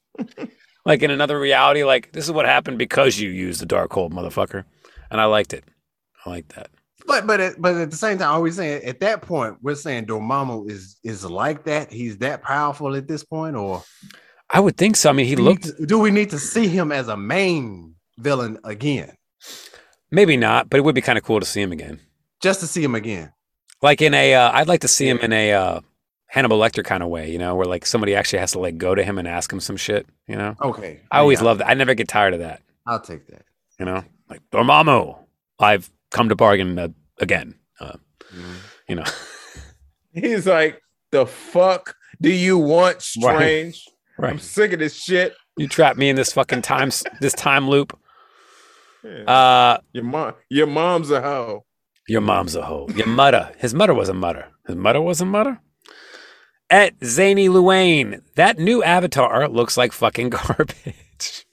[SPEAKER 3] like in another reality? Like this is what happened because you used the dark hold, motherfucker. And I liked it. I like that.
[SPEAKER 1] But but at, but at the same time, are we saying at that point we're saying Dormammu is is like that? He's that powerful at this point, or
[SPEAKER 3] I would think so. I mean, he
[SPEAKER 1] do we
[SPEAKER 3] looked
[SPEAKER 1] need to- do we need to see him as a main villain again,
[SPEAKER 3] maybe not, but it would be kind of cool to see him again.
[SPEAKER 1] just to see him again?
[SPEAKER 3] like in a uh, i'd like to see him in a uh, hannibal lecter kind of way you know where like somebody actually has to like go to him and ask him some shit you know
[SPEAKER 1] Okay,
[SPEAKER 3] i always
[SPEAKER 1] Oh, Yeah,
[SPEAKER 3] love that i never get tired of that
[SPEAKER 1] I'll take that.
[SPEAKER 3] you know like dormammu i've come to bargain uh, again uh, you know,
[SPEAKER 2] He's like, the fuck do you want, Strange? I'm
[SPEAKER 3] right?
[SPEAKER 2] sick of this shit.
[SPEAKER 3] You trapped me in this fucking time this time loop.
[SPEAKER 2] Yeah.
[SPEAKER 3] Uh,
[SPEAKER 2] your mom, your mom's a hoe.
[SPEAKER 3] your mom's a hoe. Your mutter. His mutter was a mutter. His mutter was a mutter. At Zany Luane, that new avatar looks like fucking garbage.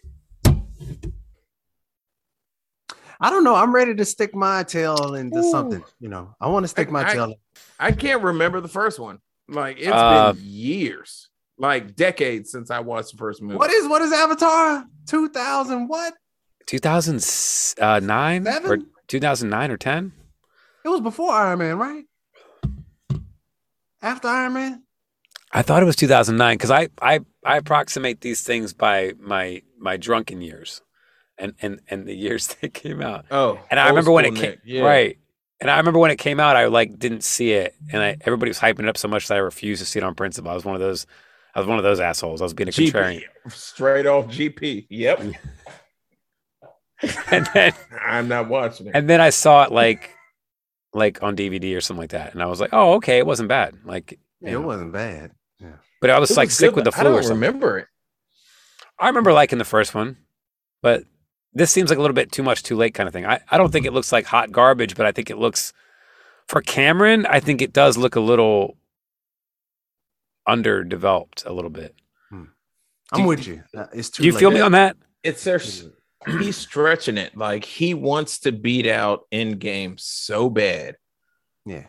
[SPEAKER 1] I don't know. I'm ready to stick my tail into something. You know, I want to stick my
[SPEAKER 2] I-
[SPEAKER 1] tail.
[SPEAKER 2] I can't remember the first one. Like it's
[SPEAKER 3] Uh,
[SPEAKER 2] been years, like decades since I watched the first movie.
[SPEAKER 1] What is what is Avatar? Two thousand what?
[SPEAKER 3] 2009 uh, or
[SPEAKER 1] Seven?
[SPEAKER 3] 2009 or 10?
[SPEAKER 1] It was before Iron Man, right? After Iron Man.
[SPEAKER 3] I thought it was 2009 because I, I I approximate these things by my my drunken years, and and and the years they came out.
[SPEAKER 2] Oh,
[SPEAKER 3] And I
[SPEAKER 2] old
[SPEAKER 3] remember when it
[SPEAKER 2] school
[SPEAKER 3] came
[SPEAKER 2] Nick. Yeah.
[SPEAKER 3] right. And I remember when it came out, I like didn't see it, and I, everybody was hyping it up so much that I refused to see it on principle. I was one of those. I was one of those assholes. I was being a contrarian.
[SPEAKER 2] GP, straight off GP. Yep,
[SPEAKER 3] And then,
[SPEAKER 2] I'm not watching it.
[SPEAKER 3] and then I saw it like, like on DVD or something like that, and I was like, oh okay, it wasn't bad. Like,
[SPEAKER 1] Yeah,
[SPEAKER 3] you
[SPEAKER 1] it
[SPEAKER 3] know.
[SPEAKER 1] wasn't bad.
[SPEAKER 3] but I was,
[SPEAKER 2] It
[SPEAKER 3] like
[SPEAKER 2] was
[SPEAKER 3] sick
[SPEAKER 2] good,
[SPEAKER 3] with the
[SPEAKER 2] but
[SPEAKER 3] flu
[SPEAKER 2] I
[SPEAKER 3] or
[SPEAKER 2] don't
[SPEAKER 3] something.
[SPEAKER 2] remember it.
[SPEAKER 3] I remember liking the first one, but this seems like a little bit too much too late kind of thing. I, I don't think it looks like hot garbage, but I think it looks for Cameron, I think it does look a little underdeveloped a little bit.
[SPEAKER 1] I'm with you. Uh, It's too.
[SPEAKER 3] Do you
[SPEAKER 1] late.
[SPEAKER 3] feel me on that?
[SPEAKER 2] It's their. s- He's stretching it like he wants to beat out Endgame so bad.
[SPEAKER 1] Yeah.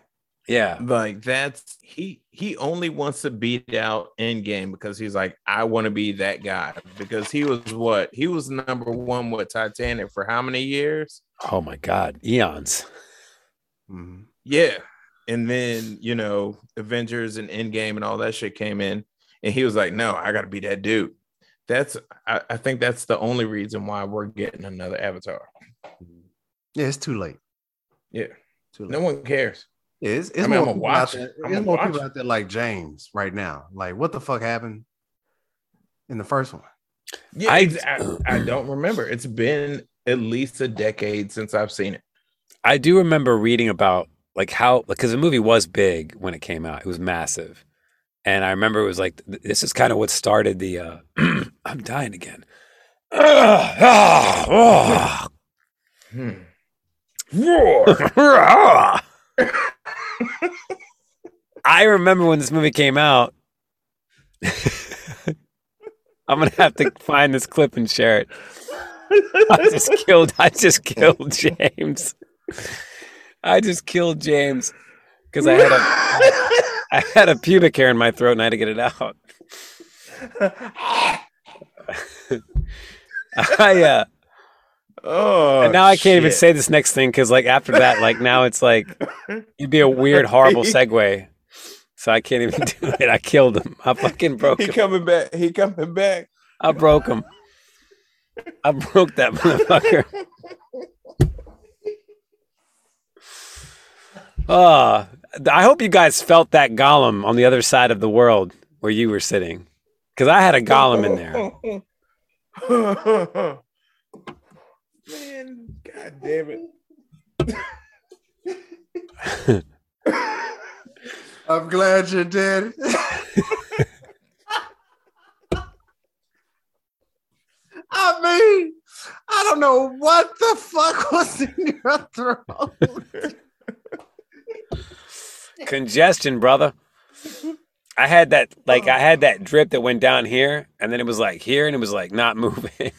[SPEAKER 3] Yeah.
[SPEAKER 2] Like that's he he only wants to beat out Endgame because he's like, I want to be that guy. Because he was what? He was number one with Titanic for how many years?
[SPEAKER 3] Oh my God. Eons.
[SPEAKER 1] Mhm.
[SPEAKER 2] Yeah. And then, you know, Avengers and Endgame and all that shit came in. And he was like, No, I gotta be that dude. That's I, I think that's the only reason why we're getting another avatar.
[SPEAKER 1] Yeah, it's too late.
[SPEAKER 2] Yeah.
[SPEAKER 1] Too late.
[SPEAKER 2] No one cares.
[SPEAKER 1] Yeah, it's, it's
[SPEAKER 2] I mean,
[SPEAKER 1] more
[SPEAKER 2] I'ma
[SPEAKER 1] people out
[SPEAKER 2] watch it.
[SPEAKER 1] there.
[SPEAKER 2] I'ma
[SPEAKER 1] It's more
[SPEAKER 2] watch
[SPEAKER 1] people
[SPEAKER 2] it.
[SPEAKER 1] out there like James right now. Like, what the fuck happened in the first one?
[SPEAKER 2] Yeah,
[SPEAKER 3] I-
[SPEAKER 2] ex- I, I don't remember. It's been at least a decade since I've seen it.
[SPEAKER 3] I do remember reading about like how because the movie was big when it came out. It was massive. And I remember it was like th- this is kind of what started the uh I'm dying again. Ah,
[SPEAKER 2] Hmm.
[SPEAKER 3] I remember when this movie came out. I'm gonna have to find this clip and share it. I just killed. I just killed James. I just killed James because I had a I had a pubic hair in my throat and I had to get it out. I uh,
[SPEAKER 2] Oh,
[SPEAKER 3] and now I can't even
[SPEAKER 2] shit.
[SPEAKER 3] say this next thing because, like, after that, like, now it's like it'd be a weird, horrible segue. So I can't even do it. I killed him. I fucking broke
[SPEAKER 2] He
[SPEAKER 3] him.
[SPEAKER 2] coming back. He coming back.
[SPEAKER 3] I broke him. I broke that motherfucker. Ah, I hope you guys felt that golem on the other side of the world where you were sitting, because I had a golem in there.
[SPEAKER 2] there. Man, god damn it.
[SPEAKER 1] I'm glad you did. I mean, I don't know what the fuck was in your throat.
[SPEAKER 3] congestion, brother. I had that like I had that drip that went down here, and then it was like here, and it was like not moving.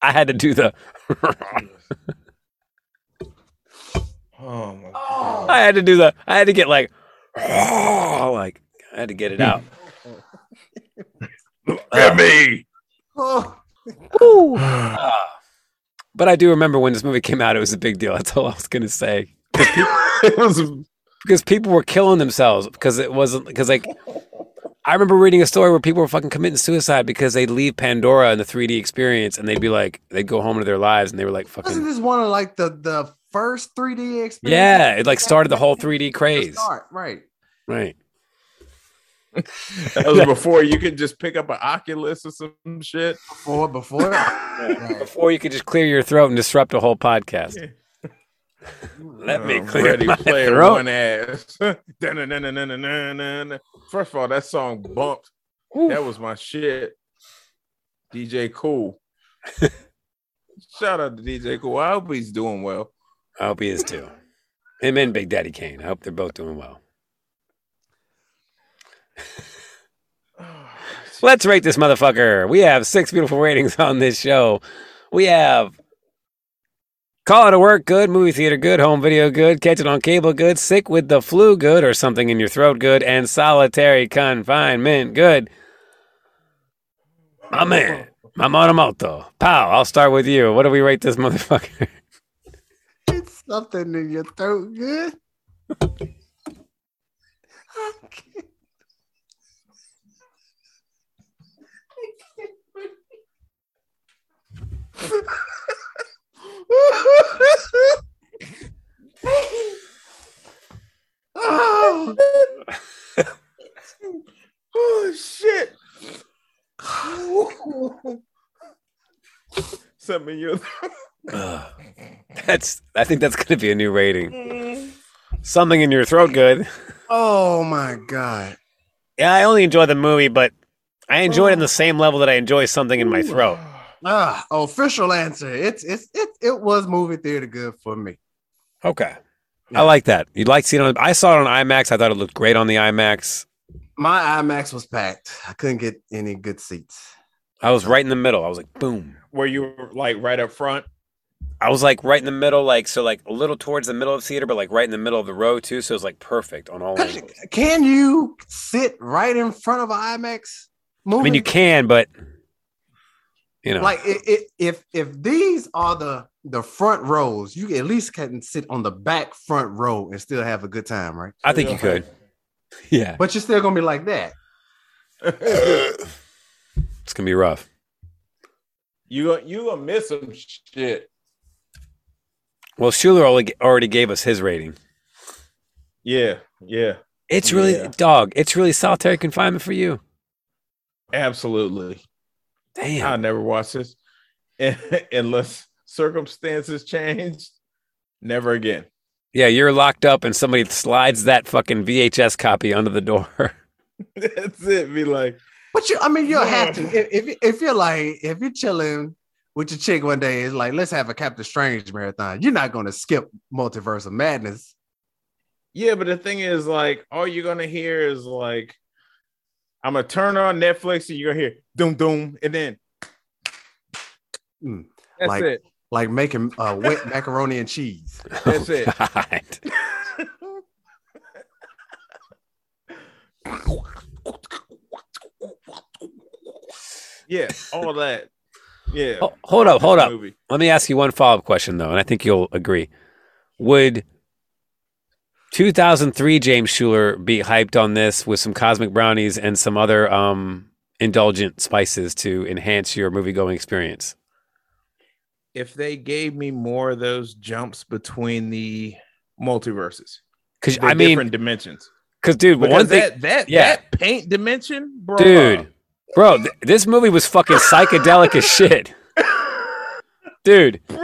[SPEAKER 3] I had to do the
[SPEAKER 2] Oh my
[SPEAKER 3] I had to do the I had to get like like I had to get it out.
[SPEAKER 2] At me.
[SPEAKER 1] oh,
[SPEAKER 3] Ah. But I do remember when this movie came out, it was a big deal. That's all I was gonna say.
[SPEAKER 2] it was
[SPEAKER 3] because people were killing themselves because it wasn't because like I remember reading a story where people were fucking committing suicide because they'd leave Pandora and the 3D experience and they'd be like they'd go home to their lives and they were like
[SPEAKER 1] wasn't
[SPEAKER 3] fucking
[SPEAKER 1] this one of like the the first 3D experience?
[SPEAKER 3] yeah it like started the whole 3D
[SPEAKER 1] To
[SPEAKER 3] craze
[SPEAKER 1] start, right.
[SPEAKER 3] right
[SPEAKER 2] that was before you could just pick up an Oculus or some shit.
[SPEAKER 1] Before before
[SPEAKER 3] before you could just clear your throat and disrupt a whole podcast Let me
[SPEAKER 2] Uh,
[SPEAKER 3] clear
[SPEAKER 2] Ready
[SPEAKER 3] my
[SPEAKER 2] Player
[SPEAKER 3] throat.
[SPEAKER 2] One ass. Da-na-na-na-na-na-na-na. First of all, that song bumped. That was my shit. DJ Cool. Shout out to DJ Cool. I hope he's doing well.
[SPEAKER 3] I hope he is too. Him and Big Daddy Kane. I hope they're both doing well. Let's rate this motherfucker. We have six beautiful ratings on this show. We have Call It a Work Good, Movie Theater Good, Home Video Good, Catch It on Cable Good, Sick with the Flu Good, or Something in Your Throat Good, and Solitary Confinement Good. My man, my Monomoto. Pow, I'll start with you. What do we rate this motherfucker?
[SPEAKER 1] It's something in your throat, good. I can't. oh,
[SPEAKER 2] Oh shit. Something you
[SPEAKER 3] Ugh. that's I think that's gonna be a new rating. Something in your throat good.
[SPEAKER 1] oh my god.
[SPEAKER 3] Yeah, I only enjoy the movie, but I enjoy it on the same level that I enjoy something in my throat.
[SPEAKER 1] Ah, official answer. It's it's it it was movie theater good for me.
[SPEAKER 3] Okay. I like that. You'd like to see it on I saw it on IMAX. I thought it looked great on the IMAX.
[SPEAKER 1] My IMAX was packed. I couldn't get any good seats.
[SPEAKER 3] I was right in the middle. I was like, boom.
[SPEAKER 2] where you were like right up front.
[SPEAKER 3] I was like right in the middle, like so like a little towards the middle of the theater, but like right in the middle of the row too. So it was like perfect on all
[SPEAKER 1] Could you-
[SPEAKER 3] angles.
[SPEAKER 1] Can you sit right in front of an IMAX movie?
[SPEAKER 3] I mean you can, but you know
[SPEAKER 1] Like it, it, if if these are the the front rows, you at least can sit on the back front row and still have a good time, right?
[SPEAKER 3] I think you could. Yeah.
[SPEAKER 1] But you're still gonna be like that.
[SPEAKER 3] It's gonna be rough.
[SPEAKER 2] You gon- you gonna miss some shit.
[SPEAKER 3] Well, Schuler already already gave us his rating.
[SPEAKER 2] Yeah, yeah,
[SPEAKER 3] It's really
[SPEAKER 2] Yeah.
[SPEAKER 3] dog. It's really solitary confinement for you.
[SPEAKER 2] absolutely. I'll
[SPEAKER 3] Damn.
[SPEAKER 2] never watch this unless circumstances change. Never again.
[SPEAKER 3] Yeah, you're locked up and somebody slides that fucking VHS copy under the door.
[SPEAKER 2] That's it. Be like,
[SPEAKER 1] But you, I mean, you'll have to if if- if you're like if you're chilling with your chick one day, it's like let's have a Captain Strange marathon. You're not gonna skip Multiverse of Madness.
[SPEAKER 2] yeah, but the thing is, like, all you're gonna hear is like, I'm gonna turn on Netflix and you're gonna hear doom doom, and then
[SPEAKER 1] Mm,
[SPEAKER 2] that's
[SPEAKER 1] Like-
[SPEAKER 2] it.
[SPEAKER 1] Like making uh, wet macaroni and cheese.
[SPEAKER 2] That's it.
[SPEAKER 3] God.
[SPEAKER 2] yeah, all that. Yeah.
[SPEAKER 3] Ho- hold up, hold up.
[SPEAKER 2] Movie.
[SPEAKER 3] Let me ask you one follow up question though, and I think you'll agree. Would 2003 James Schuler be hyped on this with some cosmic brownies and some other um, indulgent spices to enhance your movie going experience?
[SPEAKER 2] If they gave me more of those jumps between the multiverses,
[SPEAKER 3] Because
[SPEAKER 2] the
[SPEAKER 3] I mean,
[SPEAKER 2] different dimensions.
[SPEAKER 3] because dude,
[SPEAKER 2] Because
[SPEAKER 3] one thing,
[SPEAKER 2] that that
[SPEAKER 3] yeah.
[SPEAKER 2] that paint dimension, bro.
[SPEAKER 3] Dude. Bro, th- this movie was fucking psychedelic as shit. Dude,
[SPEAKER 2] Bruh.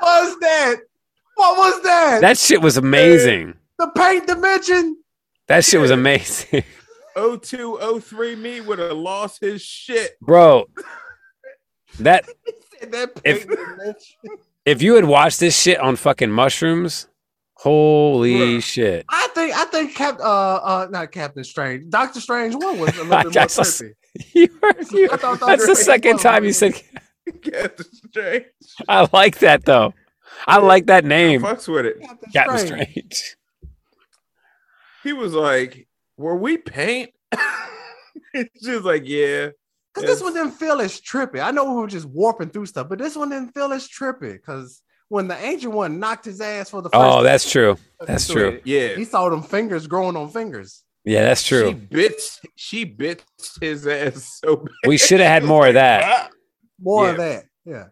[SPEAKER 1] What was that? What was that?
[SPEAKER 3] that shit was amazing.
[SPEAKER 1] the paint dimension.
[SPEAKER 3] That shit was amazing.
[SPEAKER 2] 0203 me would have lost his shit.
[SPEAKER 3] Bro, that
[SPEAKER 1] That
[SPEAKER 3] If-
[SPEAKER 1] paint dimension.
[SPEAKER 3] if you had watched this shit on fucking mushrooms, holy shit.
[SPEAKER 1] I think I think Cap uh uh not Captain Strange. Doctor Strange one was a little
[SPEAKER 3] I
[SPEAKER 1] bit more
[SPEAKER 3] just-
[SPEAKER 1] trippy.
[SPEAKER 3] You are- you-
[SPEAKER 1] I thought
[SPEAKER 3] that's the
[SPEAKER 1] Doctor
[SPEAKER 3] second
[SPEAKER 1] Strange
[SPEAKER 3] time you
[SPEAKER 1] was-
[SPEAKER 3] said
[SPEAKER 2] Captain Strange.
[SPEAKER 3] I like that though. I like that name.
[SPEAKER 2] Fucks with it.
[SPEAKER 1] Captain,
[SPEAKER 3] Captain
[SPEAKER 1] Strange.
[SPEAKER 3] Strange.
[SPEAKER 2] He was like, Were we paint? she was like, Yeah.
[SPEAKER 1] Cause this one didn't feel as trippy. I know we were just warping through stuff, but this one didn't feel as trippy because when the angel one knocked his ass for the first
[SPEAKER 3] Oh, that's true. That's
[SPEAKER 1] time,
[SPEAKER 3] true.
[SPEAKER 2] Yeah.
[SPEAKER 1] He saw them fingers growing on fingers.
[SPEAKER 3] Yeah, that's
[SPEAKER 2] She
[SPEAKER 3] true.
[SPEAKER 2] bitched, she bitched his ass so bad.
[SPEAKER 3] We should have had more of that.
[SPEAKER 1] Ah. More of
[SPEAKER 2] Yeah.
[SPEAKER 1] that. Yeah.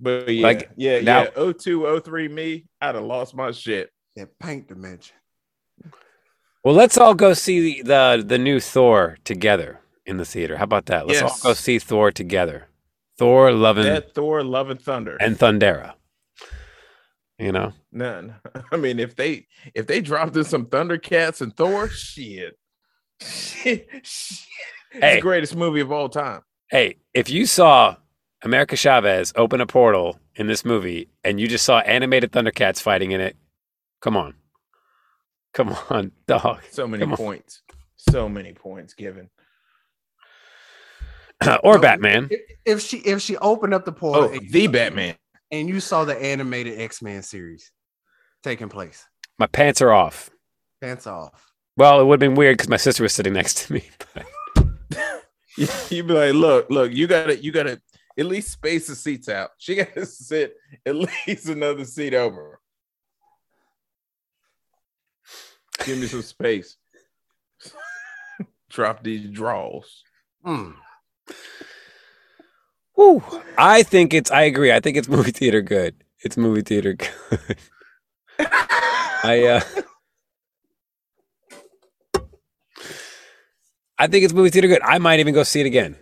[SPEAKER 2] But yeah,
[SPEAKER 3] Like,
[SPEAKER 2] yeah,
[SPEAKER 3] now-
[SPEAKER 2] yeah. 0203 me, I'd have lost my shit.
[SPEAKER 1] That paint dimension.
[SPEAKER 3] Well, let's all go see the the, the new Thor together in the theater. How about that? Let's
[SPEAKER 2] Yes.
[SPEAKER 3] all go see Thor together. Thor, Love and,
[SPEAKER 2] That Thor, Love and Thunder.
[SPEAKER 3] and Thundera. You know,
[SPEAKER 2] None. I mean, if they if they dropped in some Thundercats and Thor, shit. Shit. shit. It's
[SPEAKER 3] Hey.
[SPEAKER 2] the greatest movie of all time.
[SPEAKER 3] hey, if you saw America Chavez open a portal in this movie and you just saw animated Thundercats fighting in it, come on, come on, dog.
[SPEAKER 2] So many
[SPEAKER 3] Come on.
[SPEAKER 2] points. So many points given.
[SPEAKER 3] or Batman.
[SPEAKER 1] If, if she if she opened up the portal
[SPEAKER 2] Oh,
[SPEAKER 1] and-
[SPEAKER 2] the Batman.
[SPEAKER 1] and you saw the animated X Men series taking place,
[SPEAKER 3] My pants are off.
[SPEAKER 1] pants off.
[SPEAKER 3] Well, it would have been weird because my sister was sitting next to me. but-
[SPEAKER 2] You'd be like, look, look, you gotta you gotta at least space the seats out. She gotta sit at least another seat over. Give me some space. Drop these draws.
[SPEAKER 1] Mm.
[SPEAKER 3] Woo. I think it's. I agree. I think it's movie theater good. It's movie theater good. I. uh I think it's movie theater good. I might even go see it again.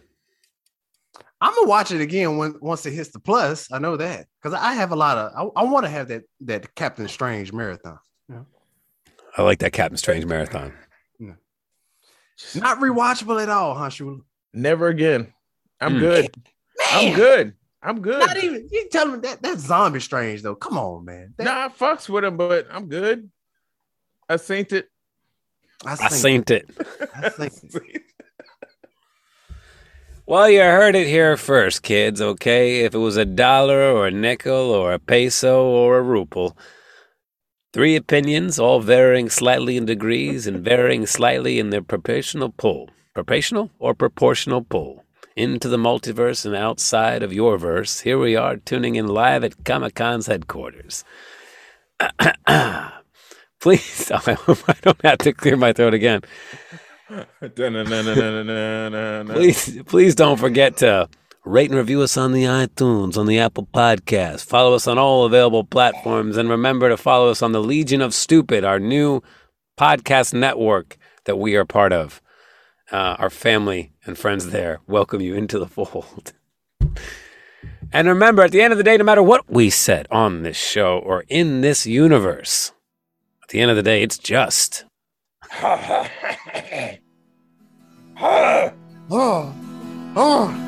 [SPEAKER 1] I'm gonna watch it again when once it hits the plus. I know that because I have a lot of. I, I want to have that that Captain Strange marathon.
[SPEAKER 3] I like that Captain Strange marathon.
[SPEAKER 1] Not rewatchable at all, huh, Shula?
[SPEAKER 2] Never again. I'm
[SPEAKER 3] Mm.
[SPEAKER 2] good. I'm good. I'm good.
[SPEAKER 1] Not even you tell me that that zombie strange though. Come on, man. That-
[SPEAKER 2] Nah, I fucks with him, but I'm good. I synced it.
[SPEAKER 3] I synced it.
[SPEAKER 1] I think-
[SPEAKER 3] Well, you heard it here first, kids, okay? If it was a dollar or a nickel or a peso or a ruble, three opinions, all varying slightly in degrees and varying slightly in their proportional pull. Proportional or proportional pull? Into the multiverse and outside of your verse, here we are tuning in live at Comic Con's headquarters. Please, I hope I don't have to clear my throat again.
[SPEAKER 2] Please.
[SPEAKER 3] Please, please don't forget to rate and review us on the iTunes, on the Apple Podcast. Follow us on all available platforms, and remember to follow us on the Legion of Stupid, our new podcast network that we are part of. Uh, our family and friends there welcome you into the fold. And remember, at the end of the day, no matter what we said on this show or in this universe, at the end of the day, it's just.
[SPEAKER 1] oh, oh.